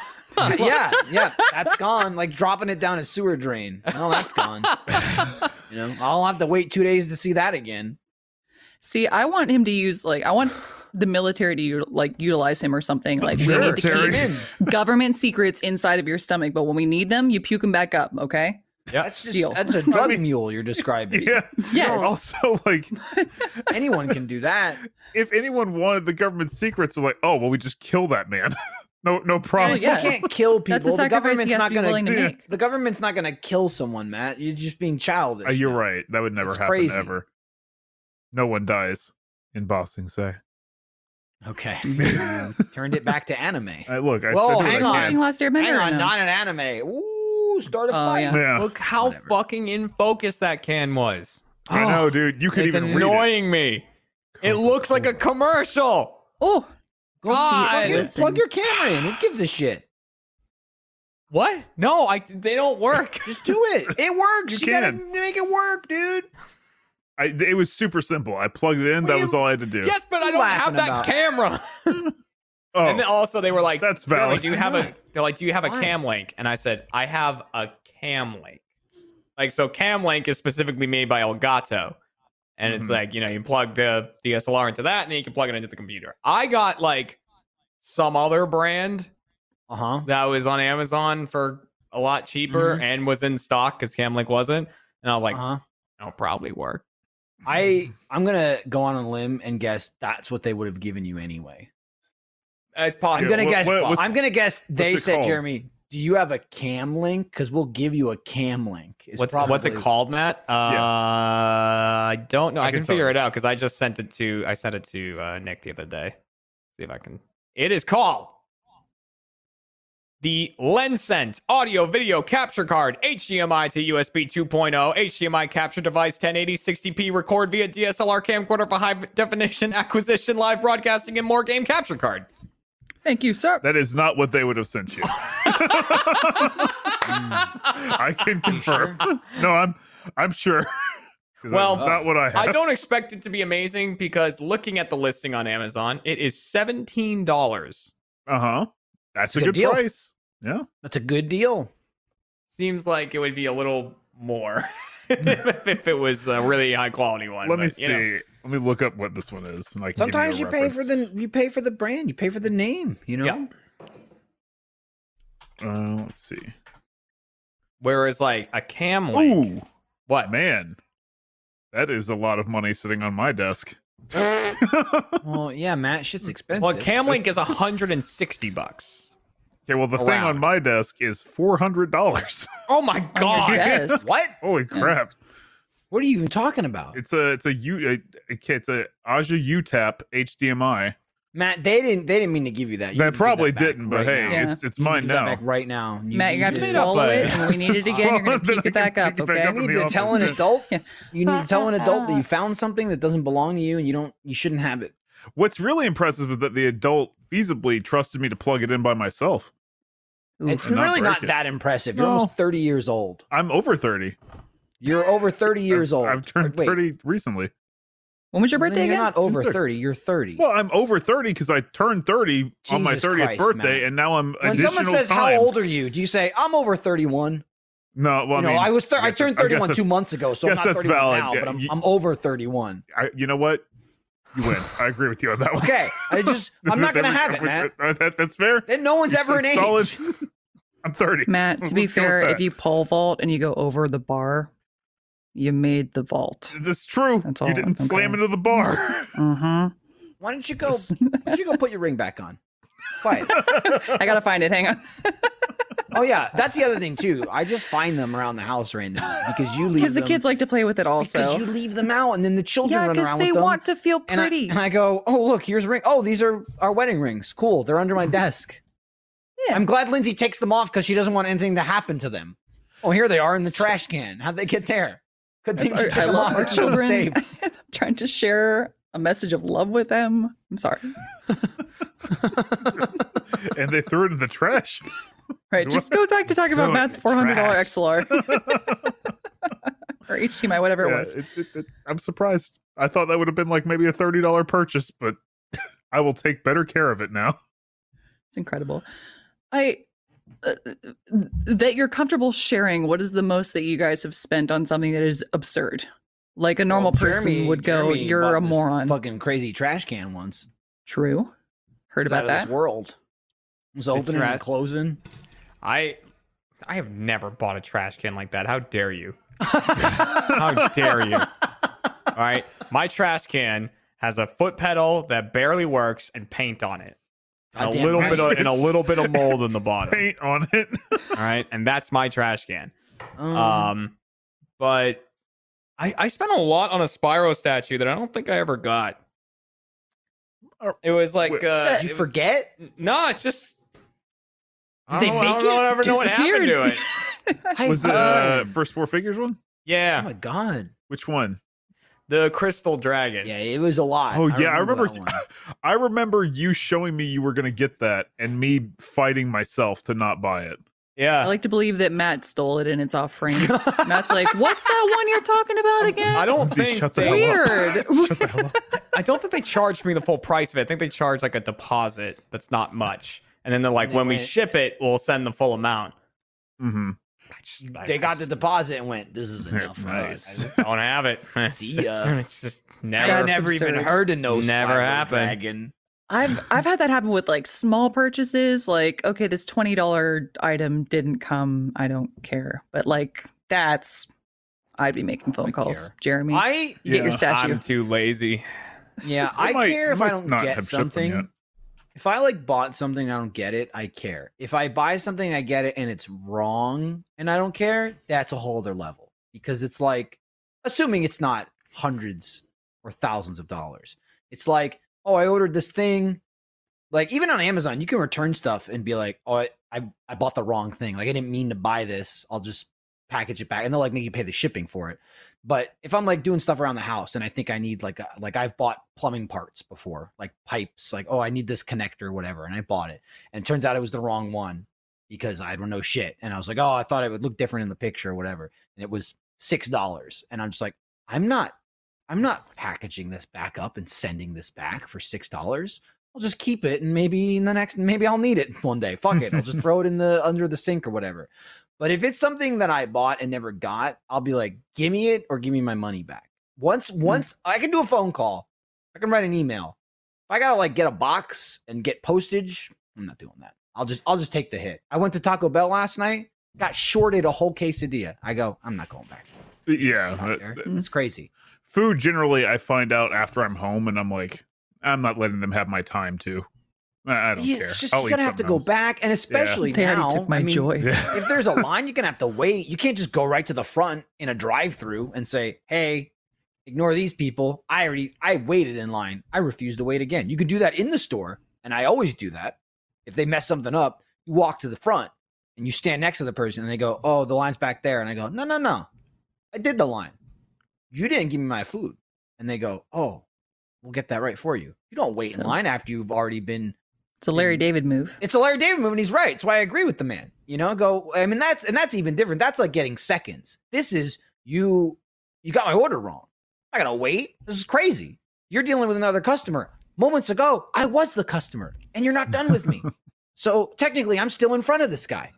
[SPEAKER 1] yeah yeah that's gone like dropping it down a sewer drain no that's gone you know i'll have to wait two days to see that again
[SPEAKER 4] See, I want him to use like I want the military to util- like utilize him or something. Like we need to
[SPEAKER 3] Terry.
[SPEAKER 4] keep government secrets inside of your stomach, but when we need them, you puke them back up. Okay.
[SPEAKER 1] That's just
[SPEAKER 4] Deal.
[SPEAKER 1] that's a drug
[SPEAKER 3] mean-
[SPEAKER 1] mule you're describing.
[SPEAKER 3] Yeah.
[SPEAKER 4] Yes.
[SPEAKER 1] Oh,
[SPEAKER 3] Also, like,
[SPEAKER 1] Anyone can do that.
[SPEAKER 3] if anyone wanted the government secrets, they're like, oh, well, we just kill that man. no, no problem.
[SPEAKER 1] You
[SPEAKER 4] Yeah.
[SPEAKER 1] can't kill people.
[SPEAKER 4] That's a
[SPEAKER 1] the
[SPEAKER 4] sacrifice
[SPEAKER 1] government's
[SPEAKER 4] he has
[SPEAKER 1] not
[SPEAKER 4] to be willing
[SPEAKER 1] going
[SPEAKER 4] to
[SPEAKER 3] Yeah.
[SPEAKER 4] make.
[SPEAKER 1] The government's not going to kill someone, Matt. You're just being childish.
[SPEAKER 3] Uh, you're right. That would never
[SPEAKER 1] It's
[SPEAKER 3] happen
[SPEAKER 1] crazy.
[SPEAKER 3] ever. No one dies in boxing, say.
[SPEAKER 1] Okay. Turned it back to anime.
[SPEAKER 3] I, look, I,
[SPEAKER 2] Whoa,
[SPEAKER 3] I did
[SPEAKER 2] hang
[SPEAKER 3] what
[SPEAKER 2] on.
[SPEAKER 3] I
[SPEAKER 4] Watching
[SPEAKER 3] can.
[SPEAKER 4] Last Airbender.
[SPEAKER 1] Hang
[SPEAKER 4] or
[SPEAKER 1] on,
[SPEAKER 4] no?
[SPEAKER 1] not an anime. Ooh, start a
[SPEAKER 4] Oh,
[SPEAKER 1] fight.
[SPEAKER 4] yeah.
[SPEAKER 3] Yeah.
[SPEAKER 2] Look how
[SPEAKER 1] Whatever.
[SPEAKER 2] fucking in focus that can was.
[SPEAKER 3] I know,
[SPEAKER 2] Oh,
[SPEAKER 3] dude. You could
[SPEAKER 2] it's
[SPEAKER 3] even read
[SPEAKER 2] annoying me.
[SPEAKER 3] it.
[SPEAKER 2] It looks like a commercial.
[SPEAKER 4] Oh,
[SPEAKER 1] Go
[SPEAKER 2] God.
[SPEAKER 1] plug, your,
[SPEAKER 4] Listen.
[SPEAKER 1] plug your camera in. Who gives a shit?
[SPEAKER 2] What? No, I. They don't work.
[SPEAKER 1] Just do it. It works. You,
[SPEAKER 3] You
[SPEAKER 1] gotta
[SPEAKER 3] can.
[SPEAKER 1] make it work, dude.
[SPEAKER 3] I, it was super simple. I plugged it in.
[SPEAKER 2] What
[SPEAKER 3] that
[SPEAKER 2] do
[SPEAKER 3] was
[SPEAKER 2] you-
[SPEAKER 3] all I had to do.
[SPEAKER 2] Yes, but I
[SPEAKER 1] you
[SPEAKER 2] don't
[SPEAKER 1] laughing
[SPEAKER 2] have that
[SPEAKER 1] about?
[SPEAKER 2] camera.
[SPEAKER 3] Oh,
[SPEAKER 2] And then also they were like,
[SPEAKER 3] that's
[SPEAKER 2] they're
[SPEAKER 3] valid.
[SPEAKER 2] like, do you have a? They're like, do you have a
[SPEAKER 1] Why?
[SPEAKER 2] cam link? And I said, I have a cam link. Like so, cam link is specifically made by Elgato, and it's
[SPEAKER 3] Mhm.
[SPEAKER 2] like you know you plug the DSLR into that, and then you can plug it into the computer. I got like some other brand
[SPEAKER 1] Uh huh.
[SPEAKER 2] that was on Amazon for a lot cheaper
[SPEAKER 1] Mhm.
[SPEAKER 2] and was in stock because cam link wasn't, and I was like,
[SPEAKER 1] Uh huh.
[SPEAKER 2] it'll probably work.
[SPEAKER 1] I I'm gonna go on a limb and guess that's what they would have given you anyway.
[SPEAKER 2] It's
[SPEAKER 1] I'm
[SPEAKER 3] Yeah,
[SPEAKER 2] possible.
[SPEAKER 1] gonna
[SPEAKER 3] what-
[SPEAKER 1] guess.
[SPEAKER 3] what- what's-
[SPEAKER 1] I'm gonna guess they
[SPEAKER 3] it
[SPEAKER 1] said,
[SPEAKER 3] called?
[SPEAKER 1] Jeremy, do you have a cam link? Because we'll give you a cam link. is
[SPEAKER 2] What's what's it
[SPEAKER 1] probably-
[SPEAKER 2] called, Matt? Uh, I don't know. I,
[SPEAKER 3] I
[SPEAKER 2] can,
[SPEAKER 3] can tell
[SPEAKER 2] figure
[SPEAKER 3] you.
[SPEAKER 2] it out because I just sent it to I sent it to uh, Nick the other day. See if I can. It is called the Lensent Audio Video Capture Card HDMI to USB 2.0 HDMI capture device 1080 60p record via DSLR camcorder for high definition acquisition live broadcasting and more game capture card.
[SPEAKER 4] thank you, sir.
[SPEAKER 3] that is not what they would have sent you. I can confirm. No, I'm I'm sure. 'Cause
[SPEAKER 2] Well,
[SPEAKER 3] that's not what I
[SPEAKER 2] I
[SPEAKER 3] had.
[SPEAKER 2] don't expect it to be amazing because looking at the listing on Amazon, it is seventeen dollars.
[SPEAKER 3] Uh huh. That's a
[SPEAKER 1] Good
[SPEAKER 3] good,
[SPEAKER 1] deal.
[SPEAKER 3] price. Yeah.
[SPEAKER 1] That's a good deal.
[SPEAKER 2] Seems like it would be a little more if it was a really high quality one.
[SPEAKER 3] Let me
[SPEAKER 2] but,
[SPEAKER 3] see.
[SPEAKER 2] you know.
[SPEAKER 3] Let me look up what this one is. And I can give a
[SPEAKER 1] Sometimes you, pay for
[SPEAKER 3] reference.
[SPEAKER 1] the you pay for the brand. You pay for the name. You know.
[SPEAKER 2] Yeah.
[SPEAKER 3] Uh, let's see.
[SPEAKER 2] Whereas like uh, a cam link,
[SPEAKER 3] Ooh,
[SPEAKER 2] what
[SPEAKER 3] man, that is a lot of money sitting on my desk. okay,
[SPEAKER 1] Well, yeah, Matt. Shit's expensive.
[SPEAKER 2] Well, cam link is hundred and sixty bucks.
[SPEAKER 3] well, the thing
[SPEAKER 2] Around.
[SPEAKER 3] on my desk is four hundred dollars.
[SPEAKER 2] Oh my
[SPEAKER 4] On your
[SPEAKER 2] god!
[SPEAKER 4] desk.
[SPEAKER 1] What?
[SPEAKER 3] Holy crap!
[SPEAKER 1] What are you even talking about,
[SPEAKER 3] It's a it's a U okay, it's a Aja UTAP HDMI.
[SPEAKER 1] Matt? They didn't. They didn't mean to give you that. You
[SPEAKER 3] That
[SPEAKER 1] can give
[SPEAKER 3] probably
[SPEAKER 1] back
[SPEAKER 3] didn't, but
[SPEAKER 1] right
[SPEAKER 3] hey,
[SPEAKER 1] now.
[SPEAKER 4] Yeah.
[SPEAKER 3] it's it's
[SPEAKER 1] You can
[SPEAKER 3] mine
[SPEAKER 1] give that
[SPEAKER 3] now.
[SPEAKER 1] back right now. You-
[SPEAKER 4] Matt,
[SPEAKER 1] you
[SPEAKER 4] you're gonna have to
[SPEAKER 1] just-
[SPEAKER 2] made up
[SPEAKER 4] swallow
[SPEAKER 2] a-
[SPEAKER 4] it, and when we need it again, you're gonna
[SPEAKER 3] Then
[SPEAKER 4] puke
[SPEAKER 3] I
[SPEAKER 4] it back
[SPEAKER 3] can
[SPEAKER 4] up.
[SPEAKER 3] puke it back
[SPEAKER 4] Okay.
[SPEAKER 3] up.
[SPEAKER 1] You
[SPEAKER 3] in
[SPEAKER 1] need
[SPEAKER 3] the
[SPEAKER 1] to tell an
[SPEAKER 3] office.
[SPEAKER 1] adult. You need to tell an adult that you found something that doesn't belong to you, and you don't. You shouldn't have it.
[SPEAKER 3] What's really impressive is that the adult feasibly trusted me to plug it in by myself.
[SPEAKER 1] It's
[SPEAKER 3] and not
[SPEAKER 1] really not
[SPEAKER 3] break it.
[SPEAKER 1] that impressive. You're
[SPEAKER 3] No.
[SPEAKER 1] almost 30 years old.
[SPEAKER 3] I'm over thirty.
[SPEAKER 1] You're over 30 years
[SPEAKER 3] I've-
[SPEAKER 1] old.
[SPEAKER 3] I've turned
[SPEAKER 1] Wait,
[SPEAKER 3] thirty recently.
[SPEAKER 4] When was your
[SPEAKER 1] well, then
[SPEAKER 4] birthday
[SPEAKER 1] You're
[SPEAKER 4] again?
[SPEAKER 1] not over
[SPEAKER 3] Consider-
[SPEAKER 1] 30. You're 30.
[SPEAKER 3] Well, I'm over thirty because I turned thirty on my
[SPEAKER 1] Jesus
[SPEAKER 3] thirtieth
[SPEAKER 1] Christ,
[SPEAKER 3] birthday,
[SPEAKER 1] Matt.
[SPEAKER 3] and now I'm
[SPEAKER 1] when
[SPEAKER 3] additional
[SPEAKER 1] someone says,
[SPEAKER 3] time.
[SPEAKER 1] "How old are you?" Do you say, "I'm over 31"?
[SPEAKER 3] No, well,
[SPEAKER 1] you know,
[SPEAKER 3] I mean,
[SPEAKER 1] I was thir-
[SPEAKER 3] I
[SPEAKER 1] I,
[SPEAKER 3] guess
[SPEAKER 1] turned
[SPEAKER 3] that's- I guess
[SPEAKER 1] 31 two
[SPEAKER 3] that's-
[SPEAKER 1] months ago, so I'm not
[SPEAKER 3] guess that's
[SPEAKER 1] 31
[SPEAKER 3] valid.
[SPEAKER 1] now,
[SPEAKER 3] Yeah,
[SPEAKER 1] but I'm,
[SPEAKER 3] you-
[SPEAKER 1] I'm over 31.
[SPEAKER 3] I, you know what? You win. I agree with you on that one.
[SPEAKER 1] Okay, I just I'm not
[SPEAKER 3] There
[SPEAKER 1] gonna
[SPEAKER 3] we
[SPEAKER 1] have
[SPEAKER 3] go.
[SPEAKER 1] it, Matt.
[SPEAKER 3] Uh, that- that's fair.
[SPEAKER 1] Then no one's
[SPEAKER 3] You
[SPEAKER 1] ever an
[SPEAKER 3] said
[SPEAKER 1] age.
[SPEAKER 3] solid. I'm 30.
[SPEAKER 4] Matt, to
[SPEAKER 3] Let's
[SPEAKER 4] be
[SPEAKER 3] go with
[SPEAKER 4] fair, if
[SPEAKER 3] that.
[SPEAKER 4] you pole vault and you go over the bar, you made the vault.
[SPEAKER 3] That's true.
[SPEAKER 4] That's all.
[SPEAKER 3] you didn't
[SPEAKER 4] Okay.
[SPEAKER 3] slam into the bar.
[SPEAKER 4] Mm-hmm.
[SPEAKER 1] Why don't you go? Why don't you go put your ring back on? Quiet.
[SPEAKER 4] I gotta find it. Hang on.
[SPEAKER 1] Oh yeah, that's the other thing too. I just find them around the house randomly because you leave
[SPEAKER 4] Because the
[SPEAKER 1] them-
[SPEAKER 4] kids like to play with it
[SPEAKER 1] because you
[SPEAKER 4] also.
[SPEAKER 1] leave them out and then the children
[SPEAKER 4] Yeah,
[SPEAKER 1] run
[SPEAKER 4] because
[SPEAKER 1] around
[SPEAKER 4] they
[SPEAKER 1] with them.
[SPEAKER 4] want to feel
[SPEAKER 1] and I,
[SPEAKER 4] pretty.
[SPEAKER 1] and I go, oh look, here's a ring. Oh, these are our wedding rings. Cool, they're under my desk.
[SPEAKER 4] Yeah.
[SPEAKER 1] I'm glad Lindsay takes them off because she doesn't want anything to happen to them. Oh, here they are in the trash can. How'd they get there? Good thing she
[SPEAKER 4] That's
[SPEAKER 1] took
[SPEAKER 4] our- I
[SPEAKER 1] them
[SPEAKER 4] love
[SPEAKER 1] off
[SPEAKER 4] our
[SPEAKER 1] to keep them
[SPEAKER 4] children.
[SPEAKER 1] safe.
[SPEAKER 4] Trying to share a message of love with them. I'm sorry.
[SPEAKER 3] and they threw it in the trash.
[SPEAKER 4] Right. Just go back to talking
[SPEAKER 2] Throw
[SPEAKER 4] about
[SPEAKER 2] it in
[SPEAKER 4] Matt's
[SPEAKER 2] the
[SPEAKER 4] four hundred dollar
[SPEAKER 2] trash.
[SPEAKER 4] XLR. or HDMI, whatever
[SPEAKER 3] Yeah,
[SPEAKER 4] it was.
[SPEAKER 3] it- it- it- I'm surprised. I thought that would have been like maybe a $30 purchase, but I will take better care of it now.
[SPEAKER 4] It's incredible. I uh, that you're comfortable sharing. What is the most that you guys have spent on something that is absurd? Like a normal
[SPEAKER 1] Well,
[SPEAKER 4] person
[SPEAKER 1] Jeremy-
[SPEAKER 4] would go,
[SPEAKER 1] Jeremy
[SPEAKER 4] "You're
[SPEAKER 1] bought
[SPEAKER 4] a
[SPEAKER 1] this
[SPEAKER 4] moron."
[SPEAKER 1] Fucking crazy trash can once.
[SPEAKER 4] True. Heard
[SPEAKER 1] It's out
[SPEAKER 4] about
[SPEAKER 1] of
[SPEAKER 4] that.
[SPEAKER 1] This world It was opening
[SPEAKER 2] Interest-
[SPEAKER 1] and closing.
[SPEAKER 2] I I have never bought a trash can like that. How dare you? How dare you? All right. My trash can has a foot pedal that barely works and paint on it. And a
[SPEAKER 1] Goddamn
[SPEAKER 2] little
[SPEAKER 1] right.
[SPEAKER 2] bit of, and a little bit of mold in the bottom.
[SPEAKER 3] Paint on it.
[SPEAKER 2] All right. And that's my trash can.
[SPEAKER 1] Um,
[SPEAKER 2] Um but I I spent a lot on a Spyro statue that I don't think I ever got. It was like
[SPEAKER 3] Wait,
[SPEAKER 2] uh
[SPEAKER 1] did you
[SPEAKER 2] it was-
[SPEAKER 1] forget?
[SPEAKER 2] No, it's just I
[SPEAKER 1] Did
[SPEAKER 2] don't
[SPEAKER 1] they
[SPEAKER 2] know- I
[SPEAKER 1] make
[SPEAKER 2] don't know,
[SPEAKER 1] it?
[SPEAKER 2] I never know what happened to
[SPEAKER 4] Disappeared.
[SPEAKER 2] it.
[SPEAKER 3] Was it uh, first four figures one?
[SPEAKER 1] oh
[SPEAKER 2] Yeah.
[SPEAKER 1] my god!
[SPEAKER 3] Which one?
[SPEAKER 2] The crystal dragon.
[SPEAKER 1] Yeah, it was a lot.
[SPEAKER 3] Oh yeah, I remember.
[SPEAKER 1] that one.
[SPEAKER 3] I remember you showing me you were gonna get that, and me fighting myself to not buy it.
[SPEAKER 2] Yeah.
[SPEAKER 4] I like to believe that Matt stole it and it's off frame. Matt's like, "What's that one you're talking about again?"
[SPEAKER 2] I don't
[SPEAKER 3] Dude,
[SPEAKER 2] think
[SPEAKER 3] shut the
[SPEAKER 2] they,
[SPEAKER 3] hell up.
[SPEAKER 4] Weird.
[SPEAKER 2] I don't think they charged me the full price of it. I think they charge like a deposit that's not much, and then they're like,
[SPEAKER 1] And they
[SPEAKER 2] when we
[SPEAKER 1] went-
[SPEAKER 2] ship it, we'll send the full amount.
[SPEAKER 3] Mm-hmm.
[SPEAKER 2] I just, I,
[SPEAKER 1] they got
[SPEAKER 2] I
[SPEAKER 1] the deposit and went. This is
[SPEAKER 3] Very
[SPEAKER 1] enough for
[SPEAKER 3] nice.
[SPEAKER 1] us. I just-
[SPEAKER 2] just don't have it. It's
[SPEAKER 1] See
[SPEAKER 2] just,
[SPEAKER 1] ya.
[SPEAKER 2] it's just
[SPEAKER 1] I
[SPEAKER 2] never.
[SPEAKER 4] That's
[SPEAKER 1] never even
[SPEAKER 4] absurd.
[SPEAKER 1] heard of no
[SPEAKER 2] Never
[SPEAKER 1] Spyro
[SPEAKER 2] happened.
[SPEAKER 1] Dragon.
[SPEAKER 4] I've I've had that happen with like small purchases. Like, okay, this twenty dollar item didn't come. I don't care. But like that's, I'd be making phone
[SPEAKER 1] I
[SPEAKER 4] calls,
[SPEAKER 1] care.
[SPEAKER 4] Jeremy.
[SPEAKER 1] I
[SPEAKER 4] you get
[SPEAKER 3] Yeah,
[SPEAKER 4] your statue.
[SPEAKER 2] I'm too lazy.
[SPEAKER 1] yeah, I
[SPEAKER 3] might-
[SPEAKER 1] care
[SPEAKER 3] it
[SPEAKER 1] if I
[SPEAKER 3] might
[SPEAKER 1] don't
[SPEAKER 3] not
[SPEAKER 1] get
[SPEAKER 3] have shipped them yet.
[SPEAKER 1] something. If I like bought something and I don't get it, I care. If I buy something and I get it and it's wrong and I don't care, that's a whole other level because it's like assuming it's not hundreds or thousands of dollars. It's like, oh, I ordered this thing. Like even on Amazon, you can return stuff and be like, oh, I, I, I bought the wrong thing. Like I didn't mean to buy this. I'll just package it back, and they'll like make you pay the shipping for it. But if I'm like doing stuff around the house and I think I need like a, like I've bought plumbing parts before, like pipes, like oh I need this connector or whatever, and I bought it, and it turns out it was the wrong one because I don't know shit, and I was like oh I thought it would look different in the picture or whatever, and it was six dollars, and I'm just like I'm not I'm not packaging this back up and sending this back for six dollars. I'll just keep it and maybe in the next maybe I'll need it one day. Fuck it, I'll just throw it in the under the sink or whatever. But if it's something that I bought and never got, I'll be like, give me it or give me my money back. Once
[SPEAKER 3] Hmm.
[SPEAKER 1] once I can do a phone call, I can write an email. If I gotta like get a box and get postage, I'm not doing that. I'll just I'll just take the hit. I went to Taco Bell last night, got shorted a whole quesadilla. I go, I'm not going back.
[SPEAKER 3] Yeah,
[SPEAKER 1] Out
[SPEAKER 3] uh,
[SPEAKER 1] there. It's crazy.
[SPEAKER 3] food generally I find out after I'm home, and I'm like, I'm not letting them have my time to. I I don't
[SPEAKER 1] Yeah,
[SPEAKER 3] care.
[SPEAKER 1] It's just
[SPEAKER 3] I'll
[SPEAKER 1] you're
[SPEAKER 3] eat
[SPEAKER 1] gonna have to
[SPEAKER 3] something
[SPEAKER 1] go
[SPEAKER 3] else.
[SPEAKER 1] back, and especially
[SPEAKER 4] they
[SPEAKER 1] now.
[SPEAKER 4] already took my
[SPEAKER 1] I mean,
[SPEAKER 4] joy.
[SPEAKER 3] Yeah.
[SPEAKER 1] if there's a line, you're gonna have to wait. You can't just go right to the front in a drive-through and say, "Hey, ignore these people. I already I waited in line. I refuse to wait again." You could do that in the store, and I always do that. If they mess something up, you walk to the front and you stand next to the person, and they go, "Oh, the line's back there," and I go, "No, no, no, I did the line. You didn't give me my food." And they go, "Oh, we'll get that right for you." You don't wait in
[SPEAKER 4] So-
[SPEAKER 1] line after you've already been
[SPEAKER 4] It's a Larry David move.
[SPEAKER 1] it's a Larry David move, and he's right. That's why I agree with the man. You know, go. I mean, that's and that's even different. That's like getting seconds. This is you. You got my order wrong. I gotta wait. This is crazy. You're dealing with another customer. Moments ago, I was the customer, and you're not done with me. so technically, I'm still in front of this guy.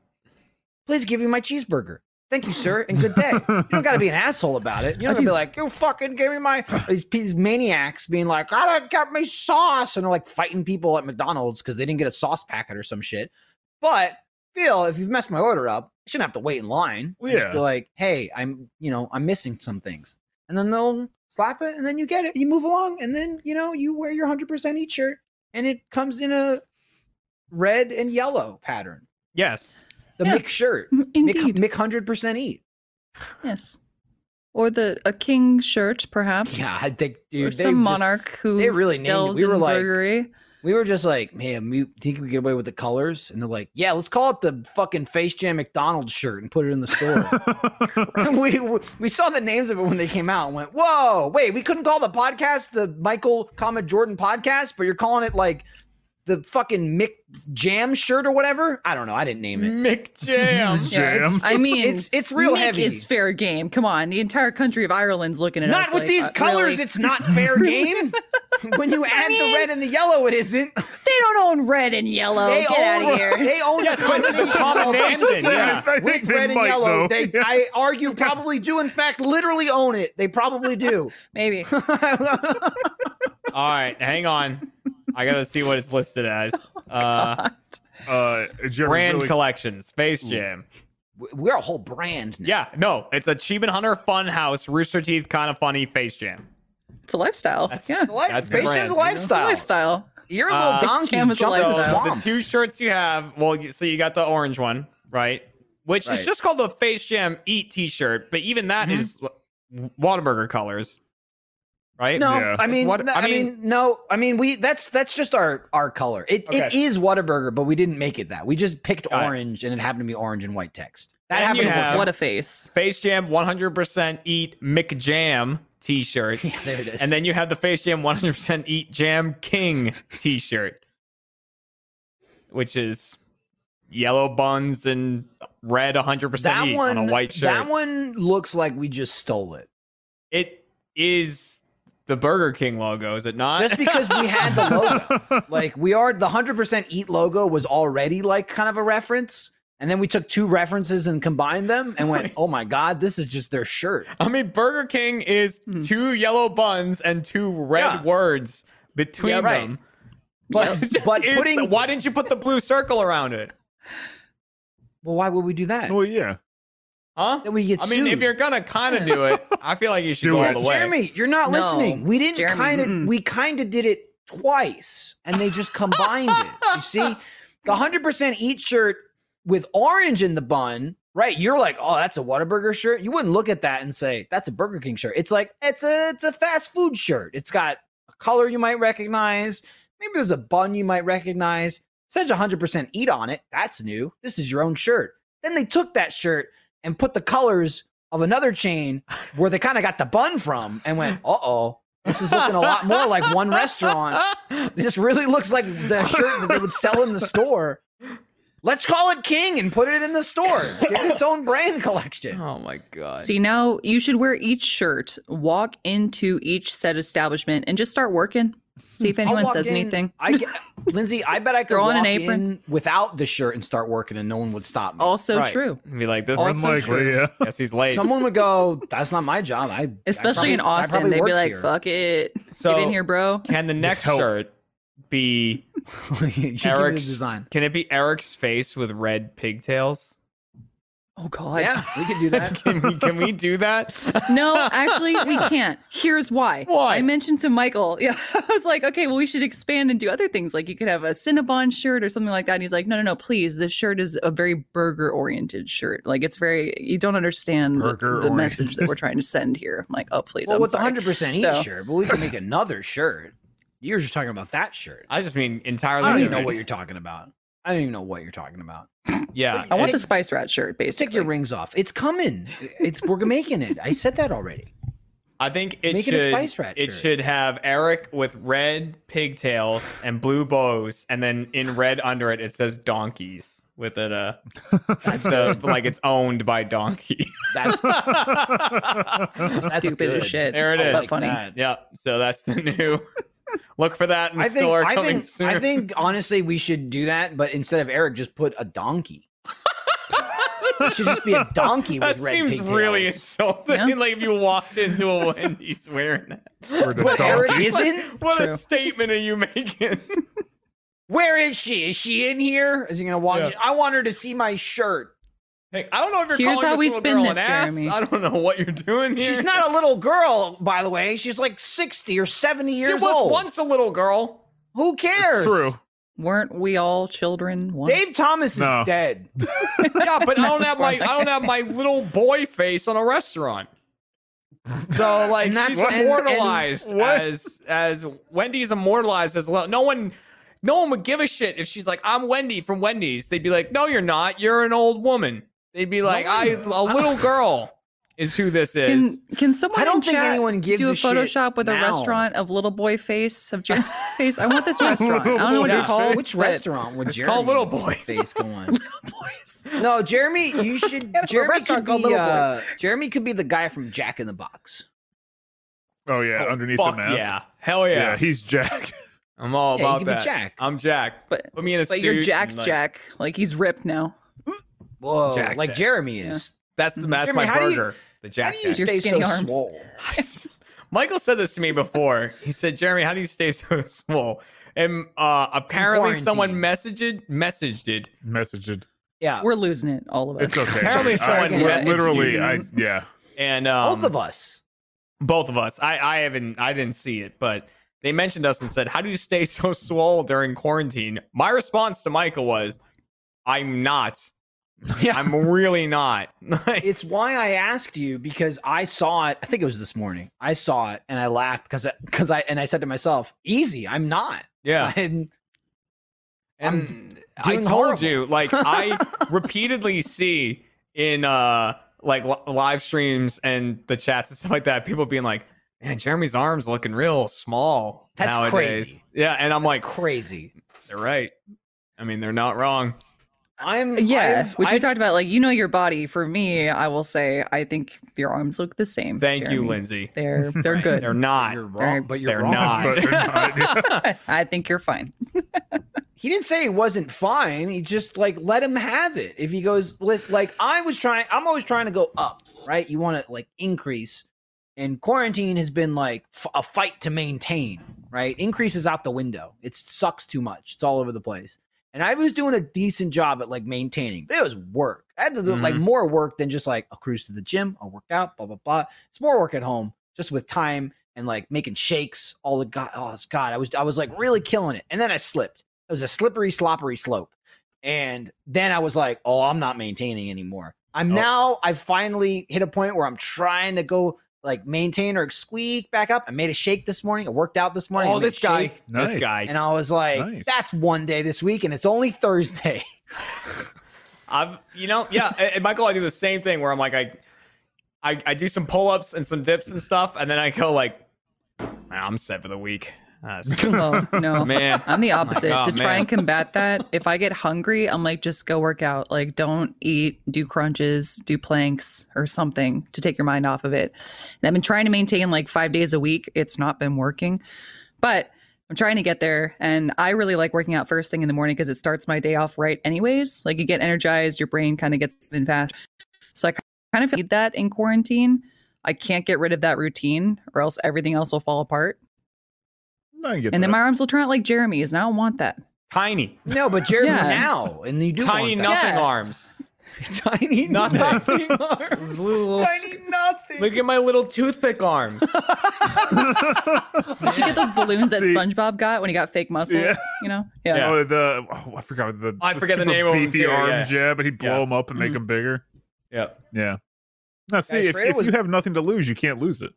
[SPEAKER 1] Please give me my cheeseburger. Thank you, sir, and good day. You don't got to be an asshole about it. You don't got to be like, you fucking gave me my. These, these maniacs being like, I don't got me sauce. And they're like fighting people at McDonald's because they didn't get a sauce packet or some shit. But, Phil, if you've messed my order up, I shouldn't have to wait in line.
[SPEAKER 3] Well,
[SPEAKER 1] Just
[SPEAKER 3] yeah.
[SPEAKER 1] be like, hey, I'm, you know, I'm missing some things. And then they'll slap it and then you get it. You move along and then, you know, you wear your 100% eat shirt and it comes in a red and yellow pattern.
[SPEAKER 2] Yes.
[SPEAKER 1] The
[SPEAKER 4] Yeah.
[SPEAKER 1] Mick shirt. Mick,
[SPEAKER 4] Indeed,
[SPEAKER 1] Mick 100% eat.
[SPEAKER 4] yes. Or the a king shirt, perhaps.
[SPEAKER 1] Yeah, I think dude,
[SPEAKER 4] or
[SPEAKER 1] they
[SPEAKER 4] some
[SPEAKER 1] just-
[SPEAKER 4] monarch who
[SPEAKER 1] they really named it.
[SPEAKER 4] delves
[SPEAKER 1] We were
[SPEAKER 4] in
[SPEAKER 1] like,
[SPEAKER 4] burgery.
[SPEAKER 1] we were just like, man, we think we get away with the colors, and they're like, yeah, let's call it the fucking Face Jam McDonald's shirt and put it in the store. And we we saw the names of it when they came out and went, whoa, wait, we couldn't call the podcast the Michael, comma Jordan podcast, but you're calling it like the fucking Mick Jam shirt or whatever. I don't know. I didn't name it.
[SPEAKER 4] Mm.
[SPEAKER 2] Mick Jam.
[SPEAKER 4] Yeah, it's-
[SPEAKER 3] Jam.
[SPEAKER 4] I mean,
[SPEAKER 1] it's it's real
[SPEAKER 4] Nick
[SPEAKER 1] heavy.
[SPEAKER 4] is fair game. Come on, the entire country of Ireland's looking at us.
[SPEAKER 1] Not with
[SPEAKER 4] like,
[SPEAKER 1] these
[SPEAKER 4] uh,
[SPEAKER 1] colors,
[SPEAKER 4] really?
[SPEAKER 1] it's not fair game. when you add the
[SPEAKER 4] mean-
[SPEAKER 1] red and the yellow, it isn't.
[SPEAKER 4] they don't own red and yellow.
[SPEAKER 1] they
[SPEAKER 4] Get out
[SPEAKER 1] own,
[SPEAKER 4] of here.
[SPEAKER 1] They own
[SPEAKER 2] Yes,
[SPEAKER 1] the
[SPEAKER 2] but the
[SPEAKER 1] combination, of
[SPEAKER 2] combination,
[SPEAKER 1] MC
[SPEAKER 2] yeah.
[SPEAKER 3] I think
[SPEAKER 1] with
[SPEAKER 3] they
[SPEAKER 1] red and
[SPEAKER 3] might,
[SPEAKER 1] yellow.
[SPEAKER 3] though.
[SPEAKER 1] They,
[SPEAKER 3] Yeah.
[SPEAKER 1] I argue, probably do. In fact, literally own it. They probably do.
[SPEAKER 4] Maybe.
[SPEAKER 2] All right, hang on. I gotta see what it's listed as. uh,
[SPEAKER 4] God.
[SPEAKER 3] Uh, Jeremy,
[SPEAKER 2] brand
[SPEAKER 3] really-
[SPEAKER 2] collection, Space Jam.
[SPEAKER 1] W- We're a whole brand now.
[SPEAKER 2] Yeah, no, it's Achievement Hunter Funhouse, Rooster Teeth, kind of funny, Face Jam.
[SPEAKER 4] it's a lifestyle.
[SPEAKER 2] That's-
[SPEAKER 4] yeah,
[SPEAKER 1] Li-
[SPEAKER 2] That's the
[SPEAKER 1] Space
[SPEAKER 2] brand,
[SPEAKER 1] Jam's
[SPEAKER 2] you know?
[SPEAKER 1] lifestyle.
[SPEAKER 4] lifestyle.
[SPEAKER 1] You're a
[SPEAKER 2] Uh,
[SPEAKER 1] little
[SPEAKER 2] Space
[SPEAKER 1] donkey
[SPEAKER 4] Jam is a
[SPEAKER 1] jumping
[SPEAKER 2] So
[SPEAKER 4] lifestyle.
[SPEAKER 1] swamp.
[SPEAKER 2] the two shirts you have, well, you, so you got the orange one, right? Which
[SPEAKER 1] Right.
[SPEAKER 2] is just called the Face Jam Eat T-shirt, but even that
[SPEAKER 3] Mhm.
[SPEAKER 2] is Whataburger colors, right?
[SPEAKER 1] No,
[SPEAKER 3] Yeah.
[SPEAKER 1] I mean,
[SPEAKER 2] What-
[SPEAKER 1] no,
[SPEAKER 2] I
[SPEAKER 1] I mean, no, I mean, we that's that's just our our color. It it
[SPEAKER 2] Okay.
[SPEAKER 1] is Whataburger, but we didn't make it that. We just picked
[SPEAKER 2] Got it.
[SPEAKER 1] orange, and it happened to be orange and white text. That
[SPEAKER 2] And you
[SPEAKER 1] happens.
[SPEAKER 2] have-
[SPEAKER 1] with
[SPEAKER 4] what a face.
[SPEAKER 2] Face Jam 100% Eat McJam T-shirt,
[SPEAKER 1] Yeah, there it is.
[SPEAKER 2] and then you have the Face Jam 100% Eat Jam King T-shirt, which is yellow buns and red 100%
[SPEAKER 1] that
[SPEAKER 2] eat
[SPEAKER 1] one,
[SPEAKER 2] on a white shirt.
[SPEAKER 1] that one looks like we just stole it.
[SPEAKER 2] It is the Burger King logo, is it not?
[SPEAKER 1] Just because we had the logo, like we are the hundred percent eat logo was already like kind of a reference, and then we took two references and combined them and went, oh my god, this is just their shirt.
[SPEAKER 2] I mean, Burger King is
[SPEAKER 4] Mhm.
[SPEAKER 2] two yellow buns and two red
[SPEAKER 1] Hmm. Yeah.
[SPEAKER 2] words between
[SPEAKER 1] Yeah, right.
[SPEAKER 2] them.
[SPEAKER 1] But
[SPEAKER 2] It's just-
[SPEAKER 1] but
[SPEAKER 2] it's
[SPEAKER 1] putting
[SPEAKER 2] the- why didn't you put the blue circle around it?
[SPEAKER 1] well, why would we do that?
[SPEAKER 3] well, yeah.
[SPEAKER 2] Huh?
[SPEAKER 1] Then we get
[SPEAKER 2] I mean, if
[SPEAKER 1] sued.
[SPEAKER 2] you're gonna kind of do it, I feel like you should
[SPEAKER 3] Do
[SPEAKER 2] go
[SPEAKER 3] it.
[SPEAKER 2] all
[SPEAKER 1] Because
[SPEAKER 2] the way.
[SPEAKER 1] Jeremy, you're not
[SPEAKER 4] No,
[SPEAKER 1] listening. We didn't
[SPEAKER 4] Jeremy,
[SPEAKER 1] kind
[SPEAKER 4] mm-mm.
[SPEAKER 1] of we kind of did it twice and they just combined it. You see? The 100% eat shirt with orange in the bun, right? You're like, "Oh, that's a Whataburger shirt." You wouldn't look at that and say, "That's a Burger King shirt." It's like, "It's a it's a fast food shirt. It's got a color you might recognize. Maybe there's a bun you might recognize. Says 100% eat on it. That's new. This is your own shirt." Then they took that shirt and put the colors of another chain where they kind of got the bun from and went, uh oh, this is looking a lot more like one restaurant. This really looks like the shirt that they would sell in the store. Let's call it King and put it in the store. Give it its own brand collection.
[SPEAKER 2] Oh my god.
[SPEAKER 4] See, now you should wear each shirt, walk into each set establishment, and just start working. See if anyone
[SPEAKER 1] I
[SPEAKER 4] says
[SPEAKER 1] walked Hmm. in,
[SPEAKER 4] anything.
[SPEAKER 1] I get, Lindsay, I bet I could
[SPEAKER 4] Throw on
[SPEAKER 1] walk
[SPEAKER 4] an apron.
[SPEAKER 1] in without the shirt and start working and no one would stop me.
[SPEAKER 4] Also
[SPEAKER 2] Right.
[SPEAKER 4] true,
[SPEAKER 2] I'd Be like this.
[SPEAKER 4] Also
[SPEAKER 2] is-
[SPEAKER 3] Unlikely, yeah.
[SPEAKER 2] Guess he's late.
[SPEAKER 1] Someone would go, that's not my job. I I
[SPEAKER 4] especially in
[SPEAKER 1] probably- I
[SPEAKER 4] Austin.
[SPEAKER 1] probably
[SPEAKER 4] They'd be
[SPEAKER 1] works
[SPEAKER 4] like,
[SPEAKER 1] here."
[SPEAKER 4] "Fuck it,
[SPEAKER 2] So-
[SPEAKER 4] get in here, bro."
[SPEAKER 2] Can the next
[SPEAKER 3] Help.
[SPEAKER 2] shirt be?
[SPEAKER 1] You give me the
[SPEAKER 2] Eric's-
[SPEAKER 1] design.
[SPEAKER 2] Can it be Eric's face with red pigtails?
[SPEAKER 4] Oh God.
[SPEAKER 1] Yeah, we could do that.
[SPEAKER 2] Can we, can we do that?
[SPEAKER 4] No, actually, we can't. Here's why.
[SPEAKER 2] Why?
[SPEAKER 4] I mentioned to Michael, yeah, I was like, okay, well, we should expand and do other things. Like, you could have a Cinnabon shirt or something like that. And he's like, no, no, no, please. This shirt is a very burger oriented shirt. Like, it's very, you don't understand the
[SPEAKER 3] Burger-oriented.
[SPEAKER 4] message that we're trying to send here. I'm like, oh, please.
[SPEAKER 1] Well,
[SPEAKER 4] I'm
[SPEAKER 1] what's
[SPEAKER 4] sorry.
[SPEAKER 1] 100% eat
[SPEAKER 4] So-
[SPEAKER 1] shirt? But we can make another shirt. You're just talking about that shirt.
[SPEAKER 2] I just mean entirely.
[SPEAKER 1] I don't even know
[SPEAKER 2] different.
[SPEAKER 1] what you're talking about. I don't even know what you're talking about.
[SPEAKER 2] Yeah.
[SPEAKER 4] I want
[SPEAKER 1] Take-
[SPEAKER 4] the Spice Rat shirt, basically.
[SPEAKER 1] Take your rings off. It's coming. It's we're making it. I said that already.
[SPEAKER 2] I think it
[SPEAKER 1] Make it
[SPEAKER 2] should
[SPEAKER 1] a Spice Rat
[SPEAKER 2] it
[SPEAKER 1] shirt.
[SPEAKER 2] should have Eric with red pigtails and blue bows, and then in red under it it says donkeys with it uh the, like it's owned by donkey.
[SPEAKER 1] That's that's
[SPEAKER 4] Stupid
[SPEAKER 1] good.
[SPEAKER 4] as shit.
[SPEAKER 2] There it
[SPEAKER 4] I
[SPEAKER 2] is.
[SPEAKER 4] like funny.
[SPEAKER 1] that.
[SPEAKER 2] yeah, so that's the new look for that in the
[SPEAKER 1] I think.
[SPEAKER 2] store
[SPEAKER 1] I
[SPEAKER 2] coming
[SPEAKER 1] think.
[SPEAKER 2] soon.
[SPEAKER 1] I think. Honestly, we should do that, but instead of Eric, just put a donkey. it should just be a donkey
[SPEAKER 2] that
[SPEAKER 1] with red
[SPEAKER 2] seems
[SPEAKER 1] pigtails.
[SPEAKER 2] really insulting.
[SPEAKER 4] Yeah.
[SPEAKER 2] Like if you walked into a Wendy's wearing that.
[SPEAKER 3] We're the
[SPEAKER 1] But Eric
[SPEAKER 3] donkey.
[SPEAKER 1] isn't.
[SPEAKER 2] What
[SPEAKER 4] True.
[SPEAKER 2] a statement are you making?
[SPEAKER 1] Where is she? Is she in here? Is he gonna watch?
[SPEAKER 2] Yeah.
[SPEAKER 1] it? I want her to see my shirt.
[SPEAKER 2] Like, I don't know if you're
[SPEAKER 4] Here's
[SPEAKER 2] calling
[SPEAKER 4] how
[SPEAKER 2] this
[SPEAKER 4] we
[SPEAKER 2] little
[SPEAKER 4] spin
[SPEAKER 2] girl
[SPEAKER 4] this,
[SPEAKER 2] an ass.
[SPEAKER 4] Jeremy.
[SPEAKER 2] I don't know what you're doing here.
[SPEAKER 1] She's not a little girl, by the way. She's like sixty or seventy
[SPEAKER 2] She
[SPEAKER 1] years
[SPEAKER 2] was
[SPEAKER 1] old.
[SPEAKER 2] once a little girl.
[SPEAKER 1] Who cares?
[SPEAKER 3] True.
[SPEAKER 4] Weren't we all children once?
[SPEAKER 1] Dave Thomas is
[SPEAKER 3] No.
[SPEAKER 1] dead.
[SPEAKER 2] Yeah, but I don't have my
[SPEAKER 4] why.
[SPEAKER 2] I don't have my little boy face on a restaurant. So like
[SPEAKER 1] And that's-
[SPEAKER 2] she's
[SPEAKER 1] and- and
[SPEAKER 2] immortalized
[SPEAKER 3] what?
[SPEAKER 2] as as Wendy's immortalized as well. No one no one would give a shit if she's like I'm Wendy from Wendy's. They'd be like, no, you're not. You're an old woman. They'd be like, I a little girl is who this
[SPEAKER 4] Can,
[SPEAKER 2] is.
[SPEAKER 4] can someone
[SPEAKER 1] I don't
[SPEAKER 4] in
[SPEAKER 1] think
[SPEAKER 4] chat
[SPEAKER 1] anyone gives
[SPEAKER 4] do a
[SPEAKER 1] a shit
[SPEAKER 4] Photoshop with a
[SPEAKER 1] now.
[SPEAKER 4] restaurant of little boy face of Jeremy's face? I want this restaurant. I don't know what
[SPEAKER 1] Yeah.
[SPEAKER 4] it's called.
[SPEAKER 1] Which
[SPEAKER 4] but-
[SPEAKER 1] restaurant would Jeremy
[SPEAKER 2] called Little Boys.
[SPEAKER 1] face go on? No, Jeremy, you should.
[SPEAKER 4] have a
[SPEAKER 1] Jeremy could
[SPEAKER 4] restaurant called
[SPEAKER 1] be,
[SPEAKER 4] Little Boys.
[SPEAKER 1] uh, Jeremy could be the guy from Jack in the Box.
[SPEAKER 3] Oh yeah,
[SPEAKER 2] Oh,
[SPEAKER 3] underneath the
[SPEAKER 2] fuck
[SPEAKER 3] mask.
[SPEAKER 2] yeah, hell
[SPEAKER 3] yeah.
[SPEAKER 2] yeah.
[SPEAKER 3] he's Jack.
[SPEAKER 2] I'm all
[SPEAKER 1] Yeah, you
[SPEAKER 2] about
[SPEAKER 1] could be
[SPEAKER 2] that. Uh,
[SPEAKER 1] Jack.
[SPEAKER 2] I'm Jack.
[SPEAKER 4] But-
[SPEAKER 2] Put me in a
[SPEAKER 4] But
[SPEAKER 2] suit
[SPEAKER 4] you're Jack
[SPEAKER 2] and, like,
[SPEAKER 4] Jack. Like he's ripped now.
[SPEAKER 1] Whoa,
[SPEAKER 2] Jack
[SPEAKER 1] like
[SPEAKER 2] Jack.
[SPEAKER 1] Jeremy is.
[SPEAKER 2] That's the that's
[SPEAKER 1] Jeremy,
[SPEAKER 2] my
[SPEAKER 1] how do you-
[SPEAKER 2] burger. the
[SPEAKER 1] How
[SPEAKER 2] Jack
[SPEAKER 1] do you
[SPEAKER 2] Jack.
[SPEAKER 4] Your
[SPEAKER 1] stay so
[SPEAKER 4] skinny arms.
[SPEAKER 1] swole?
[SPEAKER 2] Michael said this to me before. He said, Jeremy, how do you stay so swole? And uh, apparently, someone messaged messaged it.
[SPEAKER 3] Messaged.
[SPEAKER 2] Um,
[SPEAKER 1] Yeah.
[SPEAKER 4] We're losing it, all of us.
[SPEAKER 3] It's okay.
[SPEAKER 2] Apparently
[SPEAKER 3] I-
[SPEAKER 2] someone
[SPEAKER 3] we're
[SPEAKER 2] messaged
[SPEAKER 3] literally.
[SPEAKER 2] you.
[SPEAKER 3] I yeah.
[SPEAKER 2] And um,
[SPEAKER 1] Both of us.
[SPEAKER 2] both of us. I I haven't I didn't see it, but they mentioned us and said, "How do you stay so swole during quarantine?" My response to Michael was, "I'm not.
[SPEAKER 1] Yeah.
[SPEAKER 2] I'm really not." Like,
[SPEAKER 1] it's why I asked you because I saw it. I think it was this morning. I saw it and I laughed because because I and I said to myself, "Easy, I'm not."
[SPEAKER 2] yeah.
[SPEAKER 1] I'm-
[SPEAKER 2] And I
[SPEAKER 1] doing
[SPEAKER 2] told
[SPEAKER 1] horrible.
[SPEAKER 2] you, like I repeatedly see in uh like li- live streams and the chats and stuff like that, people being like, "Man, Jeremy's arms looking real small
[SPEAKER 1] That's
[SPEAKER 2] nowadays."
[SPEAKER 1] crazy.
[SPEAKER 2] Yeah, and I'm
[SPEAKER 1] that's
[SPEAKER 2] like,
[SPEAKER 1] crazy.
[SPEAKER 2] they're right. I mean, they're not wrong.
[SPEAKER 1] I'm
[SPEAKER 4] Yeah,
[SPEAKER 1] I've-
[SPEAKER 4] which we
[SPEAKER 1] I-
[SPEAKER 4] talked about. Like, you know your body. For me, I will say, I think your arms look the same.
[SPEAKER 2] Thank you,
[SPEAKER 4] Jeremy.
[SPEAKER 2] Lindsay.
[SPEAKER 4] They're they're
[SPEAKER 1] Right.
[SPEAKER 4] good.
[SPEAKER 2] They're not.
[SPEAKER 1] You're
[SPEAKER 4] They're-
[SPEAKER 1] wrong, but you're
[SPEAKER 2] they're
[SPEAKER 1] wrong.
[SPEAKER 2] not.
[SPEAKER 3] But they're not.
[SPEAKER 4] I think you're fine.
[SPEAKER 1] He didn't say he wasn't fine. He just like let him have it. If he goes, list like I was trying. I'm always trying to go up, right? You want to like increase, and quarantine has been like f- a fight to maintain, right? Increase is out the window. It sucks too much. It's all over the place. And I was doing a decent job at like maintaining, but it was work. I had to do like
[SPEAKER 2] Mhm.
[SPEAKER 1] more work than just like I'll cruise to the gym, I'll work out, blah blah blah. It's more work at home, just with time and like making shakes. All the god, oh it's god, I was I was like really killing it, and then I slipped. It was a slippery, sloppery slope. And then I was like, oh, I'm not maintaining anymore. I'm
[SPEAKER 2] Oh.
[SPEAKER 1] now, I've finally hit a point where I'm trying to go like maintain or squeak back up. I made a shake this morning. I worked out this morning. I
[SPEAKER 2] Oh,
[SPEAKER 1] made a
[SPEAKER 2] this guy.
[SPEAKER 1] shake.
[SPEAKER 3] Nice.
[SPEAKER 2] This guy.
[SPEAKER 1] And I was like,
[SPEAKER 3] Nice.
[SPEAKER 1] that's one day this week and it's only Thursday.
[SPEAKER 2] I've you know, yeah, and and Michael, I do the same thing where I'm like I I, I do some pull ups and some dips and stuff, and then I go like "Ah, I'm set for the week. Ah, s-
[SPEAKER 4] Oh no,
[SPEAKER 2] man.
[SPEAKER 4] I'm the opposite.
[SPEAKER 2] God,
[SPEAKER 4] to try
[SPEAKER 2] man.
[SPEAKER 4] and combat that, if I get hungry, I'm like, just go work out. Like, don't eat, do crunches, do planks or something to take your mind off of it. And I've been trying to maintain like five days a week. It's not been working, but I'm trying to get there. And I really like working out first thing in the morning because it starts my day off right, anyways. Like, you get energized, your brain kind of gets in fast. So I kind of need that in quarantine. I can't get rid of that routine or else everything else will fall apart.
[SPEAKER 3] I can get
[SPEAKER 4] And then
[SPEAKER 3] that.
[SPEAKER 4] my arms will turn out like Jeremy's, and I don't want that.
[SPEAKER 2] Tiny.
[SPEAKER 1] No, but Jeremy
[SPEAKER 4] Yeah.
[SPEAKER 1] now. And you do
[SPEAKER 2] Tiny
[SPEAKER 1] want
[SPEAKER 2] nothing
[SPEAKER 4] Yeah.
[SPEAKER 2] arms.
[SPEAKER 1] that. Tiny
[SPEAKER 2] Nothing.
[SPEAKER 1] nothing. arms.
[SPEAKER 2] Little- little-
[SPEAKER 1] Tiny nothing.
[SPEAKER 2] Look at my little toothpick arms.
[SPEAKER 4] You should get those balloons that
[SPEAKER 3] See?
[SPEAKER 4] SpongeBob got when he got fake muscles.
[SPEAKER 3] Yeah.
[SPEAKER 4] You know, yeah.
[SPEAKER 2] Yeah.
[SPEAKER 3] Oh, the oh, I forgot the.
[SPEAKER 2] I
[SPEAKER 3] the
[SPEAKER 2] forget the
[SPEAKER 3] super
[SPEAKER 2] name of 'em
[SPEAKER 3] beefy
[SPEAKER 2] too,
[SPEAKER 3] arms. Yeah. but he'd blow
[SPEAKER 2] Yeah.
[SPEAKER 3] them up and make them bigger.
[SPEAKER 2] Yeah.
[SPEAKER 3] Yeah. Now see, if,
[SPEAKER 1] Mm-hmm. Fredo
[SPEAKER 3] if
[SPEAKER 1] was-
[SPEAKER 3] you have nothing to lose, you can't lose it.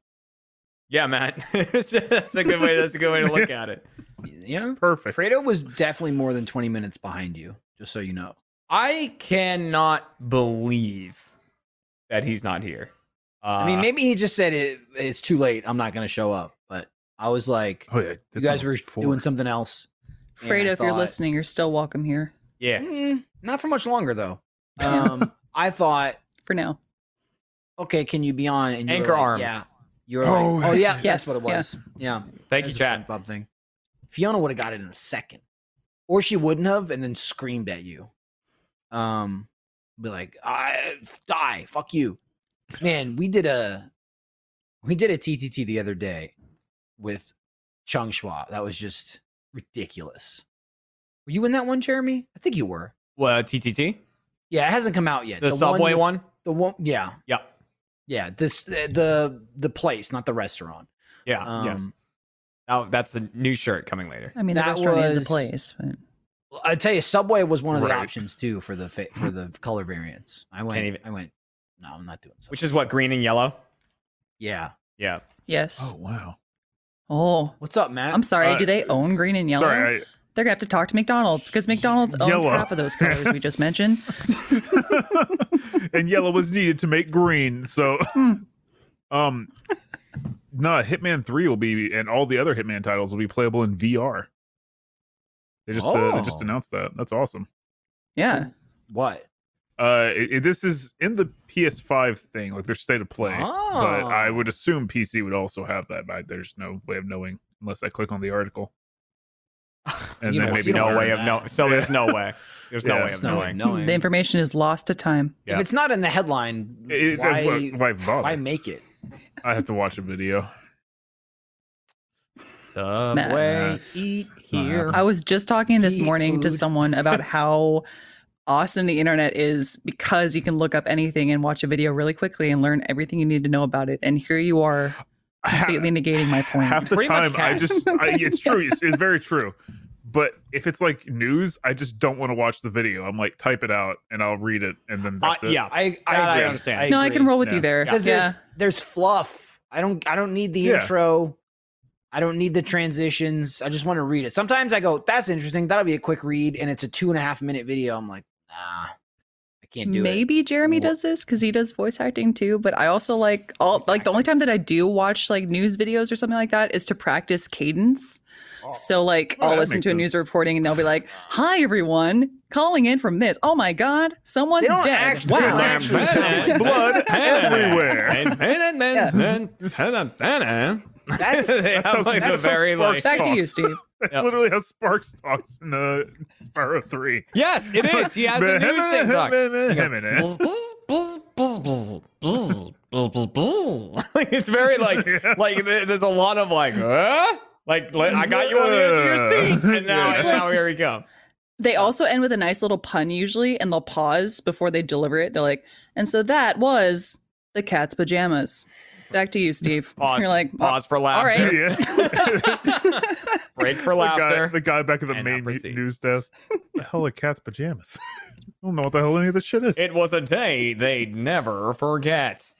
[SPEAKER 2] Yeah, Matt. that's a good way that's a good way to look at it.
[SPEAKER 1] yeah.
[SPEAKER 3] Perfect.
[SPEAKER 1] Fredo was definitely more than 20 minutes behind you, just so you know.
[SPEAKER 2] I cannot believe that he's not here. Uh,
[SPEAKER 1] I mean, maybe he just said it, it's too late. I'm not going to show up. But I was like,
[SPEAKER 3] Oh yeah,
[SPEAKER 1] you
[SPEAKER 3] that's
[SPEAKER 1] guys were
[SPEAKER 3] almost four.
[SPEAKER 1] doing something else. and I
[SPEAKER 4] Fredo, if you're
[SPEAKER 1] thought,
[SPEAKER 4] listening, you're still welcome here
[SPEAKER 2] yeah.
[SPEAKER 1] "Mm, not for much longer though. Um, I thought,
[SPEAKER 4] for now.
[SPEAKER 1] okay, can you be on? And you were
[SPEAKER 2] Anchor
[SPEAKER 1] like,
[SPEAKER 2] arms.
[SPEAKER 1] Yeah. You were
[SPEAKER 3] Oh,
[SPEAKER 1] like, oh yeah,
[SPEAKER 4] Yes,
[SPEAKER 1] that's what it
[SPEAKER 4] yeah.
[SPEAKER 1] was. Yeah.
[SPEAKER 2] Thank you,
[SPEAKER 1] That's a
[SPEAKER 2] Chad.
[SPEAKER 1] SpongeBob thing. Fiona would have got it in a second, or she wouldn't have, and then screamed at you. Um, be like, I die, fuck you, man. We did a, we did a TTT the other day with Chung Shua. That was just ridiculous. Were you in that one, Jeremy? I think you were.
[SPEAKER 2] What uh, TTT?
[SPEAKER 1] Yeah, it hasn't come out yet.
[SPEAKER 2] The, subway
[SPEAKER 1] with-
[SPEAKER 2] one?
[SPEAKER 1] The one, yeah,
[SPEAKER 2] Yeah.
[SPEAKER 1] yeah. This the the, the place, not the restaurant.
[SPEAKER 2] Yeah. yes.
[SPEAKER 1] Um,
[SPEAKER 2] Oh, that's a new shirt coming later.
[SPEAKER 4] I mean, the
[SPEAKER 1] That
[SPEAKER 4] restaurant is a
[SPEAKER 1] was-
[SPEAKER 4] place. But
[SPEAKER 1] Well, I tell you, Subway was one of the
[SPEAKER 3] Right.
[SPEAKER 1] options too for the fa- for the color variants. I went.
[SPEAKER 2] even-
[SPEAKER 1] I went. No, I'm not doing. Subway.
[SPEAKER 2] Which is what green and yellow.
[SPEAKER 1] Yeah.
[SPEAKER 2] Yeah.
[SPEAKER 4] yes.
[SPEAKER 3] Oh wow.
[SPEAKER 4] Oh.
[SPEAKER 1] What's up, Matt?
[SPEAKER 4] I'm sorry.
[SPEAKER 3] Uh,
[SPEAKER 4] do they own green and yellow?
[SPEAKER 3] Sorry.
[SPEAKER 4] They're gonna have to talk to McDonald's because McDonald's owns
[SPEAKER 3] Yellow.
[SPEAKER 4] half of those colors we just mentioned.
[SPEAKER 3] I... and yellow was needed to make green. So,
[SPEAKER 4] Hmm.
[SPEAKER 3] um, no, Hitman Three will be, and all the other Hitman titles will be playable in VR. They just uh, they just
[SPEAKER 1] Oh.
[SPEAKER 3] announced that. That's awesome.
[SPEAKER 4] Yeah.
[SPEAKER 1] what?
[SPEAKER 3] Uh, it, it- this is in the PS5 thing, like their state of play. But I would assume PC would also have that. But there's no way of knowing unless I click on the article.
[SPEAKER 1] You
[SPEAKER 3] then
[SPEAKER 1] don't-
[SPEAKER 3] maybe
[SPEAKER 1] you
[SPEAKER 2] no
[SPEAKER 1] don't
[SPEAKER 2] way of
[SPEAKER 1] learn
[SPEAKER 2] no.
[SPEAKER 1] that.
[SPEAKER 2] So there's no way. There's no
[SPEAKER 3] Yeah.
[SPEAKER 2] way
[SPEAKER 1] There's
[SPEAKER 2] of
[SPEAKER 1] no way of
[SPEAKER 2] knowing.
[SPEAKER 1] knowing.
[SPEAKER 4] The information is lost to time.
[SPEAKER 2] Yeah.
[SPEAKER 1] If it's not in the headline,
[SPEAKER 3] It- it-
[SPEAKER 1] why,
[SPEAKER 3] why bother?
[SPEAKER 1] why make it?
[SPEAKER 3] I have to watch a video.
[SPEAKER 2] Subway,
[SPEAKER 3] That's-
[SPEAKER 2] eat
[SPEAKER 3] that's not
[SPEAKER 2] here.
[SPEAKER 3] happening.
[SPEAKER 4] I was just talking this
[SPEAKER 1] Eat
[SPEAKER 4] morning to
[SPEAKER 1] food.
[SPEAKER 4] someone about how awesome the internet is because you can look up anything and watch a video really quickly and learn everything you need to know about it. And here you are completely negating my point.
[SPEAKER 3] Half the
[SPEAKER 2] Pretty much
[SPEAKER 3] time, I
[SPEAKER 2] cat.
[SPEAKER 3] just I, it's true. It's, it's very true. But if it's like news, I just don't want to watch the video. I'm like, type it out and I'll read it, and then
[SPEAKER 2] Uh,
[SPEAKER 3] that's it.
[SPEAKER 2] yeah,
[SPEAKER 1] I, I,
[SPEAKER 2] That I
[SPEAKER 1] agree.
[SPEAKER 2] understand.
[SPEAKER 4] no, I can
[SPEAKER 1] agree.
[SPEAKER 4] roll with
[SPEAKER 3] Yeah.
[SPEAKER 4] you there.
[SPEAKER 1] because
[SPEAKER 4] Yeah.
[SPEAKER 1] there's there's fluff. I don't I don't need the
[SPEAKER 3] Yeah.
[SPEAKER 1] intro. I don't need the transitions. I just want to read it. Sometimes I go, "That's interesting. That'll be a quick read," and it's a two and a half minute video. I'm like, nah, I can't do it.
[SPEAKER 4] Maybe Jeremy
[SPEAKER 1] Wha-
[SPEAKER 4] does this because he does voice acting too. But I also like all like the only time that I do watch like news videos or something like that is to practice cadence.
[SPEAKER 1] Oh.
[SPEAKER 4] So like
[SPEAKER 3] Oh,
[SPEAKER 4] I'll
[SPEAKER 3] that
[SPEAKER 4] listen
[SPEAKER 3] makes
[SPEAKER 4] to a
[SPEAKER 3] sense.
[SPEAKER 4] news reporting and they'll be like, "Hi everyone, calling in from this. Oh my god, someone's
[SPEAKER 1] They don't
[SPEAKER 4] dead.
[SPEAKER 1] act-
[SPEAKER 4] wow,
[SPEAKER 1] they don't
[SPEAKER 3] Lamb,
[SPEAKER 1] actually
[SPEAKER 3] lamb, blood everywhere.
[SPEAKER 1] That's
[SPEAKER 2] That's
[SPEAKER 3] how-
[SPEAKER 2] like the
[SPEAKER 3] that's how
[SPEAKER 2] very
[SPEAKER 3] sports
[SPEAKER 2] like.
[SPEAKER 4] back to you,
[SPEAKER 3] Fox.
[SPEAKER 4] Steve.
[SPEAKER 3] That's
[SPEAKER 2] Yep.
[SPEAKER 3] literally how Sparks talks in uh, Spyro Three.
[SPEAKER 2] Yes, it is. He has a news thing. Doc. He goes, "Buzz, buzz, buzz, buzz, buzz, buzz, buzz, buzz." Like, it's very like
[SPEAKER 3] Yeah.
[SPEAKER 2] like th- there's a lot of like huh? like let- I got you on the edge of your seat and now
[SPEAKER 4] It's
[SPEAKER 2] and
[SPEAKER 4] like-
[SPEAKER 2] now here we go.
[SPEAKER 4] They also end with a nice little pun usually, and they'll pause before they deliver it. They're like, "And so that was the cat's pajamas." Back to you, Steve.
[SPEAKER 2] Pause.
[SPEAKER 4] You're like,
[SPEAKER 2] Pause for laughter.
[SPEAKER 4] right.
[SPEAKER 3] Yeah. the,
[SPEAKER 2] Break for
[SPEAKER 3] guy,
[SPEAKER 2] laughter.
[SPEAKER 3] the guy back at the
[SPEAKER 2] And
[SPEAKER 3] main
[SPEAKER 2] now
[SPEAKER 3] mu-
[SPEAKER 2] proceed.
[SPEAKER 3] news desk. The hell are cat's pajamas? I don't know what the hell any of this shit is.
[SPEAKER 2] It was a day they'd never forget.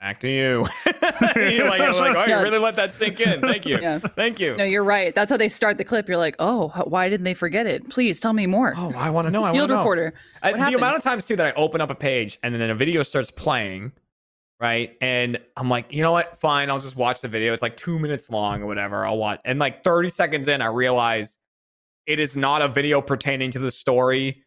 [SPEAKER 2] Back to you. you're like, you're like, oh, you
[SPEAKER 4] Yeah.
[SPEAKER 2] really let that sink in. Thank you.
[SPEAKER 4] Yeah.
[SPEAKER 2] Thank you.
[SPEAKER 4] No, you're right. That's how they start the clip. You're like, oh, h- why didn't they forget it? Please tell me more.
[SPEAKER 2] Oh, I want to know. I want
[SPEAKER 4] Field
[SPEAKER 2] to know.
[SPEAKER 4] reporter.
[SPEAKER 2] I-
[SPEAKER 4] What
[SPEAKER 2] the
[SPEAKER 4] happened?
[SPEAKER 2] amount of times too that I open up a page and then a video starts playing, right? And I'm like, you know what? Fine, I'll just watch the video. It's like two minutes long or whatever. I'll watch. And like 30 seconds in, I realize it is not a video pertaining to the story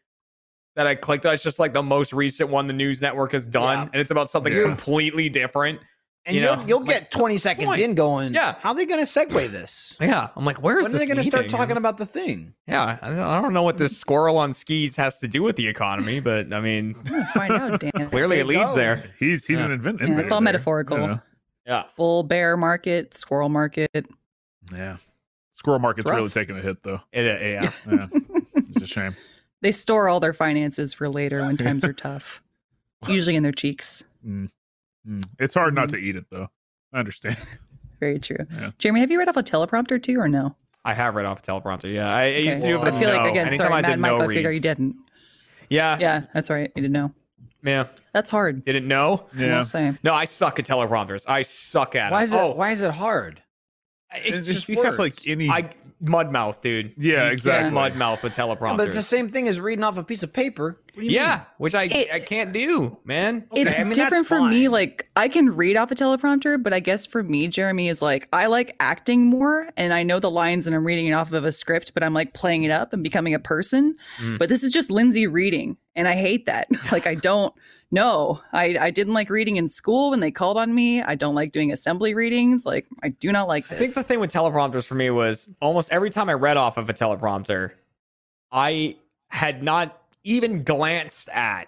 [SPEAKER 2] that I clicked on. It's just like the most recent one the news network has done,
[SPEAKER 1] Yeah.
[SPEAKER 2] and it's about something
[SPEAKER 3] Yeah.
[SPEAKER 2] completely different.
[SPEAKER 1] and
[SPEAKER 2] you
[SPEAKER 1] you
[SPEAKER 2] know,
[SPEAKER 1] will you'll
[SPEAKER 2] like,
[SPEAKER 1] get 20 seconds
[SPEAKER 2] point?
[SPEAKER 1] in going,
[SPEAKER 2] Yeah.
[SPEAKER 1] how are they going to segue this?
[SPEAKER 2] Yeah, I'm like, where is
[SPEAKER 1] When are
[SPEAKER 2] this
[SPEAKER 1] they going to start
[SPEAKER 2] leading?
[SPEAKER 1] talking about the thing?
[SPEAKER 2] Yeah, I don't- I don't know what this squirrel on skis has to do with the economy, but I mean,
[SPEAKER 4] I'm gonna find out, damn. it.
[SPEAKER 2] clearly it
[SPEAKER 1] There you
[SPEAKER 2] leads
[SPEAKER 1] go.
[SPEAKER 2] there.
[SPEAKER 3] He's he's
[SPEAKER 2] Yeah.
[SPEAKER 3] an invent- inventor.
[SPEAKER 4] Yeah, it's all
[SPEAKER 3] there,
[SPEAKER 4] metaphorical.
[SPEAKER 3] you know?
[SPEAKER 2] Yeah.
[SPEAKER 4] Bull bear market, squirrel market.
[SPEAKER 3] Yeah. Squirrel market's
[SPEAKER 4] It's rough.
[SPEAKER 3] really taking a hit though.
[SPEAKER 2] It, uh, yeah.
[SPEAKER 3] Yeah. it's a shame.
[SPEAKER 4] They store all their finances for later when times are tough, usually in their cheeks.
[SPEAKER 3] Mm. Mm. It's hard not
[SPEAKER 2] Mm-hmm.
[SPEAKER 3] to eat it though. I understand.
[SPEAKER 4] Very true.
[SPEAKER 3] Yeah.
[SPEAKER 4] Jeremy, have you read off a teleprompter too, or no?
[SPEAKER 2] I have read off a teleprompter. Yeah, I, I used to do it.
[SPEAKER 1] Whoa.
[SPEAKER 2] but
[SPEAKER 4] I feel
[SPEAKER 2] no.
[SPEAKER 4] like again,
[SPEAKER 2] Anytime
[SPEAKER 4] sorry,
[SPEAKER 2] I
[SPEAKER 4] Matt
[SPEAKER 2] did
[SPEAKER 4] Michael,
[SPEAKER 2] no
[SPEAKER 4] I figure you
[SPEAKER 2] reads.
[SPEAKER 4] didn't.
[SPEAKER 2] Yeah, yeah,
[SPEAKER 4] Yeah, that's all right. You didn't know. That's hard.
[SPEAKER 2] Didn't know.
[SPEAKER 4] I
[SPEAKER 3] Yeah.
[SPEAKER 4] will say.
[SPEAKER 2] No, I suck at teleprompters. I suck at
[SPEAKER 1] Why
[SPEAKER 2] it.
[SPEAKER 1] is it,
[SPEAKER 2] oh,
[SPEAKER 1] why is it hard?
[SPEAKER 2] it's
[SPEAKER 3] if
[SPEAKER 2] just
[SPEAKER 3] you have
[SPEAKER 2] words.
[SPEAKER 3] like any
[SPEAKER 2] I mud mouth, dude.
[SPEAKER 3] Yeah,
[SPEAKER 2] You
[SPEAKER 3] exactly.
[SPEAKER 2] Can't mud mouth with teleprompters. Yeah,
[SPEAKER 1] but it's the same thing as reading off a piece of paper. What do you mean?
[SPEAKER 2] which I
[SPEAKER 4] It-
[SPEAKER 2] I can't do, man.
[SPEAKER 1] Okay,
[SPEAKER 4] it's
[SPEAKER 1] I mean, that's
[SPEAKER 4] different for me.
[SPEAKER 1] fine.
[SPEAKER 4] Like I can read off a teleprompter, but I guess for me, Jeremy is like I like acting more, and I know the lines, and I'm reading it off of a script, but I'm like playing it up and becoming a person.
[SPEAKER 2] Mm.
[SPEAKER 4] But this is just Lindsay reading, and I hate that. like I don't know. I I didn't like reading in school when they called on me. I don't like doing assembly readings. Like I do not like
[SPEAKER 2] I
[SPEAKER 4] this.
[SPEAKER 2] think the thing with teleprompters for me was almost every time I read off of a teleprompter, I had not even glanced at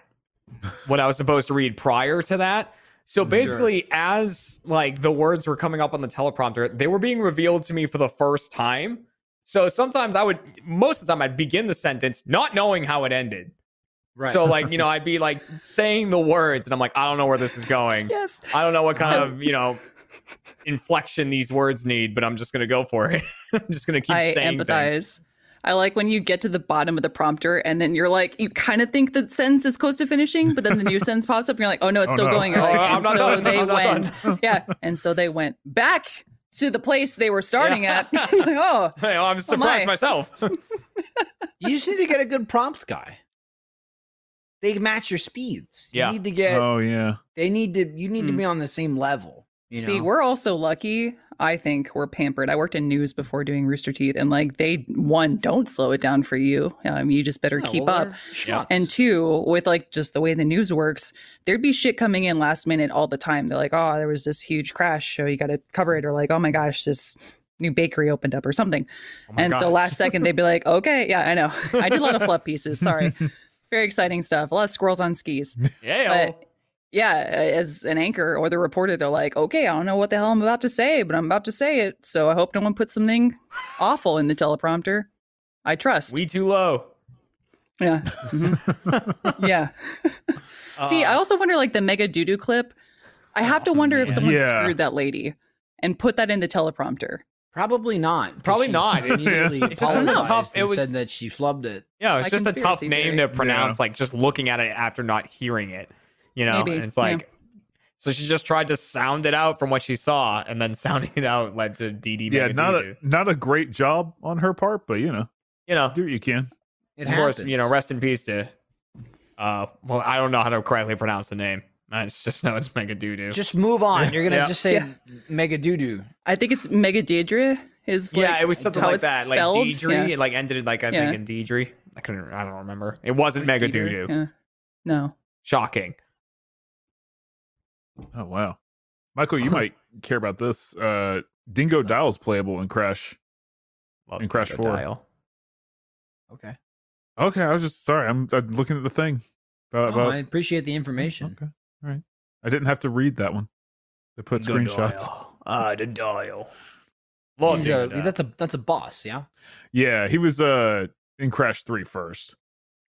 [SPEAKER 2] what I was supposed to read prior to that. So basically, as like the words were coming up on the teleprompter, they were being revealed to me for the first time. So sometimes I would, most of the time, I'd begin the sentence not knowing how it ended.
[SPEAKER 1] Right.
[SPEAKER 2] So like, you know, I'd be like saying the words, and I'm like, I don't know where this is going.
[SPEAKER 4] yes.
[SPEAKER 2] I don't know what kind of you know inflection these words need, but I'm just gonna go for it. I'm just gonna keep
[SPEAKER 4] I
[SPEAKER 2] saying
[SPEAKER 4] empathize.
[SPEAKER 2] things.
[SPEAKER 4] I like when you get to the bottom of the prompter and then you're like, you kind of think the sentence is close to finishing, but then the new sentence pops up and you're like, oh no, it's
[SPEAKER 3] Oh,
[SPEAKER 4] still
[SPEAKER 3] no.
[SPEAKER 4] going. You're like,
[SPEAKER 2] Oh, I'm
[SPEAKER 4] and
[SPEAKER 2] not
[SPEAKER 4] so
[SPEAKER 2] done.
[SPEAKER 4] they
[SPEAKER 2] I'm not
[SPEAKER 4] went, yeah, and so they went back to the place they were starting
[SPEAKER 2] Yeah.
[SPEAKER 4] at. Like, oh,
[SPEAKER 2] Hey, I'm surprised
[SPEAKER 4] my.
[SPEAKER 2] myself. Oh
[SPEAKER 1] you just need to get a good prompt guy. They match your speeds.
[SPEAKER 2] Yeah. Hmm.
[SPEAKER 1] You need to get,
[SPEAKER 3] Oh yeah.
[SPEAKER 1] they need to, you need to
[SPEAKER 4] Mm.
[SPEAKER 1] be on the same level. You
[SPEAKER 4] see,
[SPEAKER 1] know?
[SPEAKER 4] we're also lucky. I think we're pampered. I worked in news before doing Rooster Teeth, and like they one don't slow it down for you. Um, you just better
[SPEAKER 1] Yeah,
[SPEAKER 4] keep
[SPEAKER 1] well,
[SPEAKER 4] up.
[SPEAKER 1] they're schmucks.
[SPEAKER 4] And two, with like just the way the news works, there'd be shit coming in last minute all the time. They're like, oh, there was this huge crash, so you got to cover it, or like, oh my gosh, this new bakery opened up or something.
[SPEAKER 2] Oh my
[SPEAKER 4] and so
[SPEAKER 2] God.
[SPEAKER 4] last second, they'd be like, okay, yeah, I know. I did a lot of fluff pieces. Sorry. Very exciting stuff. A lot of squirrels on skis.
[SPEAKER 2] yeah,
[SPEAKER 4] But yeah, as an anchor or the reporter, they're like, okay, I don't know what the hell I'm about to say, but I'm about to say it. So I hope no one puts something awful in the teleprompter. I trust.
[SPEAKER 2] We too low.
[SPEAKER 4] yeah. Mhm. yeah. See, I
[SPEAKER 2] Uh,
[SPEAKER 4] also wonder like the mega doo clip. I have to
[SPEAKER 2] Oh,
[SPEAKER 4] wonder if
[SPEAKER 2] man.
[SPEAKER 4] someone
[SPEAKER 3] Yeah.
[SPEAKER 4] screwed that lady and put that in the teleprompter.
[SPEAKER 1] Probably not. 'cause
[SPEAKER 2] Probably
[SPEAKER 1] she
[SPEAKER 2] not. It-
[SPEAKER 1] Immediately
[SPEAKER 2] It just was a
[SPEAKER 1] apologized
[SPEAKER 2] tough- it
[SPEAKER 1] and
[SPEAKER 2] was-
[SPEAKER 1] said that she flubbed it.
[SPEAKER 2] yeah, it's
[SPEAKER 4] My
[SPEAKER 2] just a tough
[SPEAKER 4] conspiracy
[SPEAKER 2] name to
[SPEAKER 4] theory.
[SPEAKER 2] pronounce. Like just looking at it after not hearing it, you know.
[SPEAKER 4] Maybe,
[SPEAKER 2] And it's like, so she just tried to sound it out from what she saw, and then sounding it out led to DD.
[SPEAKER 3] yeah,
[SPEAKER 2] Mega
[SPEAKER 3] not
[SPEAKER 2] Doo Doo.
[SPEAKER 3] a not a great job on her part, but you know,
[SPEAKER 2] you know,
[SPEAKER 3] do what you can.
[SPEAKER 1] It
[SPEAKER 2] of
[SPEAKER 1] happens.
[SPEAKER 2] course, you know, rest in peace to. Uh, well, I don't know how to correctly pronounce the name. I just know it's Mega Doo Doo.
[SPEAKER 1] just move on.
[SPEAKER 2] Yeah.
[SPEAKER 1] You're gonna
[SPEAKER 2] Yeah.
[SPEAKER 1] just say
[SPEAKER 4] Yeah.
[SPEAKER 1] mega doo doo.
[SPEAKER 4] I think it's Mega Deidre is like,
[SPEAKER 2] yeah, it was something
[SPEAKER 4] how
[SPEAKER 2] like
[SPEAKER 4] it's
[SPEAKER 2] that,
[SPEAKER 4] spelled,
[SPEAKER 2] like Deidre.
[SPEAKER 4] yeah.
[SPEAKER 2] It like ended in like I
[SPEAKER 4] Yeah.
[SPEAKER 2] think in Deidre. I couldn't. I don't remember. It wasn't Mega Doo Doo.
[SPEAKER 4] Deidre, yeah. No.
[SPEAKER 2] Shocking.
[SPEAKER 3] Oh wow, Michael, you might care about this. Uh, Dingo Dial's playable in Crash.
[SPEAKER 2] Love
[SPEAKER 3] And Crash
[SPEAKER 2] Mega
[SPEAKER 3] 4.
[SPEAKER 2] Dial.
[SPEAKER 1] Okay.
[SPEAKER 3] Okay, I was just sorry. I'm, I'm looking at the thing.
[SPEAKER 2] Oh,
[SPEAKER 3] About,
[SPEAKER 1] No,
[SPEAKER 3] about-
[SPEAKER 1] I appreciate the information.
[SPEAKER 3] Okay, all right. I didn't have to read that one. They put
[SPEAKER 2] Dingo
[SPEAKER 3] screenshots.
[SPEAKER 2] Dial. Ah, the dial. Love
[SPEAKER 1] He's
[SPEAKER 2] Dingo
[SPEAKER 1] a-
[SPEAKER 2] Dial.
[SPEAKER 1] that's a that's a boss, yeah.
[SPEAKER 3] Yeah, he was uh in Crash Three first.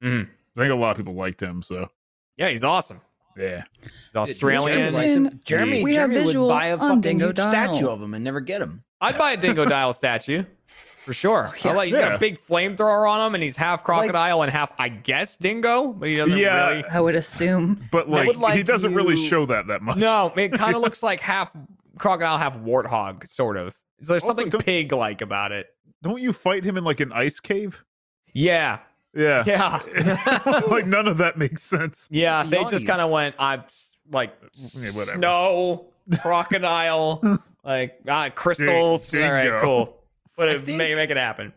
[SPEAKER 2] Mhm.
[SPEAKER 3] I think a lot of people liked him. So
[SPEAKER 2] Yeah, he's awesome.
[SPEAKER 3] yeah,
[SPEAKER 2] He's Australian.
[SPEAKER 1] Jeremy
[SPEAKER 4] Just
[SPEAKER 1] likes him.
[SPEAKER 4] in-
[SPEAKER 1] Jeremy,
[SPEAKER 4] We have
[SPEAKER 1] Jeremy would
[SPEAKER 4] visual
[SPEAKER 1] buy a
[SPEAKER 4] on
[SPEAKER 1] fucking
[SPEAKER 4] Dingo
[SPEAKER 1] huge
[SPEAKER 4] Dial.
[SPEAKER 1] statue of him and never get him.
[SPEAKER 2] I'd buy a Dingo Dial statue for sure. I like, he's got
[SPEAKER 3] Yeah.
[SPEAKER 2] a big flamethrower on him, and he's half crocodile and half, I guess, dingo, but he doesn't
[SPEAKER 3] Yeah.
[SPEAKER 2] really.
[SPEAKER 4] I would assume.
[SPEAKER 3] but like,
[SPEAKER 1] would like
[SPEAKER 3] he doesn't really
[SPEAKER 1] you-
[SPEAKER 3] show that that much.
[SPEAKER 2] No, it kind of looks like half crocodile, half warthog, sort of. So There's
[SPEAKER 3] Also,
[SPEAKER 2] something
[SPEAKER 3] don't-
[SPEAKER 2] pig like about it.
[SPEAKER 3] don't you fight him in like an ice cave?
[SPEAKER 2] Yeah.
[SPEAKER 3] Yeah,
[SPEAKER 2] Yeah.
[SPEAKER 3] like none of that makes sense.
[SPEAKER 2] yeah. They just
[SPEAKER 1] Yachties.
[SPEAKER 2] kind of went, I'm s- like,
[SPEAKER 3] Yeah, whatever.
[SPEAKER 2] snow, crocodile, like ah, crystals. All right,
[SPEAKER 3] dingo.
[SPEAKER 2] cool. But
[SPEAKER 1] I
[SPEAKER 2] it may
[SPEAKER 1] think-
[SPEAKER 2] make it happen.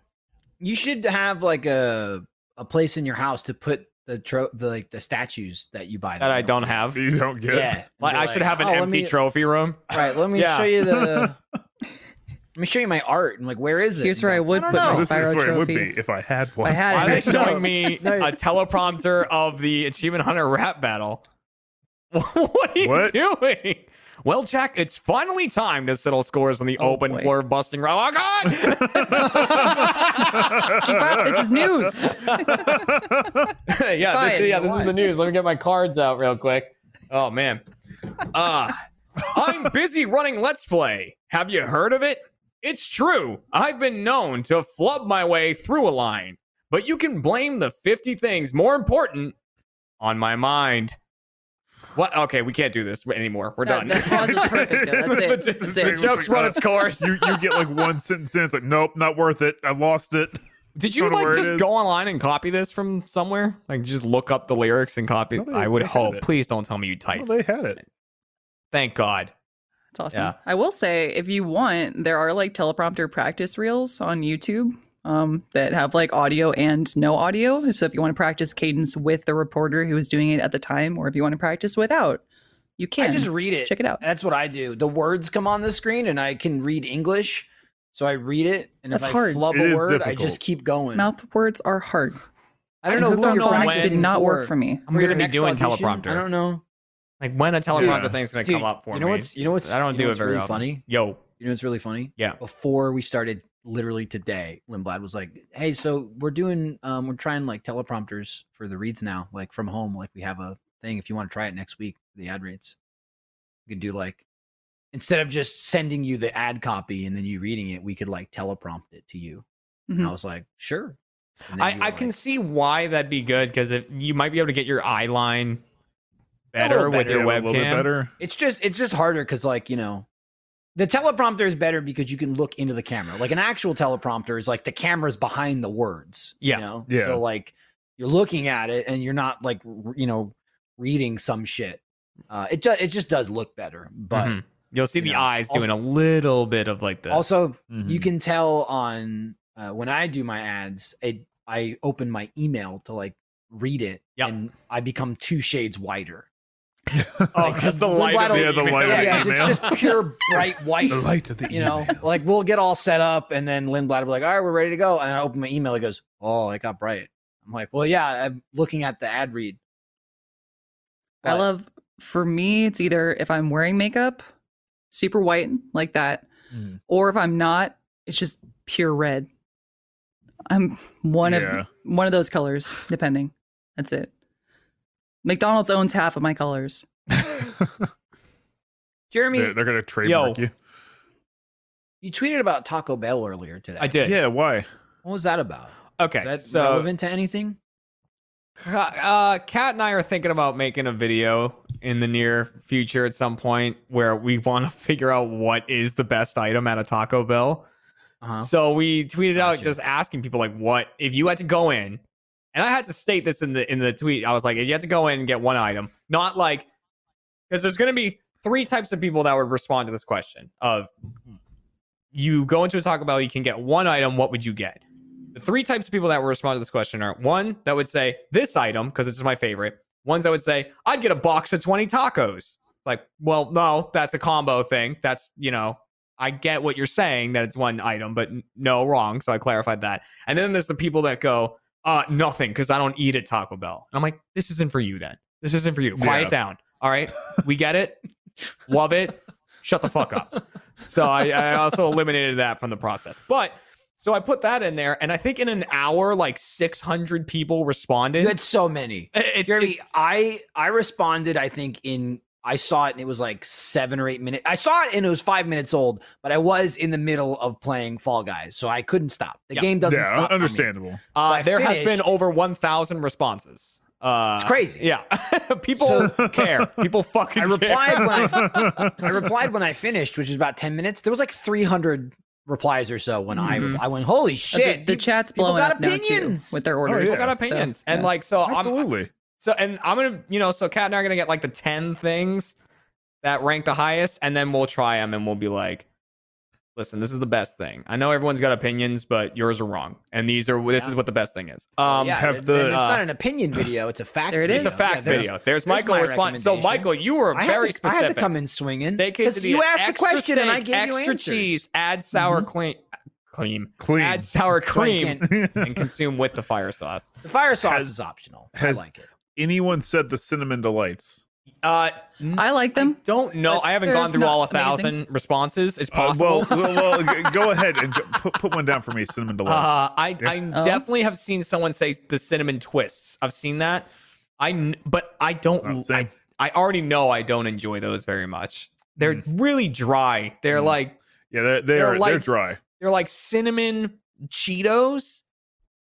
[SPEAKER 1] You should have like a a place in your house to put the tro- the like the statues that you buy.
[SPEAKER 2] That I
[SPEAKER 1] there.
[SPEAKER 2] don't have.
[SPEAKER 3] You don't get.
[SPEAKER 1] Yeah.
[SPEAKER 2] Like, I should have an
[SPEAKER 1] "Oh, let
[SPEAKER 2] empty
[SPEAKER 1] me-
[SPEAKER 2] trophy room.
[SPEAKER 1] Right. Let me
[SPEAKER 2] Yeah.
[SPEAKER 1] show you the. let me show you my art. And like, where is it?
[SPEAKER 4] Here's
[SPEAKER 1] And
[SPEAKER 4] where I
[SPEAKER 1] you're like,
[SPEAKER 4] would
[SPEAKER 1] don't
[SPEAKER 4] put my
[SPEAKER 1] know."
[SPEAKER 3] This is
[SPEAKER 4] Spyro
[SPEAKER 3] where it would
[SPEAKER 4] trophy.
[SPEAKER 3] be if I had
[SPEAKER 4] If
[SPEAKER 3] one.
[SPEAKER 4] I had
[SPEAKER 2] Why are
[SPEAKER 4] it.
[SPEAKER 2] they
[SPEAKER 4] I'd
[SPEAKER 2] showing
[SPEAKER 4] know.
[SPEAKER 2] me
[SPEAKER 1] No.
[SPEAKER 2] a teleprompter of the Achievement Hunter rap battle? what are you
[SPEAKER 3] What?
[SPEAKER 2] doing? Well, Jack, it's finally time to settle scores on the
[SPEAKER 4] Oh,
[SPEAKER 2] open
[SPEAKER 4] boy.
[SPEAKER 2] floor busting round. Oh
[SPEAKER 4] Keep up. This is news.
[SPEAKER 3] news.
[SPEAKER 2] God! yeah, this,
[SPEAKER 4] Fine,
[SPEAKER 2] yeah, this is the
[SPEAKER 1] why?
[SPEAKER 2] news. Let me get my cards out real quick. Oh man, uh, I'm busy running Let's Play. Have you heard of it? It's true. I've been known to flub my way through a line, but you can blame the 50 things more important on my mind. What? Okay, we can't do this anymore. We're
[SPEAKER 4] That,
[SPEAKER 2] done.
[SPEAKER 4] that pause is perfect. though. That's it. That's
[SPEAKER 2] the
[SPEAKER 4] it.
[SPEAKER 2] joke's run its course.
[SPEAKER 3] you you get like one sentence in. It's like, nope, not worth it. I lost it.
[SPEAKER 2] Did you
[SPEAKER 3] Don't know
[SPEAKER 2] like
[SPEAKER 3] where it
[SPEAKER 2] just
[SPEAKER 3] is.
[SPEAKER 2] go online and copy this from somewhere? Like just look up the lyrics and copy.
[SPEAKER 3] No, they-
[SPEAKER 2] I would
[SPEAKER 3] they had
[SPEAKER 2] hope.
[SPEAKER 3] it.
[SPEAKER 2] Please don't tell me you
[SPEAKER 3] Well,
[SPEAKER 2] typed.
[SPEAKER 3] they had it.
[SPEAKER 2] Thank God.
[SPEAKER 4] It's awesome.
[SPEAKER 2] Yeah.
[SPEAKER 4] I will say, if you want, there are like teleprompter practice reels on YouTube um, that have like audio and no audio. So if you want to practice cadence with the reporter who was doing it at the time, or if you want to practice without, you can.
[SPEAKER 1] I just read it.
[SPEAKER 4] Check it out.
[SPEAKER 1] That's what I do. The words come on the screen, and I can read English, so I read it. And
[SPEAKER 4] That's
[SPEAKER 1] if I
[SPEAKER 4] hard.
[SPEAKER 1] flub
[SPEAKER 3] It
[SPEAKER 1] a
[SPEAKER 3] is
[SPEAKER 1] word, I
[SPEAKER 3] difficult.
[SPEAKER 1] just keep going.
[SPEAKER 4] Mouth words are hard.
[SPEAKER 1] I don't know.
[SPEAKER 2] just
[SPEAKER 1] who
[SPEAKER 2] don't
[SPEAKER 1] you're
[SPEAKER 2] know
[SPEAKER 4] Phonics
[SPEAKER 2] when-
[SPEAKER 4] did not work for
[SPEAKER 1] practicing
[SPEAKER 4] me.
[SPEAKER 1] for
[SPEAKER 2] We're gonna
[SPEAKER 1] your
[SPEAKER 2] be
[SPEAKER 1] next
[SPEAKER 2] doing
[SPEAKER 1] audition.
[SPEAKER 2] teleprompter.
[SPEAKER 1] I don't know.
[SPEAKER 2] Like when a teleprompter
[SPEAKER 3] Yeah.
[SPEAKER 2] thing's gonna
[SPEAKER 1] Dude,
[SPEAKER 2] come up for
[SPEAKER 1] you know
[SPEAKER 2] me.
[SPEAKER 1] what's- you know what's-
[SPEAKER 2] I don't
[SPEAKER 1] you
[SPEAKER 2] do
[SPEAKER 1] know
[SPEAKER 2] it
[SPEAKER 1] what's
[SPEAKER 2] very
[SPEAKER 1] really
[SPEAKER 2] often.
[SPEAKER 1] funny?
[SPEAKER 2] Yo,
[SPEAKER 1] You know what's really funny?
[SPEAKER 2] yeah.
[SPEAKER 1] Before we started, literally today, Lindblad was like, "Hey, so we're doing, um, we're trying like teleprompters for the reads now, like from home. Like we have a thing. If you want to try it next week, the ad reads, we could do like instead of just sending you the ad copy and then you reading it, we could like teleprompt it to you." And I
[SPEAKER 4] Mhm.
[SPEAKER 1] was like, "Sure." And then
[SPEAKER 2] Mm-hmm. I,
[SPEAKER 1] you were
[SPEAKER 2] I can
[SPEAKER 1] like,
[SPEAKER 2] see why that'd be good because you might be able to get your eye line better
[SPEAKER 1] little
[SPEAKER 2] with your
[SPEAKER 3] Yeah, a little bit
[SPEAKER 2] webcam.
[SPEAKER 3] better.
[SPEAKER 1] It's just it's just harder because like you know, the teleprompter is better because you can look into the camera. Like an actual teleprompter is like the camera's behind the words.
[SPEAKER 2] Yeah.
[SPEAKER 1] You know?
[SPEAKER 3] Yeah.
[SPEAKER 1] So like you're looking at it and you're not like r- you know reading some shit. Uh, it just it just does look better, but
[SPEAKER 2] Mhm. You'll see
[SPEAKER 1] you
[SPEAKER 2] the
[SPEAKER 1] know,
[SPEAKER 2] eyes
[SPEAKER 1] also-
[SPEAKER 2] doing a little bit of like the.
[SPEAKER 1] also you
[SPEAKER 3] Mhm.
[SPEAKER 1] can tell on uh, when I do my ads, it, I open my email to like read it,
[SPEAKER 2] Yep.
[SPEAKER 1] and I become two shades whiter.
[SPEAKER 2] oh, because the
[SPEAKER 1] Blue
[SPEAKER 2] light. Of
[SPEAKER 1] Vital-
[SPEAKER 2] the
[SPEAKER 3] Yeah, the
[SPEAKER 2] Oh, email.
[SPEAKER 3] light
[SPEAKER 1] Yeah,
[SPEAKER 3] of the
[SPEAKER 1] 'cause it's
[SPEAKER 3] email.
[SPEAKER 1] just pure bright white.
[SPEAKER 3] the light of the
[SPEAKER 1] you know,
[SPEAKER 3] emails.
[SPEAKER 1] like we'll get all set up, and then Lynn Blatter will be like, "All right, we're ready to go." And I open my email, it goes, "Oh, it got bright." I'm like, "Well, yeah, I'm looking at the ad read."
[SPEAKER 4] I
[SPEAKER 1] But
[SPEAKER 4] love for me, it's either if I'm wearing makeup, super white like that,
[SPEAKER 1] Mhm.
[SPEAKER 4] or if I'm not, it's just pure red. I'm one
[SPEAKER 3] Yeah.
[SPEAKER 4] of one of those colors, depending. That's it. McDonald's owns half of my colors.
[SPEAKER 1] Jeremy,
[SPEAKER 3] they're, they're gonna trademark
[SPEAKER 2] Yo.
[SPEAKER 3] you.
[SPEAKER 1] you tweeted about Taco Bell earlier today.
[SPEAKER 2] I did.
[SPEAKER 3] Yeah, why?
[SPEAKER 1] What was that about?
[SPEAKER 2] Okay.
[SPEAKER 1] Is that
[SPEAKER 2] so
[SPEAKER 1] relevant to anything?
[SPEAKER 2] Uh, Kat and I are thinking about making a video in the near future at some point where we want to figure out what is the best item at a Taco Bell.
[SPEAKER 1] Uh-huh.
[SPEAKER 2] So we tweeted out
[SPEAKER 1] Gotcha.
[SPEAKER 2] just asking people like, what if you had to go in? And I had to state this in the in the tweet. I was like, if you had to go in and get one item, not like, because there's going to be three types of people that would respond to this question of you go into a Taco Bell, you can get one item. What would you get? The three types of people that would respond to this question are one that would say this item because it's my favorite. Ones that would say I'd get a box of twenty tacos. It's like, well, no, that's a combo thing. That's you know, I get what you're saying that it's one item, but n- no, wrong. So I clarified that. And then there's the people that go, uh, nothing, because I don't eat at Taco Bell. And I'm like, this isn't for you then. This isn't for you. Quiet
[SPEAKER 3] Yeah.
[SPEAKER 2] down. All right. We get it. Love it. Shut the fuck up. So I, I also eliminated that from the process. But so I put that in there. And I think in an hour, like 600 people responded.
[SPEAKER 1] That's so many.
[SPEAKER 2] It- it's-
[SPEAKER 1] Jeremy,
[SPEAKER 2] it's-
[SPEAKER 1] I I responded. I think in I saw it and it was like seven or eight minutes. I saw it and it was five minutes old, but I was in the middle of playing Fall Guys, so I couldn't stop. The
[SPEAKER 2] Yeah.
[SPEAKER 1] game doesn't
[SPEAKER 3] yeah,
[SPEAKER 1] stop. for me.
[SPEAKER 3] understandable.
[SPEAKER 2] uh,
[SPEAKER 1] I
[SPEAKER 2] there has been
[SPEAKER 1] finished-
[SPEAKER 2] over 1,000 responses. Uh,
[SPEAKER 1] It's crazy.
[SPEAKER 2] Yeah. people care. People fucking
[SPEAKER 1] I
[SPEAKER 2] care.
[SPEAKER 1] replied when I, I replied when I finished, which is about ten minutes. There was like three hundred replies or so when
[SPEAKER 2] Mhm.
[SPEAKER 1] I I went, holy
[SPEAKER 4] Uh,
[SPEAKER 1] shit!
[SPEAKER 4] the, the
[SPEAKER 1] peop-
[SPEAKER 4] chat's
[SPEAKER 1] people
[SPEAKER 4] blowing
[SPEAKER 1] got
[SPEAKER 4] up now
[SPEAKER 1] opinions.
[SPEAKER 4] too with their
[SPEAKER 3] yeah.
[SPEAKER 4] orders.
[SPEAKER 2] People got
[SPEAKER 4] So,
[SPEAKER 2] opinions.
[SPEAKER 4] yeah.
[SPEAKER 2] and like, so I'm,
[SPEAKER 3] Absolutely.
[SPEAKER 2] So and I'm gonna, you know, so Kat and I are gonna get like the ten things that rank the highest, and then we'll try them, and we'll be like, listen, this is the best thing. I know everyone's got opinions, but yours are wrong, and these are this is what the best thing is. Um,
[SPEAKER 1] yeah,
[SPEAKER 3] have
[SPEAKER 1] and-
[SPEAKER 3] the-
[SPEAKER 1] and it's
[SPEAKER 2] uh,
[SPEAKER 1] not an opinion video; it's a fact.
[SPEAKER 4] There it
[SPEAKER 2] it's
[SPEAKER 1] video.
[SPEAKER 2] a
[SPEAKER 4] is.
[SPEAKER 2] facts
[SPEAKER 1] Yeah, there's-
[SPEAKER 2] video. There's,
[SPEAKER 1] there's
[SPEAKER 2] Michael
[SPEAKER 1] my
[SPEAKER 2] responding. So
[SPEAKER 1] recommendation.
[SPEAKER 2] Michael, you were
[SPEAKER 1] I had
[SPEAKER 2] very
[SPEAKER 1] to- I
[SPEAKER 2] specific.
[SPEAKER 1] had to come in swinging
[SPEAKER 2] Steak
[SPEAKER 1] because you
[SPEAKER 2] quesadilla,
[SPEAKER 1] asked the
[SPEAKER 2] extra
[SPEAKER 1] question and I
[SPEAKER 2] steak,
[SPEAKER 1] gave
[SPEAKER 2] extra
[SPEAKER 1] you answers. Mm-hmm.
[SPEAKER 2] cheese. Add sour cream, cream.
[SPEAKER 3] Clean.
[SPEAKER 2] Add sour cream
[SPEAKER 1] Crank it.
[SPEAKER 2] and consume with the fire sauce.
[SPEAKER 1] The fire sauce
[SPEAKER 3] Has-
[SPEAKER 1] is optional.
[SPEAKER 3] has-
[SPEAKER 1] I like it.
[SPEAKER 3] Anyone said the cinnamon delights?
[SPEAKER 2] Uh,
[SPEAKER 4] I like them.
[SPEAKER 2] don't know.
[SPEAKER 4] But
[SPEAKER 2] I haven't
[SPEAKER 4] they're
[SPEAKER 2] gone through
[SPEAKER 4] not
[SPEAKER 2] all a
[SPEAKER 4] amazing.
[SPEAKER 2] thousand responses. It's
[SPEAKER 3] Uh,
[SPEAKER 2] possible.
[SPEAKER 3] well, well, well, g- go ahead and go, put, put one down for me. Cinnamon delights.
[SPEAKER 2] Uh, I, I
[SPEAKER 4] Oh.
[SPEAKER 2] definitely have seen someone say the cinnamon twists. I've seen that. I kn- but I don't.
[SPEAKER 3] Oh,
[SPEAKER 2] I,
[SPEAKER 3] same.
[SPEAKER 2] I already know I don't enjoy those very much. They're really dry. They're
[SPEAKER 3] Mm.
[SPEAKER 2] like
[SPEAKER 3] yeah, they're they're,
[SPEAKER 2] they're
[SPEAKER 3] they're,
[SPEAKER 2] like-
[SPEAKER 3] dry.
[SPEAKER 2] they're like cinnamon Cheetos,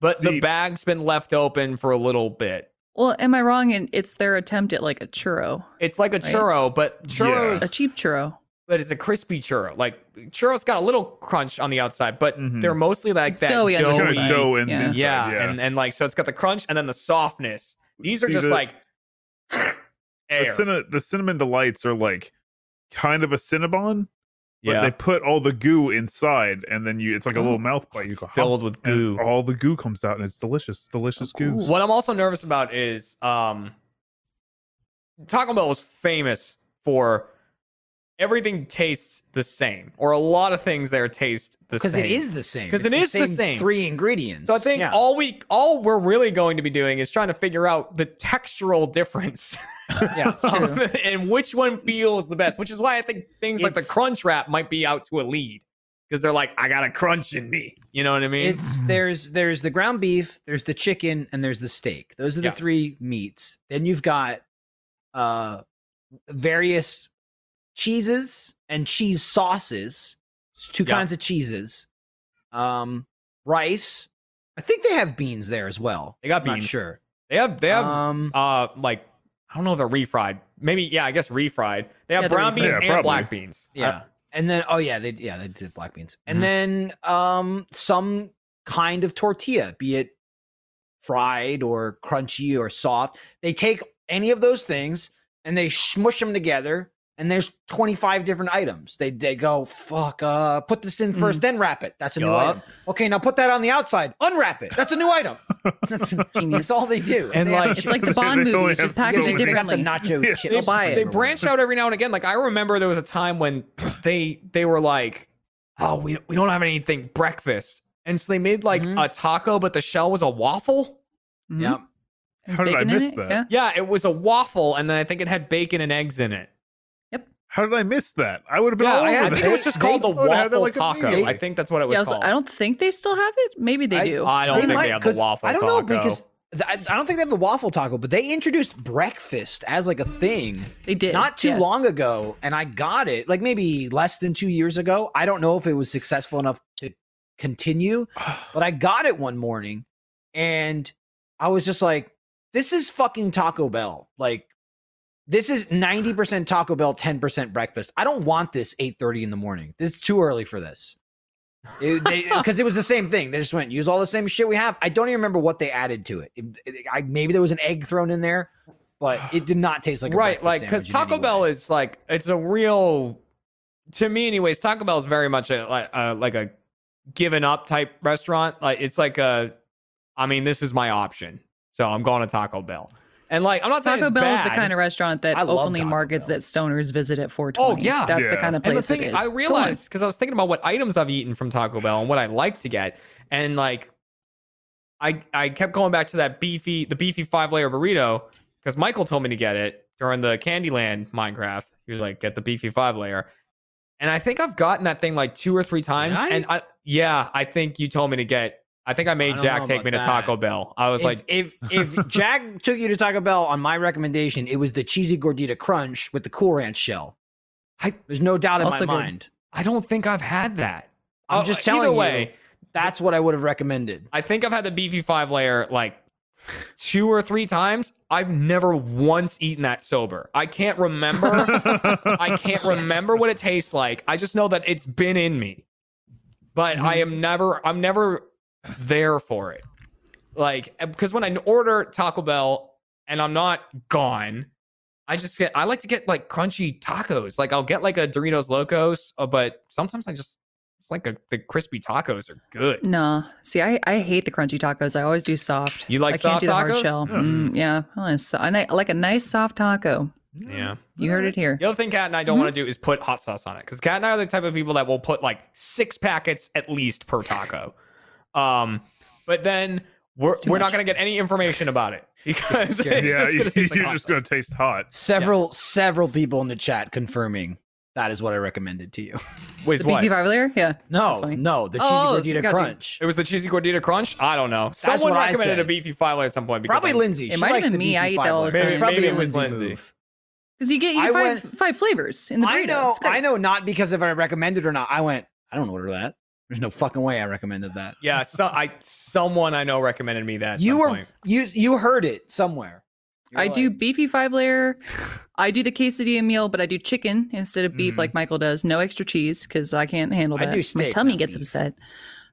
[SPEAKER 2] but the
[SPEAKER 3] See-
[SPEAKER 2] bag's been left open for a little bit.
[SPEAKER 4] Well, am I wrong? And it's their attempt at like a churro,
[SPEAKER 2] It's like a
[SPEAKER 4] Right.
[SPEAKER 2] churro, but
[SPEAKER 3] Yeah.
[SPEAKER 2] churros,
[SPEAKER 4] a cheap churro.
[SPEAKER 2] but it's a crispy churro. Like churros got a little crunch on the outside, but
[SPEAKER 3] Mhm.
[SPEAKER 2] they're mostly like
[SPEAKER 4] It's
[SPEAKER 2] that
[SPEAKER 4] doughy on the
[SPEAKER 3] Kind
[SPEAKER 4] Kinda
[SPEAKER 2] doughy,
[SPEAKER 4] inside.
[SPEAKER 3] of dough in
[SPEAKER 4] Yeah.
[SPEAKER 3] the inside,
[SPEAKER 2] yeah,
[SPEAKER 3] yeah.
[SPEAKER 2] And, and like so it's got the crunch and then the softness these are
[SPEAKER 3] See,
[SPEAKER 2] just
[SPEAKER 3] the-
[SPEAKER 2] like
[SPEAKER 3] the,
[SPEAKER 2] air
[SPEAKER 3] cinna- the cinnamon delights are like kind of a cinnabon, but
[SPEAKER 2] yeah
[SPEAKER 3] they put all the goo inside, and then you it's like a little mouth bite. You
[SPEAKER 2] it's
[SPEAKER 3] go, "Huh,"
[SPEAKER 2] filled with
[SPEAKER 3] and oh,
[SPEAKER 2] goo
[SPEAKER 3] All the goo comes out, and it's delicious, delicious goo.
[SPEAKER 2] what i'm also nervous about is um taco bell was famous for everything tastes the same or a lot of things there taste the
[SPEAKER 1] Because
[SPEAKER 2] same
[SPEAKER 1] it is the same.
[SPEAKER 2] 'Cause
[SPEAKER 1] It's
[SPEAKER 2] it is the same.
[SPEAKER 1] Three ingredients.
[SPEAKER 2] so i think
[SPEAKER 1] Yeah.
[SPEAKER 2] all we all we're really going to be doing is trying to figure out the textural difference
[SPEAKER 1] yeah.
[SPEAKER 4] true.
[SPEAKER 2] and which one feels the best, which is why I think things like the
[SPEAKER 1] It's-
[SPEAKER 2] crunch wrap might be out to a lead because they're like, I got a crunch in me. You know what I mean?
[SPEAKER 1] It's there's there's the ground beef, there's the chicken, and there's the steak. Those are the
[SPEAKER 2] Yeah.
[SPEAKER 1] three meats. Then you've got uh various cheeses and cheese sauces. It's two
[SPEAKER 2] Yeah.
[SPEAKER 1] kinds of cheeses. Um rice. I think they have beans there as well.
[SPEAKER 2] they got
[SPEAKER 1] I'm not
[SPEAKER 2] beans.
[SPEAKER 1] sure.
[SPEAKER 2] They have they have
[SPEAKER 1] um
[SPEAKER 2] uh like I don't know if they're refried. Maybe yeah, I guess refried. They have
[SPEAKER 4] Yeah, they're
[SPEAKER 2] brown
[SPEAKER 4] refried.
[SPEAKER 2] beans
[SPEAKER 3] Yeah,
[SPEAKER 2] and
[SPEAKER 3] probably.
[SPEAKER 2] black beans. Uh, I-
[SPEAKER 1] Yeah. And then oh yeah, they yeah, they did black beans.
[SPEAKER 2] Mhm.
[SPEAKER 1] And then um some kind of tortilla, be it fried or crunchy or soft. They take any of those things and they smush them together and there's 25 different items. They they go, fuck, uh, put this in 1st then wrap it. That's a new
[SPEAKER 2] Yup.
[SPEAKER 1] item. Okay, now put that on the outside, unwrap it. That's a new item. That's,
[SPEAKER 4] Genius.
[SPEAKER 1] that's all they do.
[SPEAKER 2] And
[SPEAKER 1] they have
[SPEAKER 2] like-
[SPEAKER 1] shit.
[SPEAKER 4] It's like the
[SPEAKER 3] They-
[SPEAKER 4] Bond
[SPEAKER 3] they only
[SPEAKER 4] movies,
[SPEAKER 3] have
[SPEAKER 4] just
[SPEAKER 3] so
[SPEAKER 1] Yeah,
[SPEAKER 4] packaged
[SPEAKER 1] they-
[SPEAKER 3] many.
[SPEAKER 1] they got the
[SPEAKER 4] differently.
[SPEAKER 1] nacho
[SPEAKER 3] Yeah.
[SPEAKER 1] chips.
[SPEAKER 2] They,
[SPEAKER 4] I'll buy it.
[SPEAKER 2] they branch out every now and again. Like I remember there was a time when they they were like, Oh, we we don't have anything breakfast. And so they made like
[SPEAKER 1] Mhm.
[SPEAKER 2] a taco, but the shell was a waffle.
[SPEAKER 4] Mhm.
[SPEAKER 1] Yep.
[SPEAKER 4] Has
[SPEAKER 3] Mm-hmm. How did I
[SPEAKER 4] in
[SPEAKER 3] miss
[SPEAKER 4] it?
[SPEAKER 3] that?
[SPEAKER 4] Yeah.
[SPEAKER 2] Yeah, it was a waffle, and then I think it had bacon and eggs in it.
[SPEAKER 3] How did I miss that? I would have been
[SPEAKER 2] yeah,
[SPEAKER 3] all
[SPEAKER 2] I,
[SPEAKER 3] over
[SPEAKER 2] I
[SPEAKER 3] that.
[SPEAKER 2] think it was just called the
[SPEAKER 3] I would've had that
[SPEAKER 2] waffle
[SPEAKER 3] like
[SPEAKER 2] taco.
[SPEAKER 3] immediately.
[SPEAKER 2] I think that's what it was
[SPEAKER 4] Yeah, I, was like,
[SPEAKER 2] called.
[SPEAKER 4] I don't think they still have it. Maybe they
[SPEAKER 1] I-
[SPEAKER 4] do.
[SPEAKER 2] I don't
[SPEAKER 1] They
[SPEAKER 2] think
[SPEAKER 1] might,
[SPEAKER 2] they have
[SPEAKER 1] 'cause
[SPEAKER 2] the waffle
[SPEAKER 1] I don't
[SPEAKER 2] taco.
[SPEAKER 1] know because th- I, I don't think they have the waffle taco, but they introduced breakfast as like a thing
[SPEAKER 4] they did.
[SPEAKER 1] not too
[SPEAKER 4] yes.
[SPEAKER 1] long ago, and I got it like maybe less than two years ago. I don't know if it was successful enough to continue, but I got it one morning, and I was just like, "This is fucking Taco Bell." Like. This is 90% Taco Bell, 10% breakfast. I don't want this 8:30 in the morning. This is too early for this. Because it was the same thing. They just went use all the same shit we have. I don't even remember what they added to it. It- it- I, maybe there was an egg thrown in there, but it did not taste like a
[SPEAKER 2] right,
[SPEAKER 1] breakfast
[SPEAKER 2] like because
[SPEAKER 1] sandwich in
[SPEAKER 2] Taco
[SPEAKER 1] any
[SPEAKER 2] Bell
[SPEAKER 1] way.
[SPEAKER 2] is like it's a real to me, anyways. Taco Bell is very much a like a, like a given up type restaurant. Like it's like a, I mean, this is my option, so I'm going to Taco Bell. And like I'm not saying
[SPEAKER 4] Taco
[SPEAKER 2] it's
[SPEAKER 4] Bell
[SPEAKER 2] bad.
[SPEAKER 4] is the kind of restaurant that
[SPEAKER 1] I love
[SPEAKER 4] openly
[SPEAKER 1] Taco
[SPEAKER 4] markets
[SPEAKER 1] Bell.
[SPEAKER 4] that stoners visit at 420.
[SPEAKER 2] Oh, yeah.
[SPEAKER 4] that's the
[SPEAKER 3] Yeah.
[SPEAKER 4] kind of
[SPEAKER 2] And the
[SPEAKER 4] place it
[SPEAKER 2] thing
[SPEAKER 4] is.
[SPEAKER 2] I realized because I was thinking about what items I've eaten from Taco Bell and what I like to get, and like, I I kept going back to that beefy the beefy five layer burrito because Michael told me to get it during the Candyland Minecraft. He was like, get the beefy five layer, and I think I've gotten that thing like two or three times.
[SPEAKER 1] Really?
[SPEAKER 2] And I, yeah, I think you told me to get. I think I made
[SPEAKER 1] don't
[SPEAKER 2] Jack
[SPEAKER 1] know
[SPEAKER 2] take me
[SPEAKER 1] about
[SPEAKER 2] to
[SPEAKER 1] that.
[SPEAKER 2] Taco Bell. I was
[SPEAKER 1] if,
[SPEAKER 2] like,
[SPEAKER 1] if if Jack took you to Taco Bell on my recommendation, it was the cheesy gordita crunch with the cool ranch shell.
[SPEAKER 2] I-
[SPEAKER 1] There's no doubt in my
[SPEAKER 4] Also good.
[SPEAKER 1] mind.
[SPEAKER 2] I don't think I've had that.
[SPEAKER 1] I'm
[SPEAKER 2] Oh,
[SPEAKER 1] just
[SPEAKER 2] either
[SPEAKER 1] telling
[SPEAKER 2] way,
[SPEAKER 1] you, that's what I would have recommended.
[SPEAKER 2] I think I've had the beefy five layer like two or three times. I've never once eaten that sober. I can't remember. I can't remember what it tastes like. I just know that it's been in me, but I am never. I'm never there for it. Like because when I order Taco Bell and I'm not gone, I just get. I like to get like crunchy tacos. Like I'll get like a Doritos Locos, uh, but sometimes I just. It's like a, the crispy tacos are good.
[SPEAKER 4] No, see, I, I hate the crunchy tacos. I always do soft.
[SPEAKER 2] You like
[SPEAKER 4] I can't
[SPEAKER 2] soft
[SPEAKER 4] do the hard
[SPEAKER 2] tacos?
[SPEAKER 4] shell.
[SPEAKER 3] Yeah.
[SPEAKER 4] Mm, yeah, I like so- I like- I like a nice soft taco.
[SPEAKER 2] Yeah.
[SPEAKER 4] You heard it here.
[SPEAKER 2] The other thing Kat and I don't want to do is put hot sauce on it because Kat and I are the type of people that will put like six packets at least per taco. Um, but then we're
[SPEAKER 4] too
[SPEAKER 2] we're not
[SPEAKER 4] much.
[SPEAKER 2] going to get any information about it because it's
[SPEAKER 3] yeah,
[SPEAKER 2] just
[SPEAKER 3] you,
[SPEAKER 2] going to taste like
[SPEAKER 3] are
[SPEAKER 2] hot
[SPEAKER 3] just
[SPEAKER 2] sauce.
[SPEAKER 3] gonna taste hot.
[SPEAKER 1] Several several people in the chat confirming that is what I recommended to you.
[SPEAKER 2] Wait,
[SPEAKER 4] The
[SPEAKER 2] what?
[SPEAKER 4] beefy five layer. Yeah.
[SPEAKER 1] No,
[SPEAKER 4] That's funny.
[SPEAKER 1] no, the cheesy
[SPEAKER 4] Oh,
[SPEAKER 1] gordita
[SPEAKER 4] gotcha.
[SPEAKER 1] crunch.
[SPEAKER 2] It was the cheesy gordita crunch. I don't know. Someone
[SPEAKER 1] what I
[SPEAKER 2] recommended a
[SPEAKER 1] said.
[SPEAKER 2] beefy filet at some point. Because
[SPEAKER 1] Probably
[SPEAKER 2] I'm-
[SPEAKER 1] Lindsay.
[SPEAKER 4] It
[SPEAKER 1] She
[SPEAKER 4] might have
[SPEAKER 1] likes
[SPEAKER 4] been
[SPEAKER 1] the
[SPEAKER 4] me. I
[SPEAKER 1] beefy
[SPEAKER 4] eat that
[SPEAKER 1] five
[SPEAKER 4] all the
[SPEAKER 1] layer. It's
[SPEAKER 2] time.
[SPEAKER 1] probably
[SPEAKER 2] Maybe-
[SPEAKER 1] a
[SPEAKER 2] maybe it was
[SPEAKER 1] Lindsay,
[SPEAKER 2] Lindsay.
[SPEAKER 1] move.
[SPEAKER 4] Because you get you
[SPEAKER 1] I
[SPEAKER 4] get five
[SPEAKER 1] went-
[SPEAKER 4] five flavors in the burrito.
[SPEAKER 1] I know,
[SPEAKER 4] It's great.
[SPEAKER 1] I know, not because if I recommended or not. I went. I don't order that. There's no fucking way I recommended that.
[SPEAKER 2] Yeah, so I someone I know recommended me that. At
[SPEAKER 1] you
[SPEAKER 2] some
[SPEAKER 1] were
[SPEAKER 2] point.
[SPEAKER 1] you you heard it somewhere. You were
[SPEAKER 4] I do
[SPEAKER 1] like,
[SPEAKER 4] beefy five layer. I do the quesadilla meal, but I do chicken instead of beef,
[SPEAKER 3] Mhm.
[SPEAKER 4] like Michael does. No extra cheese because I can't handle
[SPEAKER 1] Mm-hmm. I
[SPEAKER 4] that.
[SPEAKER 1] do
[SPEAKER 4] My
[SPEAKER 1] steak,
[SPEAKER 4] tummy
[SPEAKER 1] not
[SPEAKER 4] gets
[SPEAKER 1] beef.
[SPEAKER 4] upset.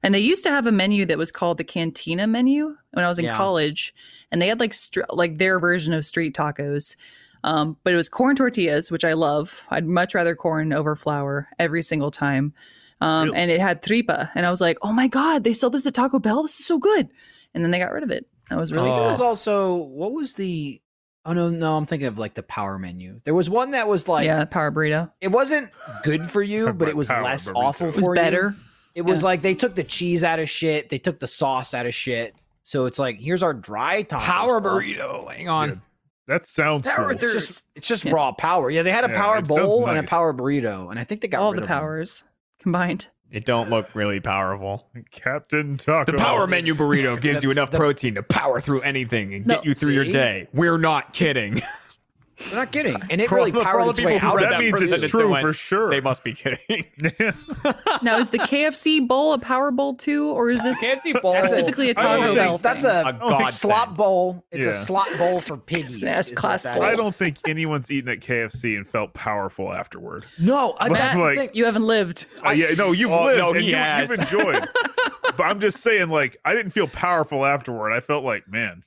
[SPEAKER 4] And they used to have a menu that was called the Cantina menu when I was in
[SPEAKER 1] Yeah.
[SPEAKER 4] college, and they had like str- like their version of street tacos. Um, but it was corn tortillas, which I love. I'd much rather corn over flour every single time. Um,
[SPEAKER 3] Really?
[SPEAKER 4] And it had tripa, and I was like, "Oh my god, they sell this at Taco Bell. This is so good!" And then they got rid of it. I was really
[SPEAKER 1] I think
[SPEAKER 2] Oh.
[SPEAKER 1] it was also what was the oh no no I'm thinking of like the power menu. There was one that was like
[SPEAKER 4] yeah, power burrito.
[SPEAKER 1] it wasn't good for you, but it was
[SPEAKER 3] Power
[SPEAKER 1] less
[SPEAKER 3] burrito.
[SPEAKER 1] awful
[SPEAKER 3] It
[SPEAKER 4] It was
[SPEAKER 1] for you.
[SPEAKER 4] better.
[SPEAKER 1] It was
[SPEAKER 4] yeah.
[SPEAKER 1] like they took the cheese out of shit, they took the sauce out of shit. So it's like here's our dry taco
[SPEAKER 2] power
[SPEAKER 1] stuff.
[SPEAKER 2] burrito. Hang on.
[SPEAKER 3] Yeah. That sounds
[SPEAKER 1] Power,
[SPEAKER 3] cool.
[SPEAKER 1] it's just it's just
[SPEAKER 4] Yeah.
[SPEAKER 1] raw power. Yeah, they had a
[SPEAKER 3] Yeah,
[SPEAKER 1] power
[SPEAKER 3] it sounds
[SPEAKER 1] bowl and a
[SPEAKER 3] nice.
[SPEAKER 1] power burrito, and I think they got
[SPEAKER 4] all
[SPEAKER 1] rid
[SPEAKER 4] the
[SPEAKER 1] of them.
[SPEAKER 4] powers combined.
[SPEAKER 2] It don't look really powerful.
[SPEAKER 3] Captain Taco.
[SPEAKER 2] The power menu burrito gives you
[SPEAKER 1] That's
[SPEAKER 2] enough
[SPEAKER 1] the-
[SPEAKER 2] protein to power through anything and get
[SPEAKER 4] No,
[SPEAKER 2] you through your
[SPEAKER 4] see?
[SPEAKER 2] day. We're not kidding.
[SPEAKER 1] They're not kidding, and it
[SPEAKER 2] For
[SPEAKER 1] really
[SPEAKER 2] all the- for
[SPEAKER 1] powered
[SPEAKER 2] all the
[SPEAKER 1] its way
[SPEAKER 2] people who
[SPEAKER 1] out.
[SPEAKER 2] read
[SPEAKER 1] of
[SPEAKER 3] That
[SPEAKER 2] that
[SPEAKER 1] it.
[SPEAKER 3] means
[SPEAKER 2] person that
[SPEAKER 3] it's true
[SPEAKER 2] went,
[SPEAKER 3] for sure.
[SPEAKER 2] They must be kidding.
[SPEAKER 4] Now, is the KFC bowl a Power Bowl too, or is this
[SPEAKER 2] KFC bowl
[SPEAKER 4] Specifically a
[SPEAKER 3] Taco
[SPEAKER 1] That's
[SPEAKER 3] Bell
[SPEAKER 1] a, that's a
[SPEAKER 2] a
[SPEAKER 3] think
[SPEAKER 2] god
[SPEAKER 1] slop bowl. It's a
[SPEAKER 3] Yeah.
[SPEAKER 1] slop bowl for piggies.
[SPEAKER 4] an
[SPEAKER 1] is what
[SPEAKER 4] S-class
[SPEAKER 1] that
[SPEAKER 4] bowl.
[SPEAKER 1] is.
[SPEAKER 3] I don't think anyone's eaten at KFC and felt powerful afterward.
[SPEAKER 2] No, I,
[SPEAKER 3] But
[SPEAKER 2] that's
[SPEAKER 3] like-
[SPEAKER 2] the thing.
[SPEAKER 4] you haven't lived?
[SPEAKER 3] Uh, yeah, no, you've
[SPEAKER 2] Oh,
[SPEAKER 3] lived
[SPEAKER 2] no,
[SPEAKER 3] and
[SPEAKER 2] he
[SPEAKER 3] you,
[SPEAKER 2] has.
[SPEAKER 3] have enjoyed. but I'm just saying, like, I didn't feel powerful afterward. I felt like, man,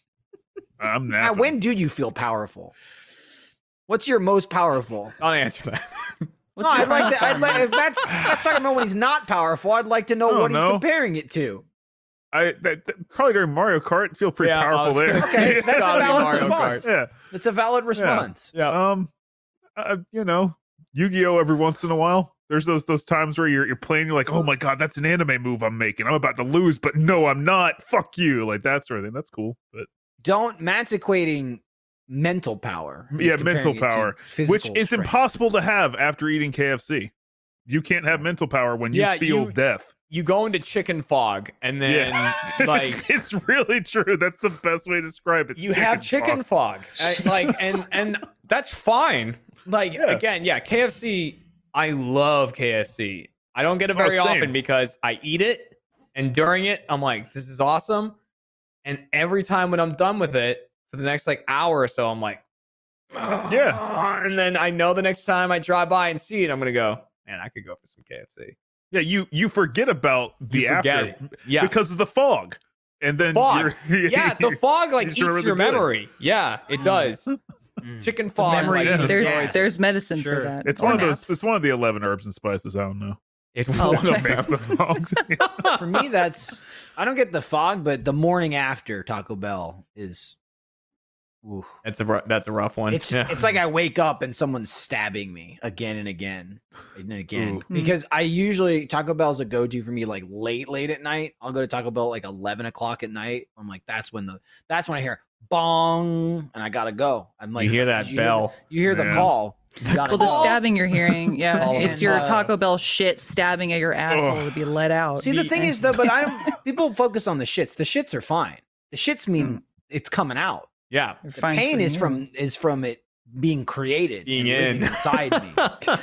[SPEAKER 3] I'm
[SPEAKER 1] Now,
[SPEAKER 3] napping.
[SPEAKER 1] when do you feel powerful? What's your most powerful?
[SPEAKER 2] I'll answer that.
[SPEAKER 1] No,
[SPEAKER 4] your
[SPEAKER 1] I'd like
[SPEAKER 4] final
[SPEAKER 1] to. I'd like, if that's that's talking about when he's not powerful. I'd like to know
[SPEAKER 3] Oh,
[SPEAKER 1] what he's
[SPEAKER 3] no.
[SPEAKER 1] comparing it to.
[SPEAKER 3] I that, that- probably during Mario Kart, feel pretty
[SPEAKER 2] Yeah, I
[SPEAKER 3] powerful
[SPEAKER 2] was
[SPEAKER 3] there.
[SPEAKER 2] gonna say,
[SPEAKER 1] Okay, that's a
[SPEAKER 2] gotta be
[SPEAKER 1] valid
[SPEAKER 2] Mario Kart.
[SPEAKER 1] response.
[SPEAKER 3] yeah.
[SPEAKER 1] That's a valid response.
[SPEAKER 2] Yeah.
[SPEAKER 3] Um, uh, you know, Yu-Gi-Oh! Every once in a while, there's those those times where you're you're playing, you're like, oh my god, that's an anime move I'm making. I'm about to lose, but no, I'm not. Fuck you, like that sort of thing. That's cool, but
[SPEAKER 1] don't Matt's equating mental power. He's
[SPEAKER 3] Yeah,
[SPEAKER 1] comparing
[SPEAKER 3] mental
[SPEAKER 1] it to
[SPEAKER 3] power, which
[SPEAKER 1] physical
[SPEAKER 3] is
[SPEAKER 1] strength.
[SPEAKER 3] impossible to have after eating KFC. You can't have mental power when you
[SPEAKER 2] Oh. Yeah,
[SPEAKER 3] feel
[SPEAKER 2] you-
[SPEAKER 3] death.
[SPEAKER 2] You go into chicken fog, and then like
[SPEAKER 3] it's really true. That's the best way to describe it.
[SPEAKER 2] you have chicken
[SPEAKER 3] pox.
[SPEAKER 2] fog, I- like and and that's fine. Like
[SPEAKER 3] Yeah.
[SPEAKER 2] again, yeah, KFC. I love KFC. I don't get it
[SPEAKER 3] Oh,
[SPEAKER 2] very
[SPEAKER 3] same.
[SPEAKER 2] often because I eat it, and during it, I'm like, this is awesome. And every time when I'm done with it for the next like hour or so, I'm like,
[SPEAKER 3] Yeah.
[SPEAKER 2] And then I know the next time I drive by and see it, I'm gonna go, man, I could go for some KFC.
[SPEAKER 3] Yeah, you you forget about the
[SPEAKER 2] You
[SPEAKER 3] after
[SPEAKER 2] forget it. Yeah.
[SPEAKER 3] because of the fog, and then
[SPEAKER 2] Fog.
[SPEAKER 3] You're,
[SPEAKER 2] yeah, the fog like
[SPEAKER 3] just
[SPEAKER 2] eats
[SPEAKER 3] remember
[SPEAKER 2] your
[SPEAKER 3] the good.
[SPEAKER 2] memory. Yeah, it does.
[SPEAKER 1] Mm.
[SPEAKER 2] Chicken fog.
[SPEAKER 1] memory
[SPEAKER 2] like,
[SPEAKER 1] is-
[SPEAKER 4] There's
[SPEAKER 1] Yes.
[SPEAKER 4] there's medicine for
[SPEAKER 1] Sure.
[SPEAKER 4] that.
[SPEAKER 3] it's
[SPEAKER 4] Or
[SPEAKER 3] one of those.
[SPEAKER 4] naps.
[SPEAKER 3] It's one of the eleven herbs and spices. I don't know.
[SPEAKER 2] It's
[SPEAKER 4] Oh.
[SPEAKER 2] one of
[SPEAKER 3] Makes
[SPEAKER 2] them.
[SPEAKER 3] the fog.
[SPEAKER 1] For me, that's I don't get the fog, but the morning after Taco Bell is. Ooh.
[SPEAKER 2] That's a ru- that's a rough one.
[SPEAKER 1] It's
[SPEAKER 2] Yeah.
[SPEAKER 1] it's like I wake up and someone's stabbing me again and again and again
[SPEAKER 4] Hmm.
[SPEAKER 3] Ooh.
[SPEAKER 1] because I usually Taco Bell's a go to for me like late late at night. I'll go to Taco Bell at, like eleven o'clock at night. I'm like that's when the that's when I hear bong and I gotta go. I'm like
[SPEAKER 2] you hear
[SPEAKER 1] "Did
[SPEAKER 2] that
[SPEAKER 1] you
[SPEAKER 2] bell.
[SPEAKER 1] the- you hear the
[SPEAKER 3] Yeah.
[SPEAKER 1] call. You gotta
[SPEAKER 4] Well, the
[SPEAKER 1] go."
[SPEAKER 4] stabbing you're hearing, yeah,
[SPEAKER 2] Oh,
[SPEAKER 4] it's
[SPEAKER 1] man.
[SPEAKER 4] your
[SPEAKER 1] Uh,
[SPEAKER 4] Taco Bell shit stabbing at your asshole to be let out.
[SPEAKER 1] See, the thing is though, but I don't. People focus on the shits. The shits are fine. The shits mean it's coming out.
[SPEAKER 2] yeah.
[SPEAKER 4] You're
[SPEAKER 1] The
[SPEAKER 4] Hmm. fine
[SPEAKER 1] pain
[SPEAKER 4] for
[SPEAKER 1] is
[SPEAKER 4] you.
[SPEAKER 1] from is from it being created,
[SPEAKER 2] Being
[SPEAKER 1] and living
[SPEAKER 2] in.
[SPEAKER 1] inside me.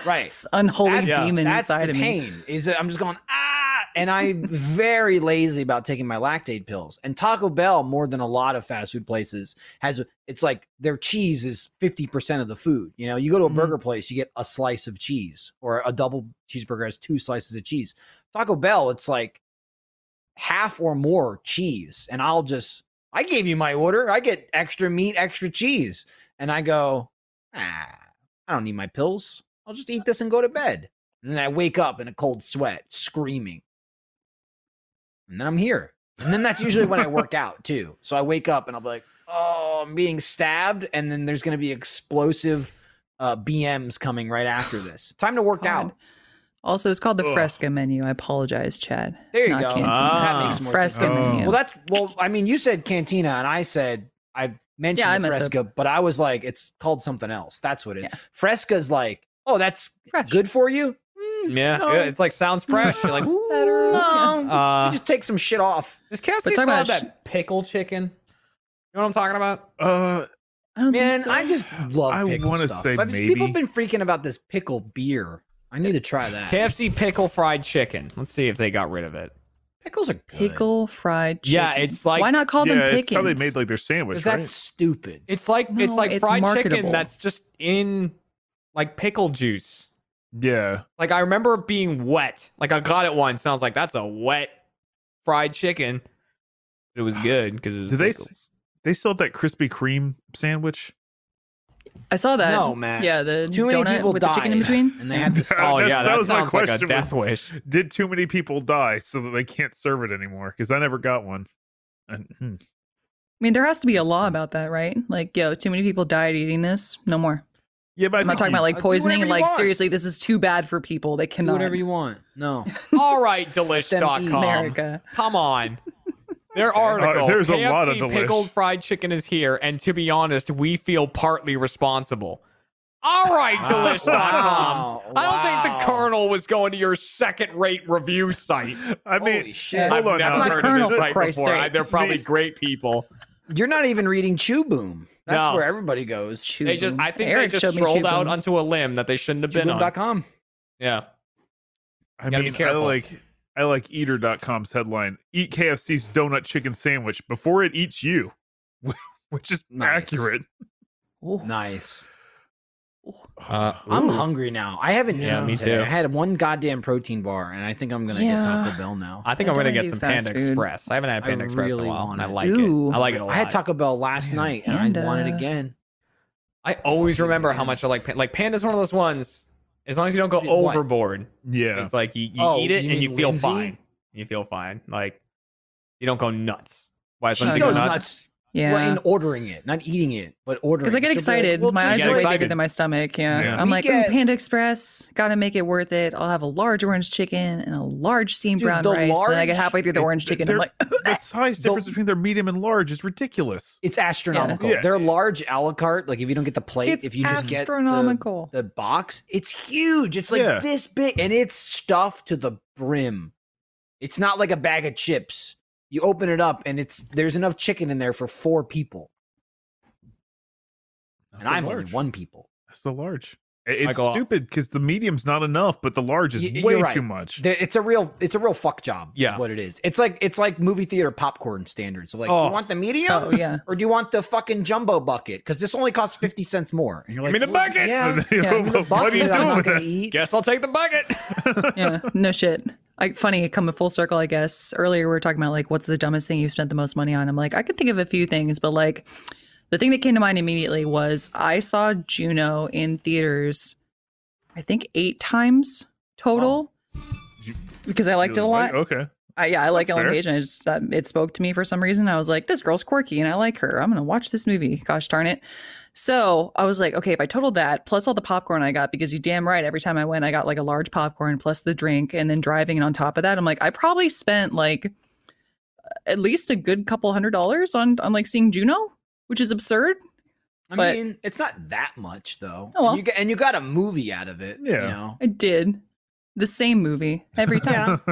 [SPEAKER 1] Right.
[SPEAKER 4] It's unholy
[SPEAKER 1] That's-
[SPEAKER 2] yeah,
[SPEAKER 4] demon
[SPEAKER 1] That's
[SPEAKER 4] inside
[SPEAKER 1] the
[SPEAKER 4] of me.
[SPEAKER 1] pain. Is that I'm just going ah, and I'm very lazy about taking my lactate pills. And Taco Bell, more than a lot of fast food places, has it's like their cheese is fifty percent of the food. You know, you go to a
[SPEAKER 4] Mhm.
[SPEAKER 1] burger place, you get a slice of cheese, or a double cheeseburger has two slices of cheese. Taco Bell, it's like half or more cheese, and I'll just I gave you my order. I get extra meat, extra cheese, and I go ah, I don't need my pills. I'll just eat this and go to bed. And then I wake up in a cold sweat, screaming. And then I'm here. And then that's usually when I work out too. So I wake up and I'll be like, oh, I'm being stabbed. And then there's going to be explosive uh, BMs coming right after this. Time to work
[SPEAKER 4] God.
[SPEAKER 1] out.
[SPEAKER 4] Also, it's called the
[SPEAKER 3] Ugh.
[SPEAKER 4] Fresca menu. I apologize, Chad.
[SPEAKER 1] There you
[SPEAKER 4] Not
[SPEAKER 1] go.
[SPEAKER 4] canteen.
[SPEAKER 1] That
[SPEAKER 2] Ah.
[SPEAKER 1] makes more
[SPEAKER 4] Fresca
[SPEAKER 1] sense.
[SPEAKER 3] Oh.
[SPEAKER 4] menu.
[SPEAKER 1] Well, that's, well, I mean, you said cantina and I said, I mentioned
[SPEAKER 4] Yeah, I
[SPEAKER 1] the
[SPEAKER 4] messed up.
[SPEAKER 1] fresca, but I was like, it's called something else. That's what it is.
[SPEAKER 4] Yeah.
[SPEAKER 1] Fresca's like, oh, that's
[SPEAKER 4] Fresh.
[SPEAKER 1] good for you? Mm,
[SPEAKER 2] Yeah.
[SPEAKER 1] No.
[SPEAKER 2] yeah, It's like sounds fresh. You're like,
[SPEAKER 4] No. Better.
[SPEAKER 1] no. You
[SPEAKER 2] uh,
[SPEAKER 1] just take some shit off.
[SPEAKER 2] does KFC
[SPEAKER 4] But talking
[SPEAKER 2] still have
[SPEAKER 4] about sh-
[SPEAKER 2] that pickle chicken? You know what I'm talking about?
[SPEAKER 3] uh,
[SPEAKER 4] I don't
[SPEAKER 1] Man,
[SPEAKER 4] think so.
[SPEAKER 1] I just love.
[SPEAKER 3] I
[SPEAKER 1] pickle
[SPEAKER 3] wanna
[SPEAKER 1] stuff.
[SPEAKER 3] say
[SPEAKER 1] But people
[SPEAKER 3] maybe.
[SPEAKER 1] have been freaking about this pickle beer. I need to try that.
[SPEAKER 2] KFC pickle fried chicken. Let's see if they got rid of it.
[SPEAKER 1] Pickles are good.
[SPEAKER 4] pickle fried chicken.
[SPEAKER 2] Yeah, it's like-
[SPEAKER 4] why not call
[SPEAKER 3] yeah,
[SPEAKER 4] them
[SPEAKER 3] it's how
[SPEAKER 4] pickles?
[SPEAKER 3] they made like their sandwich,
[SPEAKER 1] Because
[SPEAKER 3] right?
[SPEAKER 1] that's stupid.
[SPEAKER 2] It's like it's
[SPEAKER 4] No,
[SPEAKER 2] like
[SPEAKER 4] it's
[SPEAKER 2] fried chicken
[SPEAKER 4] marketable.
[SPEAKER 2] that's just in like pickle juice.
[SPEAKER 3] Yeah,
[SPEAKER 2] Like I remember it being wet. Like I got it once, and I was like, "That's a wet fried chicken." It was good because it was
[SPEAKER 3] Do they s-
[SPEAKER 2] pickles.
[SPEAKER 3] they sold that Krispy Kreme sandwich.
[SPEAKER 4] I saw that.
[SPEAKER 1] No, man.
[SPEAKER 4] Yeah, the
[SPEAKER 1] Too many
[SPEAKER 4] donut
[SPEAKER 1] people
[SPEAKER 4] with
[SPEAKER 1] died,
[SPEAKER 4] the chicken in between.
[SPEAKER 1] and they had to
[SPEAKER 2] Oh
[SPEAKER 1] stop.
[SPEAKER 3] That's-
[SPEAKER 2] yeah,
[SPEAKER 3] that
[SPEAKER 2] that,
[SPEAKER 3] was my
[SPEAKER 2] sounds like a
[SPEAKER 3] question was-
[SPEAKER 2] death wish.
[SPEAKER 3] Did too many people die so that they can't serve it anymore? Because I never got one. And, hmm.
[SPEAKER 4] I mean, there has to be a law about that, right? Like, yo, too many people died eating this. No more.
[SPEAKER 3] Yeah, but I
[SPEAKER 4] I'm not
[SPEAKER 3] think
[SPEAKER 4] talking
[SPEAKER 3] you-
[SPEAKER 4] about like
[SPEAKER 1] do
[SPEAKER 4] poisoning.
[SPEAKER 1] whatever you
[SPEAKER 4] Like,
[SPEAKER 1] want.
[SPEAKER 4] seriously, this is too bad for people. They
[SPEAKER 1] Do
[SPEAKER 4] cannot.
[SPEAKER 1] whatever you want. No.
[SPEAKER 2] All right,
[SPEAKER 1] eat
[SPEAKER 2] delish.com.
[SPEAKER 4] America.
[SPEAKER 2] Come on. Their article.
[SPEAKER 3] there's a
[SPEAKER 2] KFC
[SPEAKER 3] lot of Delish.
[SPEAKER 2] pickled fried chicken is here, and to be honest, we feel partly responsible. All right, delish.com.
[SPEAKER 1] Wow,
[SPEAKER 2] I don't think
[SPEAKER 1] wow.
[SPEAKER 2] the Colonel was going to your second-rate review site.
[SPEAKER 3] I mean,
[SPEAKER 1] Holy shit.
[SPEAKER 3] Hold
[SPEAKER 2] I've
[SPEAKER 3] on
[SPEAKER 2] never
[SPEAKER 3] now.
[SPEAKER 4] It's a
[SPEAKER 2] heard
[SPEAKER 4] Colonel,
[SPEAKER 2] of this
[SPEAKER 4] for
[SPEAKER 2] site
[SPEAKER 4] Christ's
[SPEAKER 2] before.
[SPEAKER 4] sake.
[SPEAKER 2] I- they're probably great people.
[SPEAKER 1] You're not even reading Chew Boom. That's
[SPEAKER 2] No.
[SPEAKER 1] where everybody goes.
[SPEAKER 2] They just, I think
[SPEAKER 4] Eric
[SPEAKER 2] they
[SPEAKER 4] showed
[SPEAKER 2] just
[SPEAKER 4] me
[SPEAKER 2] strolled out
[SPEAKER 4] Chewboom.
[SPEAKER 2] onto a limb that they shouldn't have been on.
[SPEAKER 1] Chewboom.com.
[SPEAKER 2] Yeah.
[SPEAKER 3] I
[SPEAKER 2] Gotta be
[SPEAKER 3] mean, I
[SPEAKER 2] careful.
[SPEAKER 3] like I like eater.com's headline, eat KFC's donut chicken sandwich before it eats you. Which is
[SPEAKER 1] Nice.
[SPEAKER 3] accurate.
[SPEAKER 1] Nice.
[SPEAKER 2] Uh,
[SPEAKER 1] I'm hungry now. I haven't
[SPEAKER 3] Yeah,
[SPEAKER 1] eaten
[SPEAKER 2] me
[SPEAKER 1] today.
[SPEAKER 2] too.
[SPEAKER 1] I had one goddamn protein bar, and I think I'm gonna
[SPEAKER 4] Yeah.
[SPEAKER 1] get Taco Bell now.
[SPEAKER 2] I think
[SPEAKER 4] I
[SPEAKER 2] I'm gonna
[SPEAKER 4] don't
[SPEAKER 2] get
[SPEAKER 4] do
[SPEAKER 2] some
[SPEAKER 4] fast
[SPEAKER 2] Panda
[SPEAKER 4] food.
[SPEAKER 2] Express. I haven't had
[SPEAKER 1] I
[SPEAKER 2] Panda Express in a
[SPEAKER 1] really
[SPEAKER 2] while, and I
[SPEAKER 1] want it.
[SPEAKER 2] like
[SPEAKER 4] Ooh.
[SPEAKER 2] it. I like it a lot.
[SPEAKER 1] I had Taco Bell last night, and I want it
[SPEAKER 4] Panda.
[SPEAKER 1] again.
[SPEAKER 2] I always remember how much I like Panda. Like Panda's one of those ones. As long as you don't go
[SPEAKER 1] What?
[SPEAKER 2] overboard,
[SPEAKER 3] Yeah.
[SPEAKER 2] it's like you, you
[SPEAKER 1] Oh,
[SPEAKER 2] eat it
[SPEAKER 1] you
[SPEAKER 2] and you
[SPEAKER 1] mean
[SPEAKER 2] feel
[SPEAKER 1] Lindsay?
[SPEAKER 2] fine. You feel fine. Like you don't go nuts. Why is
[SPEAKER 4] She
[SPEAKER 2] Lindsay
[SPEAKER 1] She
[SPEAKER 2] go
[SPEAKER 1] goes
[SPEAKER 2] nuts?
[SPEAKER 1] nuts
[SPEAKER 4] Yeah.
[SPEAKER 1] Well, in ordering it, not eating it, but ordering.
[SPEAKER 4] because I get
[SPEAKER 1] it. She'll be like,
[SPEAKER 4] excited.
[SPEAKER 1] "Well,
[SPEAKER 4] my eyes
[SPEAKER 1] just
[SPEAKER 2] get
[SPEAKER 4] are way
[SPEAKER 1] like-
[SPEAKER 4] bigger
[SPEAKER 2] excited.
[SPEAKER 4] than my stomach. Yeah,
[SPEAKER 3] Yeah.
[SPEAKER 4] I'm
[SPEAKER 1] We
[SPEAKER 4] like,
[SPEAKER 1] get-
[SPEAKER 4] ooh, Panda Express, gotta make it worth it. I'll have a large orange chicken and a large steamed
[SPEAKER 1] Dude,
[SPEAKER 4] brown
[SPEAKER 1] the
[SPEAKER 4] rice. and then I get
[SPEAKER 1] large-
[SPEAKER 4] halfway through the
[SPEAKER 3] it-
[SPEAKER 4] orange chicken.
[SPEAKER 3] they're-
[SPEAKER 4] I'm like,
[SPEAKER 3] the size difference between their medium and large is ridiculous.
[SPEAKER 1] It's astronomical.
[SPEAKER 3] Yeah.
[SPEAKER 1] They're large a la carte. Like if you don't get the plate,
[SPEAKER 4] it's
[SPEAKER 1] if you just get the,
[SPEAKER 4] astronomical.
[SPEAKER 1] the box, it's huge. It's like
[SPEAKER 3] Yeah.
[SPEAKER 1] this big and it's stuffed to the brim. It's not like a bag of chips. You open it up and it's there's enough chicken in there for four people.
[SPEAKER 3] That's
[SPEAKER 1] and
[SPEAKER 3] the
[SPEAKER 1] I'm only
[SPEAKER 3] large.
[SPEAKER 1] one people.
[SPEAKER 3] That's the large. I- It's
[SPEAKER 2] Michael, I'll-
[SPEAKER 3] stupid because the medium's not enough, but the large is
[SPEAKER 1] Y- you're
[SPEAKER 3] way
[SPEAKER 1] right.
[SPEAKER 3] too much.
[SPEAKER 1] There- It's a real it's a real fuck job.
[SPEAKER 2] Yeah.
[SPEAKER 1] Is what it is. It's like it's like movie theater popcorn standards. So like,
[SPEAKER 2] Oh.
[SPEAKER 1] you want the medium?
[SPEAKER 4] oh yeah,
[SPEAKER 1] Or do you want the fucking jumbo bucket? Because this only costs 50 cents more. And you're like,
[SPEAKER 2] Give me the
[SPEAKER 1] "Well,
[SPEAKER 2] bucket!"
[SPEAKER 1] Yeah.
[SPEAKER 4] Yeah,
[SPEAKER 3] what,
[SPEAKER 4] the
[SPEAKER 3] are you
[SPEAKER 1] bucket I'm
[SPEAKER 3] doing
[SPEAKER 1] not
[SPEAKER 3] with
[SPEAKER 1] gonna
[SPEAKER 3] that?
[SPEAKER 1] eat.
[SPEAKER 2] Guess I'll take the bucket.
[SPEAKER 4] yeah, no shit. Like funny, coming full circle, I guess. Earlier we were talking about like what's the dumbest thing you've spent the most money on. I'm like, I could think of a few things, but like the thing that came to mind immediately was I saw Juno in theaters, I think eight times total.
[SPEAKER 3] You-
[SPEAKER 4] Because I liked it a
[SPEAKER 3] You're like,
[SPEAKER 4] lot.
[SPEAKER 3] Okay.
[SPEAKER 4] I, yeah, I like
[SPEAKER 3] That's
[SPEAKER 4] Ellen
[SPEAKER 3] fair.
[SPEAKER 4] Page, and I just that it spoke to me for some reason. I was like, this girl's quirky, and I like her. I'm gonna watch this movie. Gosh darn it! So I was like, okay, if I totaled that plus all the popcorn I got, because you damn right, every time I went, I got like a large popcorn plus the drink, and then driving, and on top of that, I'm like, I probably spent like at least a good couple hundred dollars on on like seeing Juno, which is absurd.
[SPEAKER 1] I
[SPEAKER 4] But-
[SPEAKER 1] mean, it's not that much though.
[SPEAKER 4] Oh, well.
[SPEAKER 1] and, you get, and you got a movie out of it.
[SPEAKER 3] Yeah.
[SPEAKER 1] You know,
[SPEAKER 4] I did the same movie every time.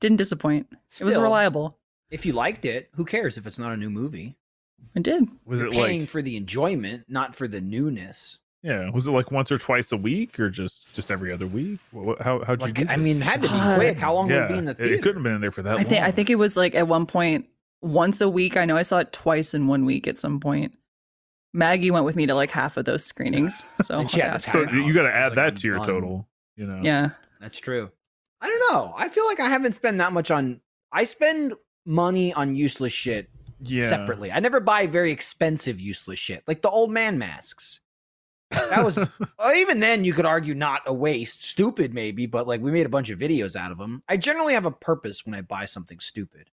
[SPEAKER 4] Didn't disappoint. it was
[SPEAKER 1] Still,
[SPEAKER 4] reliable.
[SPEAKER 1] If you liked it, who cares if it's not a new movie?
[SPEAKER 4] I did.
[SPEAKER 3] was
[SPEAKER 1] You're
[SPEAKER 3] it
[SPEAKER 1] paying
[SPEAKER 3] like
[SPEAKER 1] for the enjoyment, not for the newness.
[SPEAKER 3] yeah? Was it like once or twice a week, or just just every other week? What, how how'd you
[SPEAKER 1] Like,
[SPEAKER 3] do?
[SPEAKER 1] I
[SPEAKER 3] this?
[SPEAKER 1] mean, it had to be
[SPEAKER 4] God.
[SPEAKER 1] quick. How long would it be in the
[SPEAKER 3] it-
[SPEAKER 1] theater?
[SPEAKER 3] It couldn't have been in there for that
[SPEAKER 4] I
[SPEAKER 3] long.
[SPEAKER 4] think I think it was like at one point once a week. I know I saw it twice in one week at some point. Maggie went with me to like half of those screenings. So
[SPEAKER 1] And she
[SPEAKER 4] I'll
[SPEAKER 1] had
[SPEAKER 4] have to
[SPEAKER 1] the
[SPEAKER 3] so.
[SPEAKER 4] ask her.
[SPEAKER 1] time.
[SPEAKER 3] You got to
[SPEAKER 1] I was
[SPEAKER 3] add
[SPEAKER 1] like,
[SPEAKER 3] that
[SPEAKER 1] I'm
[SPEAKER 3] to your
[SPEAKER 1] done.
[SPEAKER 3] total. You know.
[SPEAKER 4] yeah.
[SPEAKER 1] That's true. I don't know. I feel like I haven't spent that much on. I spend money on useless shit
[SPEAKER 3] Yeah.
[SPEAKER 1] separately. I never buy very expensive useless shit, like the old man masks. That was or even then you could argue not a waste, stupid maybe, but like we made a bunch of videos out of them. I generally have a purpose when I buy something stupid.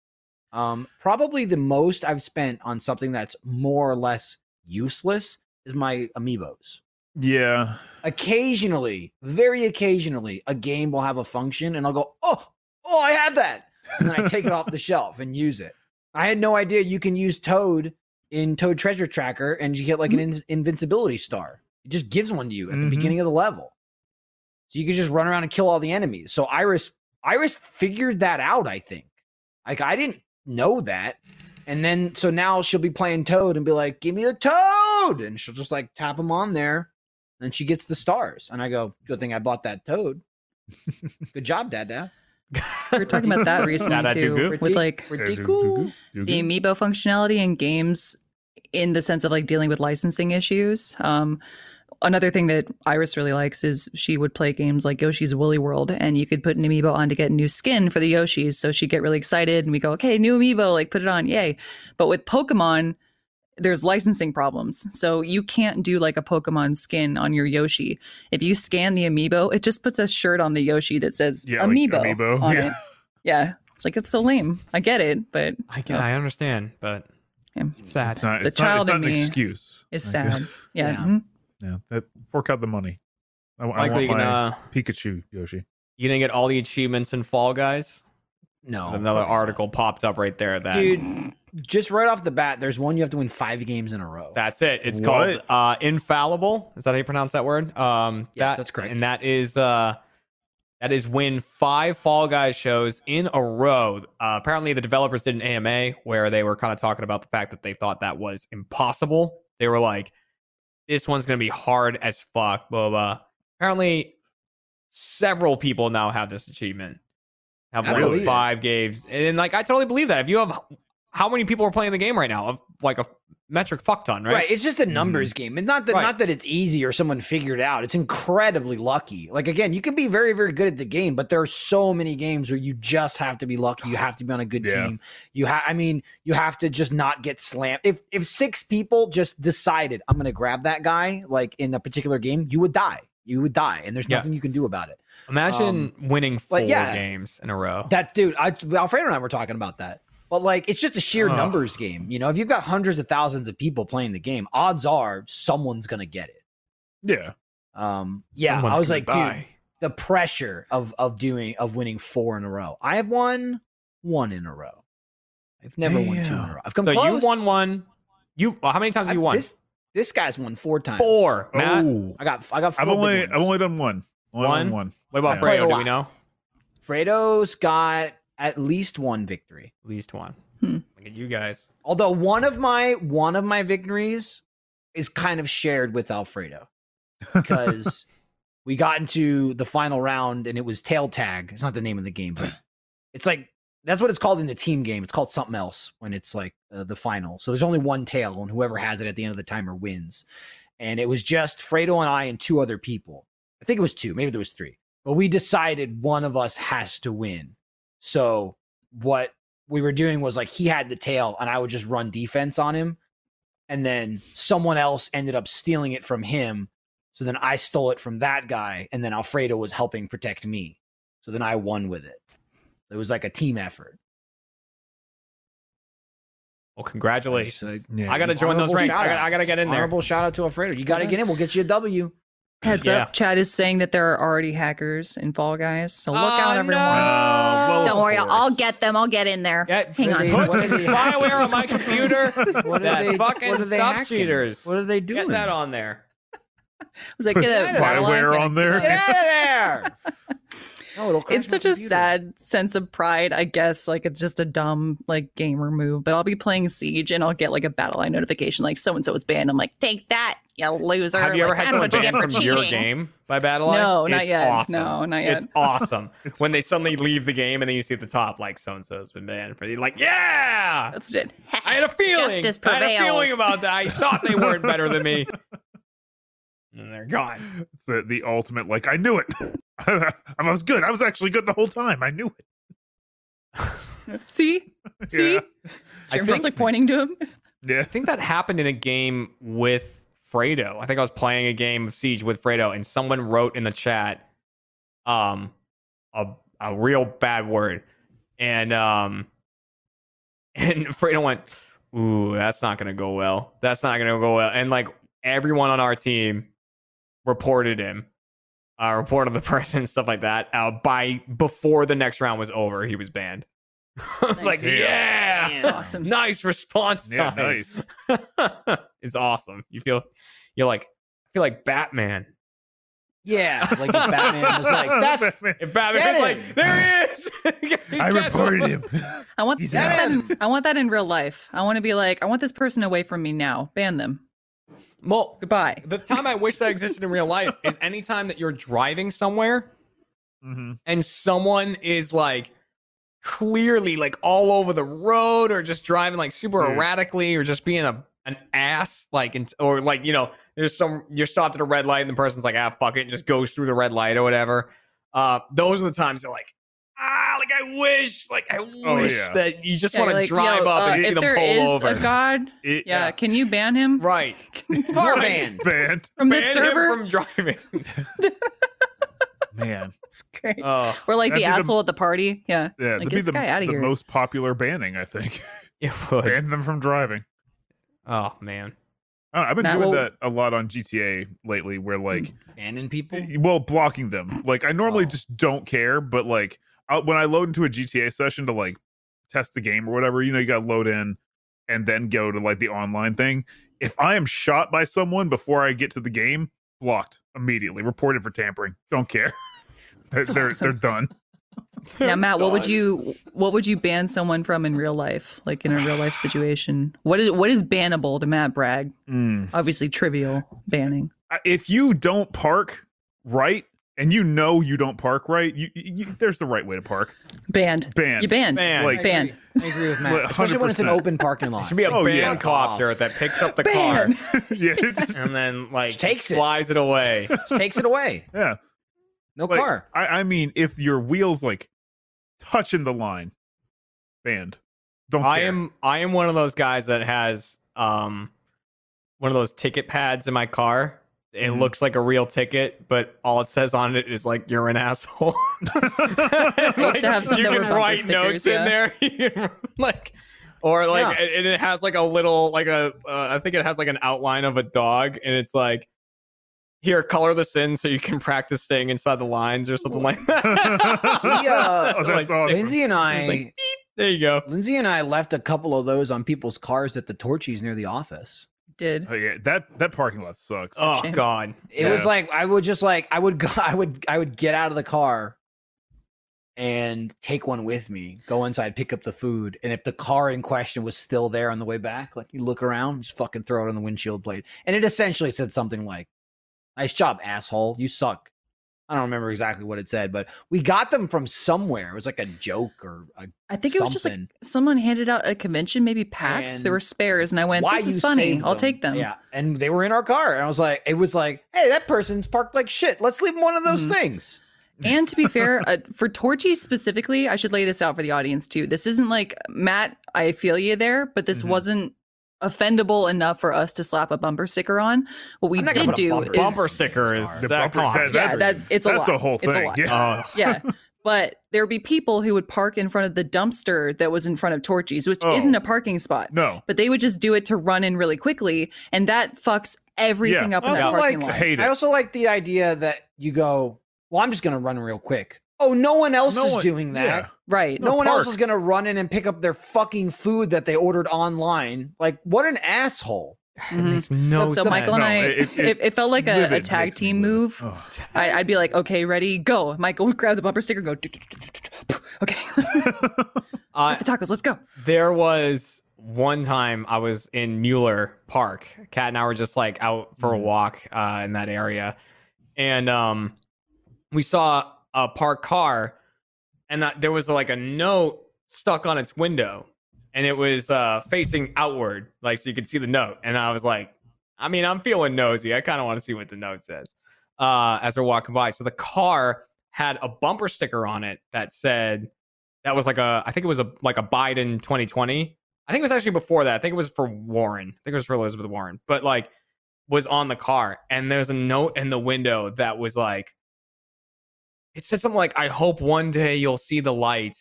[SPEAKER 1] Um probably the most I've spent on something that's more or less useless is my amiibos.
[SPEAKER 3] Yeah.
[SPEAKER 1] Occasionally, very occasionally, a game will have a function and I'll go, "Oh, oh, I have that." and then I take it off the shelf and use it. I had no idea you can use Toad in Toad Treasure Tracker and you get like an in- invincibility star. It just gives one to you at the
[SPEAKER 3] Mhm.
[SPEAKER 1] beginning of the level. So you can just run around and kill all the enemies. So Iris Iris figured that out, I think. Like I didn't know that. And then so now she'll be playing Toad and be like, "Give me the Toad." And she'll just like tap him on there and she gets the stars. And I go, "Good thing I bought that Toad." Good job, Dad.
[SPEAKER 4] We were talking about that recently
[SPEAKER 2] That I do
[SPEAKER 4] too,
[SPEAKER 2] good.
[SPEAKER 4] with like
[SPEAKER 1] Ridiculous.
[SPEAKER 4] the
[SPEAKER 3] Mm-hmm.
[SPEAKER 4] amiibo functionality in games in the sense of like dealing with licensing issues. Um, another thing that Iris really likes is she would play games like Yoshi's Woolly World, and you could put an amiibo on to get new skin for the Yoshis. So she'd get really excited, and we go, okay, new amiibo, like put it on, yay. But with Pokemon, there's licensing problems. So you can't do like a Pokemon skin on your Yoshi. If you scan the amiibo, it just puts a shirt on the Yoshi that says
[SPEAKER 3] Yeah, like
[SPEAKER 4] amiibo,
[SPEAKER 3] Amiibo,
[SPEAKER 4] on
[SPEAKER 3] yeah.
[SPEAKER 4] it. Yeah. It's like, it's so lame. I get it, but
[SPEAKER 2] I can, I understand, but
[SPEAKER 4] Yeah.
[SPEAKER 2] it's sad.
[SPEAKER 3] It's not,
[SPEAKER 4] The
[SPEAKER 3] it's not-
[SPEAKER 4] child
[SPEAKER 3] it's not
[SPEAKER 4] in
[SPEAKER 3] an
[SPEAKER 4] me
[SPEAKER 3] excuse.
[SPEAKER 4] it's
[SPEAKER 3] I guess.
[SPEAKER 4] sad. Yeah.
[SPEAKER 1] Yeah.
[SPEAKER 5] Mm-hmm.
[SPEAKER 4] mhm.
[SPEAKER 3] Yeah. That fork out the money. I, I
[SPEAKER 2] Michael,
[SPEAKER 3] want
[SPEAKER 2] you can,
[SPEAKER 3] my
[SPEAKER 2] uh,
[SPEAKER 3] Pikachu Yoshi.
[SPEAKER 2] you gonna get all the achievements in Fall Guys?
[SPEAKER 1] Oh, No.
[SPEAKER 2] There's another
[SPEAKER 1] fucking-
[SPEAKER 2] article popped up right there. That
[SPEAKER 1] Dude, just right off the bat, there's one you have to win five games in a row.
[SPEAKER 2] That's it. It's
[SPEAKER 3] What?
[SPEAKER 2] called uh, infallible. Is that how you pronounce that word? Um,
[SPEAKER 1] Yes,
[SPEAKER 2] that-
[SPEAKER 1] that's correct.
[SPEAKER 2] And that is uh, that is when five Fall Guys shows in a row. Uh, apparently, the developers did an AMA where they were kind of talking about the fact that they thought that was impossible. They were like, "This one's gonna be hard as fuck." Blah blah. blah. Apparently, several people now have this achievement. Have
[SPEAKER 1] I
[SPEAKER 2] won
[SPEAKER 1] believe it.
[SPEAKER 2] five games, and like I totally believe that. If you have, how many people are playing the game right now? Of like a metric fuck ton,
[SPEAKER 1] right. It's just a numbers game. And not that
[SPEAKER 2] Mm-hmm. Right.
[SPEAKER 1] not that it's easy or someone figured it out. It's incredibly lucky. Like again, you can be very, very good at the game, but there are so many games where you just have to be lucky. You have to be on a good
[SPEAKER 3] Yeah.
[SPEAKER 1] team. You have I mean, you have to just not get slammed. If if six people just decided I'm gonna grab that guy, like in a particular game, you would die. You would die, and there's
[SPEAKER 2] Yeah.
[SPEAKER 1] nothing you can do about it.
[SPEAKER 2] Imagine winning four
[SPEAKER 1] like, Um, yeah.
[SPEAKER 2] games in a row.
[SPEAKER 1] That dude, I, Alfredo and I were talking about that. But like, it's just a sheer
[SPEAKER 2] Ugh.
[SPEAKER 1] numbers game. You know, if you've got hundreds of thousands of people playing the game, odds are someone's gonna get it.
[SPEAKER 3] Yeah.
[SPEAKER 1] Um, yeah,
[SPEAKER 2] Someone's
[SPEAKER 1] I was
[SPEAKER 2] gonna
[SPEAKER 1] like, dude,
[SPEAKER 2] die.
[SPEAKER 1] the pressure of of doing of winning four in a row. I have won one in a row. I've never won two in
[SPEAKER 3] Damn.
[SPEAKER 1] a row. I've come
[SPEAKER 2] so
[SPEAKER 1] close.
[SPEAKER 2] you won one. You well, how many times
[SPEAKER 1] I-
[SPEAKER 2] have you won?
[SPEAKER 1] This, this guy's won four times.
[SPEAKER 2] Four. Matt,
[SPEAKER 3] Oh.
[SPEAKER 1] I got I got 4
[SPEAKER 3] I've
[SPEAKER 1] big
[SPEAKER 3] only
[SPEAKER 1] ones.
[SPEAKER 3] I've only done one. Only done
[SPEAKER 2] One?
[SPEAKER 3] one.
[SPEAKER 2] what about
[SPEAKER 3] Yeah. Quite
[SPEAKER 1] a
[SPEAKER 2] Fredo? Do
[SPEAKER 1] lot.
[SPEAKER 2] we know?
[SPEAKER 1] Fredo's got at least one victory.
[SPEAKER 2] At least one.
[SPEAKER 4] Hmm.
[SPEAKER 2] Look at you guys.
[SPEAKER 1] Although one of my one of my victories is kind of shared with Alfredo because we got into the final round and it was tail tag. It's not the name of the game, but it's like that's what it's called in the team game. It's called something else when it's like uh, the final. So there's only one tail, and whoever has it at the end of the timer wins. And it was just Fredo and I and two other people. I think it was two, maybe there was three. But we decided one of us has to win. So what we were doing was like he had the tail and I would just run defense on him. And then someone else ended up stealing it from him. So then I stole it from that guy. And then Alfredo was helping protect me. So then I won with it. It was like a team effort.
[SPEAKER 2] Well, congratulations.
[SPEAKER 3] Yeah.
[SPEAKER 2] I got to join those
[SPEAKER 1] Honorable
[SPEAKER 2] ranks. I
[SPEAKER 1] shout-out.
[SPEAKER 2] got I to get in there.
[SPEAKER 1] Honorable shout out to Alfredo. You got to get in. We'll get you a W.
[SPEAKER 4] Heads
[SPEAKER 2] Yeah.
[SPEAKER 4] up, Chad is saying that there are already hackers in Fall Guys, so look
[SPEAKER 2] Oh,
[SPEAKER 4] out, everyone.
[SPEAKER 2] no.
[SPEAKER 3] Oh,
[SPEAKER 5] Don't worry, I'll- I'll
[SPEAKER 2] Uh, course.
[SPEAKER 5] get them. I'll get in there.
[SPEAKER 2] Yeah,
[SPEAKER 5] Hang on.
[SPEAKER 1] really?
[SPEAKER 2] Put
[SPEAKER 1] What
[SPEAKER 2] some
[SPEAKER 1] is it?
[SPEAKER 2] spyware on my computer.
[SPEAKER 1] What are
[SPEAKER 2] that
[SPEAKER 1] they-
[SPEAKER 2] fucking
[SPEAKER 1] what are they
[SPEAKER 2] stuff
[SPEAKER 1] hacking?
[SPEAKER 2] cheaters.
[SPEAKER 1] What are they doing?
[SPEAKER 2] Get that on there.
[SPEAKER 4] I was like, get
[SPEAKER 3] Put
[SPEAKER 4] out of
[SPEAKER 3] spyware on there.
[SPEAKER 1] Get out of there. No, Oh, it'll crash
[SPEAKER 4] It's
[SPEAKER 1] my
[SPEAKER 4] such a
[SPEAKER 1] computer.
[SPEAKER 4] sad sense of pride, I guess. Like it's just a dumb like gamer move. But I'll be playing Siege and I'll get like a battle line notification, like so and so is banned. I'm like,
[SPEAKER 5] Take that, you loser.
[SPEAKER 2] Have you ever
[SPEAKER 5] Like,
[SPEAKER 2] had
[SPEAKER 5] that's
[SPEAKER 2] someone
[SPEAKER 5] what you
[SPEAKER 2] banned
[SPEAKER 5] get for
[SPEAKER 2] from your
[SPEAKER 5] cheating.
[SPEAKER 2] game by battle? Line?
[SPEAKER 4] no, not
[SPEAKER 2] It's
[SPEAKER 4] yet.
[SPEAKER 2] Awesome.
[SPEAKER 4] No, not yet.
[SPEAKER 2] It's awesome when they suddenly leave the game and then you see at the top like so and so's been banned. For you like, yeah,
[SPEAKER 4] That's it.
[SPEAKER 2] I had a feeling.
[SPEAKER 5] Justice
[SPEAKER 2] I had a
[SPEAKER 5] prevails.
[SPEAKER 2] feeling about that. I thought they weren't better than me. And they're gone.
[SPEAKER 3] It's the, the ultimate like I knew it. I, was good. I was actually good the whole time. I knew it.
[SPEAKER 4] See, see,
[SPEAKER 3] Yeah.
[SPEAKER 2] I
[SPEAKER 4] Jeremy's
[SPEAKER 2] think-
[SPEAKER 4] like pointing to him.
[SPEAKER 3] Yeah.
[SPEAKER 2] I think that happened in a game with Fredo. I think I was playing a game of Siege with Fredo, and someone wrote in the chat, um, a a real bad word, and um, and Fredo went, "Ooh, that's not gonna go well. That's not gonna go well." And like everyone on our team reported him, uh, reported the person, and stuff like that. Uh, by before the next round was over, he was banned. I was
[SPEAKER 4] Nice.
[SPEAKER 2] like,
[SPEAKER 3] Yeah.
[SPEAKER 2] "Yeah."
[SPEAKER 4] It's awesome.
[SPEAKER 2] Nice response
[SPEAKER 3] Yeah,
[SPEAKER 2] time.
[SPEAKER 3] nice.
[SPEAKER 2] it's awesome. You feel you're like I feel like Batman.
[SPEAKER 1] Yeah. Like if Batman was like, that's
[SPEAKER 3] Batman.
[SPEAKER 2] If Batman
[SPEAKER 1] Get
[SPEAKER 2] was
[SPEAKER 1] him.
[SPEAKER 2] like, there he is.
[SPEAKER 3] I reported him.
[SPEAKER 4] I want
[SPEAKER 3] He's
[SPEAKER 4] that.
[SPEAKER 1] out.
[SPEAKER 4] in- I want that in real life. I want to be like, I want this person away from me now. Ban them.
[SPEAKER 2] Well,
[SPEAKER 4] Goodbye.
[SPEAKER 2] the time I wish that existed in real life is any time that you're driving somewhere
[SPEAKER 3] Mhm.
[SPEAKER 2] and someone is like clearly like all over the road or just driving like super
[SPEAKER 3] Dude.
[SPEAKER 2] erratically or just being a an ass like and or like you know there's some you're stopped at a red light and the person's like ah fuck it and just goes through the red light or whatever uh those are the times they're like ah like i wish like i wish
[SPEAKER 3] Oh, yeah.
[SPEAKER 2] that you just
[SPEAKER 4] Yeah,
[SPEAKER 2] want
[SPEAKER 4] you're
[SPEAKER 2] to
[SPEAKER 4] like,
[SPEAKER 2] drive
[SPEAKER 4] yo,
[SPEAKER 2] up
[SPEAKER 4] uh,
[SPEAKER 2] and see
[SPEAKER 4] if
[SPEAKER 2] them
[SPEAKER 4] there
[SPEAKER 2] pull
[SPEAKER 4] is
[SPEAKER 2] over
[SPEAKER 4] a god,
[SPEAKER 3] It-
[SPEAKER 4] yeah, can you ban him?
[SPEAKER 2] right
[SPEAKER 1] car
[SPEAKER 2] Right.
[SPEAKER 1] ban.
[SPEAKER 3] Banned.
[SPEAKER 4] From this
[SPEAKER 2] Ban him
[SPEAKER 4] server?
[SPEAKER 2] from driving
[SPEAKER 3] Man.
[SPEAKER 4] That's great.
[SPEAKER 2] oh
[SPEAKER 4] Or like
[SPEAKER 3] That'd
[SPEAKER 4] the
[SPEAKER 3] be the-
[SPEAKER 4] asshole at the party. Yeah.
[SPEAKER 3] Yeah.
[SPEAKER 4] Like,
[SPEAKER 3] that'd
[SPEAKER 4] get
[SPEAKER 3] be
[SPEAKER 4] this
[SPEAKER 3] the,
[SPEAKER 4] guy outta
[SPEAKER 3] the
[SPEAKER 4] here.
[SPEAKER 3] most popular banning, I think.
[SPEAKER 2] it would
[SPEAKER 3] Ban them from driving.
[SPEAKER 2] oh man
[SPEAKER 3] I don't know, I've been
[SPEAKER 4] Matt,
[SPEAKER 3] doing
[SPEAKER 4] well-
[SPEAKER 3] that a lot on GTA lately where like
[SPEAKER 1] Banning people.
[SPEAKER 3] Well, blocking them. Like I normally
[SPEAKER 1] Oh.
[SPEAKER 3] just don't care, but like I, when I load into a GTA session to like test the game or whatever, you know, you got to load in and then go to like the online thing. If I am shot by someone before I get to the game, blocked immediately, reported for tampering. Don't care. they're,
[SPEAKER 4] That's
[SPEAKER 3] they're,
[SPEAKER 4] awesome.
[SPEAKER 3] they're done.
[SPEAKER 4] Now, Matt, what would
[SPEAKER 2] Done.
[SPEAKER 4] you what would you ban someone from in real life, like in a real life situation? What is what is bannable to Matt Bragg? Obviously, trivial banning.
[SPEAKER 3] Mm. I- If you don't park right and you know you don't park right, you, you, you- there's the right way to park.
[SPEAKER 4] Banned.
[SPEAKER 3] Ban.
[SPEAKER 4] You banned.
[SPEAKER 2] man
[SPEAKER 3] Like-
[SPEAKER 4] Banned.
[SPEAKER 1] I agree with Matt, especially when it's an
[SPEAKER 3] 100%.
[SPEAKER 1] open parking
[SPEAKER 2] It
[SPEAKER 1] lot.
[SPEAKER 2] should be a
[SPEAKER 3] Oh,
[SPEAKER 2] band
[SPEAKER 3] yeah.
[SPEAKER 2] copter that picks up the
[SPEAKER 4] Ban.
[SPEAKER 2] car
[SPEAKER 3] yeah, it's just-
[SPEAKER 2] and then like
[SPEAKER 1] Just takes it.
[SPEAKER 2] flies it away.
[SPEAKER 1] Just takes it away.
[SPEAKER 3] yeah.
[SPEAKER 1] No
[SPEAKER 3] Like,
[SPEAKER 1] car.
[SPEAKER 3] I, I mean, if your wheels like touching the line, banned. Don't
[SPEAKER 2] I
[SPEAKER 3] care.
[SPEAKER 2] am I am one of those guys that has um one of those ticket pads in my car It
[SPEAKER 1] Mm-hmm.
[SPEAKER 3] Mhm.
[SPEAKER 2] looks like a real ticket, but all it says on it is like you're an asshole.
[SPEAKER 3] Oh,
[SPEAKER 4] to have some
[SPEAKER 2] you
[SPEAKER 4] that
[SPEAKER 2] can
[SPEAKER 4] were bumper
[SPEAKER 2] write notes
[SPEAKER 4] stickers,
[SPEAKER 2] in
[SPEAKER 4] yeah.
[SPEAKER 2] there, You can, like, or like, and it has like a little, like a, uh, I think it has like an outline of a dog, and it's like, here, color this in so you can practice staying inside the lines or something like that.
[SPEAKER 1] uh,
[SPEAKER 3] Oh, that's
[SPEAKER 2] Like,
[SPEAKER 3] awesome.
[SPEAKER 1] Lindsay and I,
[SPEAKER 2] like- there you go.
[SPEAKER 1] Lindsay and I left a couple of those on people's cars at the Torchies near the office.
[SPEAKER 4] Did
[SPEAKER 3] Oh, yeah, that that parking lot sucks.
[SPEAKER 2] Oh
[SPEAKER 4] shame.
[SPEAKER 2] God,
[SPEAKER 1] It
[SPEAKER 3] Yeah.
[SPEAKER 1] was like I would just like I would go, I would I would get out of the car and take one with me, go inside, pick up the food, and if the car in question was still there on the way back, like you look around, just fucking throw it on the windshield blade, and it essentially said something like, "Nice job, asshole. You suck." I don't remember exactly what it said, but we got them from somewhere. It was like a joke or a
[SPEAKER 4] I think it was just like
[SPEAKER 1] something.
[SPEAKER 4] someone handed out at a convention, maybe packs. there
[SPEAKER 1] And
[SPEAKER 4] were spares, and I went,
[SPEAKER 1] Why
[SPEAKER 4] "This is
[SPEAKER 1] you
[SPEAKER 4] funny.
[SPEAKER 1] saved
[SPEAKER 4] I'll take them."
[SPEAKER 1] Yeah, and they were in our car, and I was like, it was like, hey, that person's parked like shit. Let's leave him one of those
[SPEAKER 4] Mhm.
[SPEAKER 1] things.
[SPEAKER 4] And to be fair, uh, for Torchy specifically, I should lay this out for the audience too. This isn't like Matt. I feel you there, but this
[SPEAKER 3] Mm-hmm.
[SPEAKER 2] Mhm.
[SPEAKER 4] wasn't offendable enough for us to slap a bumper sticker on. What we
[SPEAKER 1] I'm not gonna
[SPEAKER 4] did
[SPEAKER 1] put a
[SPEAKER 4] do
[SPEAKER 1] bumper-
[SPEAKER 4] is
[SPEAKER 2] bumper sticker is
[SPEAKER 1] The
[SPEAKER 2] that
[SPEAKER 3] bumper-
[SPEAKER 2] come on.
[SPEAKER 3] that-
[SPEAKER 4] yeah,
[SPEAKER 3] that's-
[SPEAKER 4] that it's a
[SPEAKER 3] that's
[SPEAKER 4] lot.
[SPEAKER 3] a, whole
[SPEAKER 4] It's a
[SPEAKER 3] thing.
[SPEAKER 4] lot.
[SPEAKER 3] yeah.
[SPEAKER 2] Oh,
[SPEAKER 4] yeah. But there would be people who would park in front of the dumpster that was in front of Torchy's, which
[SPEAKER 3] Oh.
[SPEAKER 4] isn't a parking spot.
[SPEAKER 3] No,
[SPEAKER 4] But they would just do it to run in really quickly, and that fucks everything up in that
[SPEAKER 1] Also,
[SPEAKER 4] parking
[SPEAKER 1] like,
[SPEAKER 3] I
[SPEAKER 4] lot.
[SPEAKER 3] hate
[SPEAKER 1] I
[SPEAKER 3] it.
[SPEAKER 1] also like the idea that you go, well, I'm just going to run real quick. Oh, no one else
[SPEAKER 3] No
[SPEAKER 1] is
[SPEAKER 3] one-
[SPEAKER 1] doing that.
[SPEAKER 4] right.
[SPEAKER 1] No,
[SPEAKER 3] No,
[SPEAKER 1] one else
[SPEAKER 3] park.
[SPEAKER 1] is going to run in and pick up their fucking food that they ordered online. Like, what an asshole.
[SPEAKER 2] It
[SPEAKER 4] Mhm.
[SPEAKER 2] makes no
[SPEAKER 4] so
[SPEAKER 2] sense.
[SPEAKER 4] Michael and
[SPEAKER 3] No,
[SPEAKER 4] I,
[SPEAKER 3] it-
[SPEAKER 4] it,
[SPEAKER 3] it-
[SPEAKER 4] it felt like a, a
[SPEAKER 3] Livid
[SPEAKER 4] tag
[SPEAKER 3] makes me Oh.
[SPEAKER 4] team
[SPEAKER 3] livid.
[SPEAKER 4] move.
[SPEAKER 3] Ugh.
[SPEAKER 4] I, I'd be like, okay, ready, go. Michael would grab the bumper sticker, and go, "Do, do, do, do, do, do." okay,
[SPEAKER 2] Uh,
[SPEAKER 4] Get the tacos, let's go.
[SPEAKER 2] There was one time I was in Mueller Park. Kat and I were just like out for a walk uh, in that area, and um, we saw a parked car, and uh, there was like a note stuck on its window, and it was uh, facing outward, like so you could see the note. And I was like, I mean, I'm feeling nosy. I kind of want to see what the note says uh, as we're walking by. So the car had a bumper sticker on it that said that was like a I think it was a like a Biden 2020. I think it was actually before that. I think it was for Warren. I think it was for Elizabeth Warren. But like was on the car and there's a note in the window that was like it said something like I hope one day you'll see the light.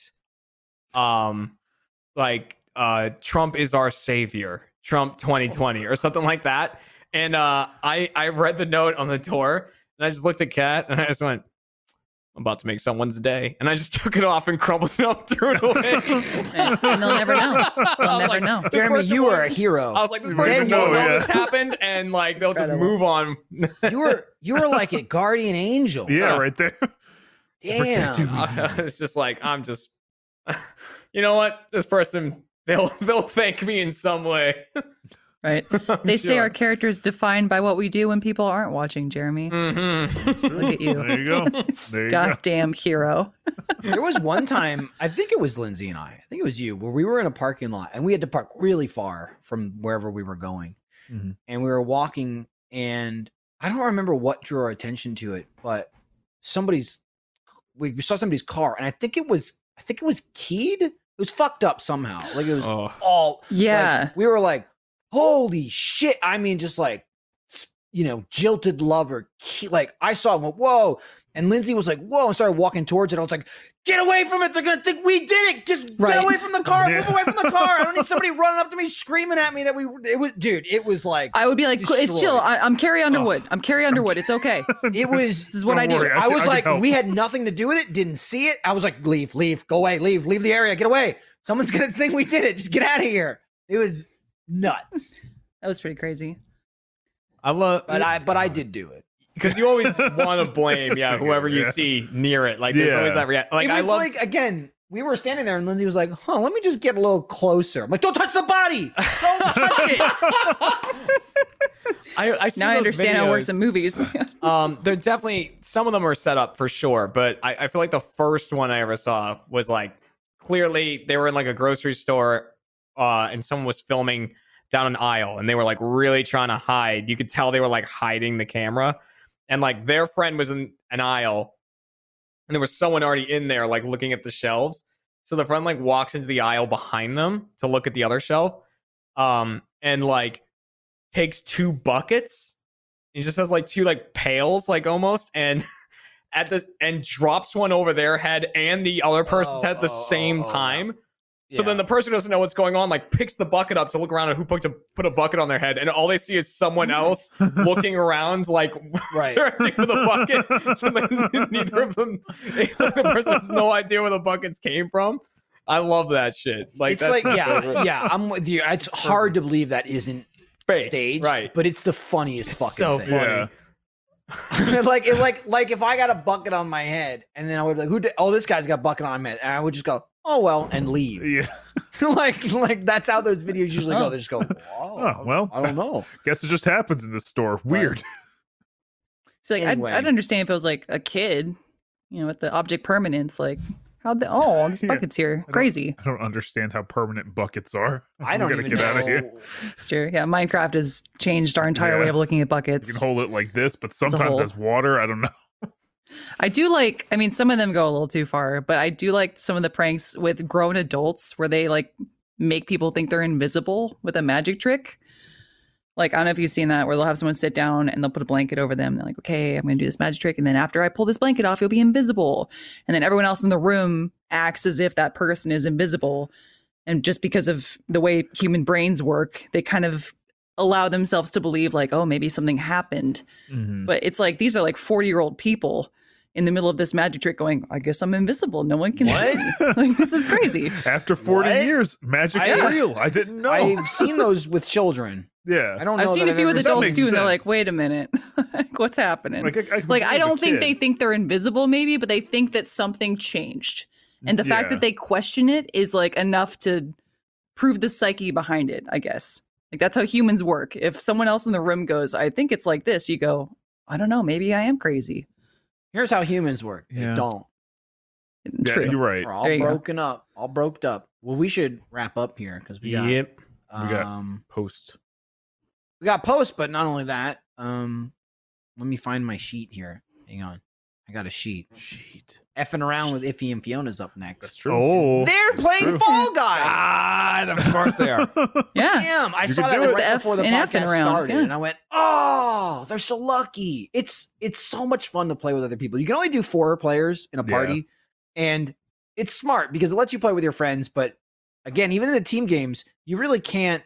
[SPEAKER 2] Um like uh Trump is our savior. Trump 2020 or something like that. And uh I I read the note on the door and I just looked at Kat and I just went I'm about to make someone's day. And I just took it off and crumbled it up, threw it away.
[SPEAKER 4] Nice. And they'll never know. They'll
[SPEAKER 2] I was
[SPEAKER 4] never
[SPEAKER 2] like,
[SPEAKER 4] know.
[SPEAKER 2] this
[SPEAKER 1] Jeremy,
[SPEAKER 2] person
[SPEAKER 1] you
[SPEAKER 2] won't-
[SPEAKER 1] are a hero.
[SPEAKER 2] I was like, this
[SPEAKER 3] You wouldn't
[SPEAKER 2] person
[SPEAKER 3] know,
[SPEAKER 2] won't know
[SPEAKER 3] yeah.
[SPEAKER 2] this happened, and like they'll just
[SPEAKER 1] Kinda
[SPEAKER 2] move on.
[SPEAKER 1] you were you were like a guardian angel.
[SPEAKER 3] yeah, right there. protect you.
[SPEAKER 1] Damn.
[SPEAKER 2] it's just like I'm just, you know what? This person, they'll they'll thank me in some way.
[SPEAKER 4] Right. They say our character is defined by what we do when people aren't watching, Jeremy.
[SPEAKER 2] hmm
[SPEAKER 4] Look at you.
[SPEAKER 3] There you go. There you go.
[SPEAKER 4] Goddamn hero.
[SPEAKER 1] there was one time, I think it was Lindsay and I, I think it was you, where we were in a parking lot and we had to park really far from wherever we were going.
[SPEAKER 3] Mhm.
[SPEAKER 1] And we were walking, and I don't remember what drew our attention to it, but somebody's, we we saw somebody's car, and I think it was, I think it was keyed. It was fucked up somehow. Like it was
[SPEAKER 2] Oh,
[SPEAKER 1] all, like,
[SPEAKER 4] Yeah.
[SPEAKER 1] we were like, holy shit. I mean, just like, s- you know, jilted lover. ki- Like, I saw him, whoa. And Lindsay was like, whoa, and started walking towards it. I was like, get away from it. They're going to think we did it. Just
[SPEAKER 4] Right.
[SPEAKER 1] get away from the car. Move
[SPEAKER 3] Yeah.
[SPEAKER 1] away from the car. I don't need somebody running up to me screaming at me that we, it was, dude, it was like,
[SPEAKER 4] I would be like, "Cool, it's chill.
[SPEAKER 1] Destroyed.
[SPEAKER 4] I, I'm Carrie Underwood. I'm Carrie Underwood. It's okay.
[SPEAKER 1] it was.
[SPEAKER 4] This is what
[SPEAKER 3] Don't
[SPEAKER 4] I do.
[SPEAKER 3] worry,
[SPEAKER 1] I,
[SPEAKER 3] can-
[SPEAKER 1] was
[SPEAKER 3] can
[SPEAKER 1] like,
[SPEAKER 3] help.
[SPEAKER 1] we had nothing to do with it. Didn't see it. I was like, leave, leave, go away, leave, leave the area, get away. Someone's gonna think we did it. Just get out of here. It was nuts.
[SPEAKER 4] That was pretty crazy.
[SPEAKER 2] I love,
[SPEAKER 1] But I, but I did do it.
[SPEAKER 2] because you always want to blame, yeah, whoever you
[SPEAKER 3] Yeah.
[SPEAKER 2] see near it. Like there's
[SPEAKER 3] Yeah.
[SPEAKER 2] always that reaction. Like
[SPEAKER 1] it was
[SPEAKER 2] I love.
[SPEAKER 1] like again, we were standing there and Lindsay was like, "Huh, let me just get a little closer." I'm like, "Don't touch the body."
[SPEAKER 2] I, I see
[SPEAKER 4] now I
[SPEAKER 2] those
[SPEAKER 4] understand how it works
[SPEAKER 2] videos.
[SPEAKER 4] in movies.
[SPEAKER 2] um they're definitely some of them are set up for sure but I, I feel like the first one i ever saw was like clearly they were in like a grocery store uh and someone was filming down an aisle and they were like really trying to hide you could tell they were like hiding the camera and like their friend was in an aisle and there was someone already in there like looking at the shelves so the friend like walks into the aisle behind them to look at the other shelf um and like takes two buckets He just has like two like pails, like almost, and at the and drops one over their head and the other person's
[SPEAKER 1] Oh,
[SPEAKER 2] head at the
[SPEAKER 1] oh, oh,
[SPEAKER 2] same
[SPEAKER 1] oh, no.
[SPEAKER 2] time. So then
[SPEAKER 1] Yeah.
[SPEAKER 2] the person who doesn't know what's going on, like picks the bucket up to look around at who put a, put a bucket on their head, and all they see is someone else looking around, like
[SPEAKER 1] Right.
[SPEAKER 2] searching for the bucket. So then neither of them, it's like the person has no idea where the buckets came from. I love that shit.
[SPEAKER 1] it's
[SPEAKER 2] Like that's
[SPEAKER 1] like yeah,
[SPEAKER 3] perfect.
[SPEAKER 1] yeah. I'm with you. It's hard to believe that isn't
[SPEAKER 2] fake,
[SPEAKER 1] staged,
[SPEAKER 2] right?
[SPEAKER 1] But it's the funniest
[SPEAKER 2] It's
[SPEAKER 1] fucking
[SPEAKER 2] so
[SPEAKER 1] thing.
[SPEAKER 2] funny.
[SPEAKER 3] Yeah.
[SPEAKER 1] like it, like like if I got a bucket on my head, and then I would be like, who? Did, oh, this guy's got a bucket on my head, and I would just go, oh well, and leave.
[SPEAKER 3] yeah.
[SPEAKER 1] like like that's how those videos usually go. They just go, oh,
[SPEAKER 3] Oh, well.
[SPEAKER 1] I don't know.
[SPEAKER 3] Guess it just happens in this store. Weird.
[SPEAKER 4] So like,
[SPEAKER 1] Anyway.
[SPEAKER 4] I'd, I'd understand if it was like a kid, you know, with the object permanence. Like, how the oh, this
[SPEAKER 3] Yeah.
[SPEAKER 4] bucket's here,
[SPEAKER 3] don't-
[SPEAKER 4] crazy.
[SPEAKER 3] I don't understand how permanent buckets are.
[SPEAKER 1] I
[SPEAKER 3] We
[SPEAKER 1] don't
[SPEAKER 3] gotta
[SPEAKER 1] even
[SPEAKER 3] get
[SPEAKER 1] know.
[SPEAKER 3] out of here.
[SPEAKER 4] It's true. Yeah, Minecraft has changed our entire
[SPEAKER 3] Yeah.
[SPEAKER 4] way of looking at buckets.
[SPEAKER 3] You can hold it like this, but
[SPEAKER 4] a
[SPEAKER 3] sometimes
[SPEAKER 4] hole.
[SPEAKER 3] there's water. I don't know.
[SPEAKER 4] I do like, I mean, some of them go a little too far, but I do like some of the pranks with grown adults where they like make people think they're invisible with a magic trick. Like, I don't know if you've seen that where they'll have someone sit down and they'll put a blanket over them. They're like, okay, I'm going to do this magic trick. And then after I pull this blanket off, you'll be invisible. And then everyone else in the room acts as if that person is invisible. And just because of the way human brains work, they kind of allow themselves to believe, like, oh, maybe something happened
[SPEAKER 3] Mm-hmm. Mm.
[SPEAKER 4] but it's like these are like 40 year old people in the middle of this magic trick going i guess i'm invisible no one can see me." like this is crazy
[SPEAKER 3] After 40
[SPEAKER 1] What?
[SPEAKER 3] years, magic
[SPEAKER 1] I-
[SPEAKER 3] is real. I didn't know.
[SPEAKER 1] I've seen those with children.
[SPEAKER 3] yeah.
[SPEAKER 1] I don't.
[SPEAKER 4] i've
[SPEAKER 1] know
[SPEAKER 4] seen
[SPEAKER 1] that
[SPEAKER 4] a few
[SPEAKER 1] I've
[SPEAKER 4] with
[SPEAKER 1] ever
[SPEAKER 3] That
[SPEAKER 4] adults
[SPEAKER 3] makes
[SPEAKER 4] too and they're like
[SPEAKER 3] sense.
[SPEAKER 4] wait a minute like what's happening like,
[SPEAKER 3] I, I,
[SPEAKER 4] i don't think they think they're invisible maybe but they think that something changed and the fact
[SPEAKER 3] Mm, Yeah.
[SPEAKER 4] that they question it is like enough to prove the psyche behind it i guess like that's how humans work if someone else in the room goes i think it's like this you go i don't know maybe i am crazy
[SPEAKER 1] Here's how humans work.
[SPEAKER 3] Yeah.
[SPEAKER 1] They don't.
[SPEAKER 3] Yeah,
[SPEAKER 4] True.
[SPEAKER 3] you're right.
[SPEAKER 1] We're all
[SPEAKER 4] There you go.
[SPEAKER 1] broken up. All broked up. Well, we should wrap up here because we got
[SPEAKER 2] Yep.
[SPEAKER 1] um
[SPEAKER 3] We got- Post.
[SPEAKER 1] we got posts, but not only that. Um, let me find my sheet here. Hang on, I got a sheet.
[SPEAKER 3] Sheet.
[SPEAKER 1] Effing around with Iffy and Fiona's up next.
[SPEAKER 3] That's true.
[SPEAKER 2] Oh.
[SPEAKER 1] They're
[SPEAKER 3] It's
[SPEAKER 1] playing
[SPEAKER 3] true.
[SPEAKER 1] Fall Guys.
[SPEAKER 2] God, of course they are.
[SPEAKER 4] yeah
[SPEAKER 1] Damn, I
[SPEAKER 3] You
[SPEAKER 1] saw
[SPEAKER 3] can
[SPEAKER 1] that
[SPEAKER 3] do
[SPEAKER 1] right
[SPEAKER 3] it.
[SPEAKER 4] The F
[SPEAKER 1] before the
[SPEAKER 4] in effing
[SPEAKER 1] podcast
[SPEAKER 4] round,
[SPEAKER 1] started,
[SPEAKER 4] yeah.
[SPEAKER 1] and I went, "Oh, they're so lucky! It's it's so much fun to play with other people. You can only do four players in a
[SPEAKER 3] Yeah.
[SPEAKER 1] party, and it's smart because it lets you play with your friends. But again, even in the team games, you really can't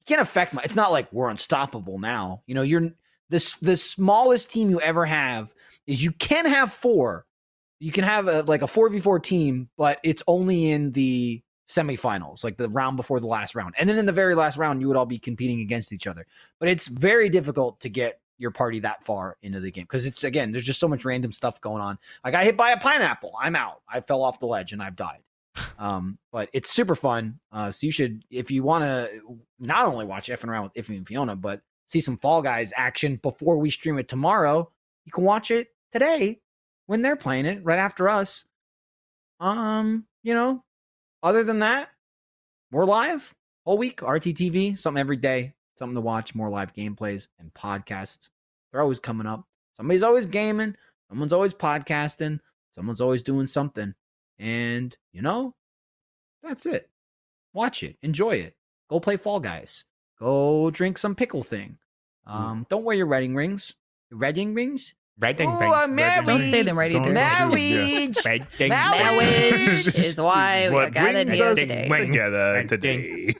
[SPEAKER 1] you can't affect. My, it's not like we're unstoppable now. You know, you're this the smallest team you ever have is you can have four. You can have a, like a four v four team, but it's only in the semifinals, like the round before the last round. And then in the very last round, you would all be competing against each other. But it's very difficult to get your party that far into the game because it's again, there's just so much random stuff going on. I got hit by a pineapple. I'm out. I fell off the ledge and I've died. Um, but it's super fun. Uh, so you should, if you want to, not only watch F and Around with Iffy and Fiona, but see some Fall Guys action before we stream it tomorrow. You can watch it today when they're playing it right after us. Um, you know, other than that, we're live whole week, RTTV, something every day, something to watch, more live gameplays and podcasts. They're always coming up. Somebody's always gaming, someone's always podcasting, someone's always doing something. And, you know, that's it. Watch it, enjoy it. Go play Fall Guys. Go drink some pickle thing. Um, don't wear your wedding rings. Wedding rings?
[SPEAKER 2] Right
[SPEAKER 1] Ooh, I'm married.
[SPEAKER 4] don't say them right
[SPEAKER 3] Don't-
[SPEAKER 4] either
[SPEAKER 1] Marriage.
[SPEAKER 2] Right
[SPEAKER 5] Marriage is why we are
[SPEAKER 3] What
[SPEAKER 5] gathered
[SPEAKER 3] brings
[SPEAKER 5] here
[SPEAKER 3] us
[SPEAKER 5] today.
[SPEAKER 2] Wait.
[SPEAKER 3] together
[SPEAKER 2] Ding.
[SPEAKER 3] today.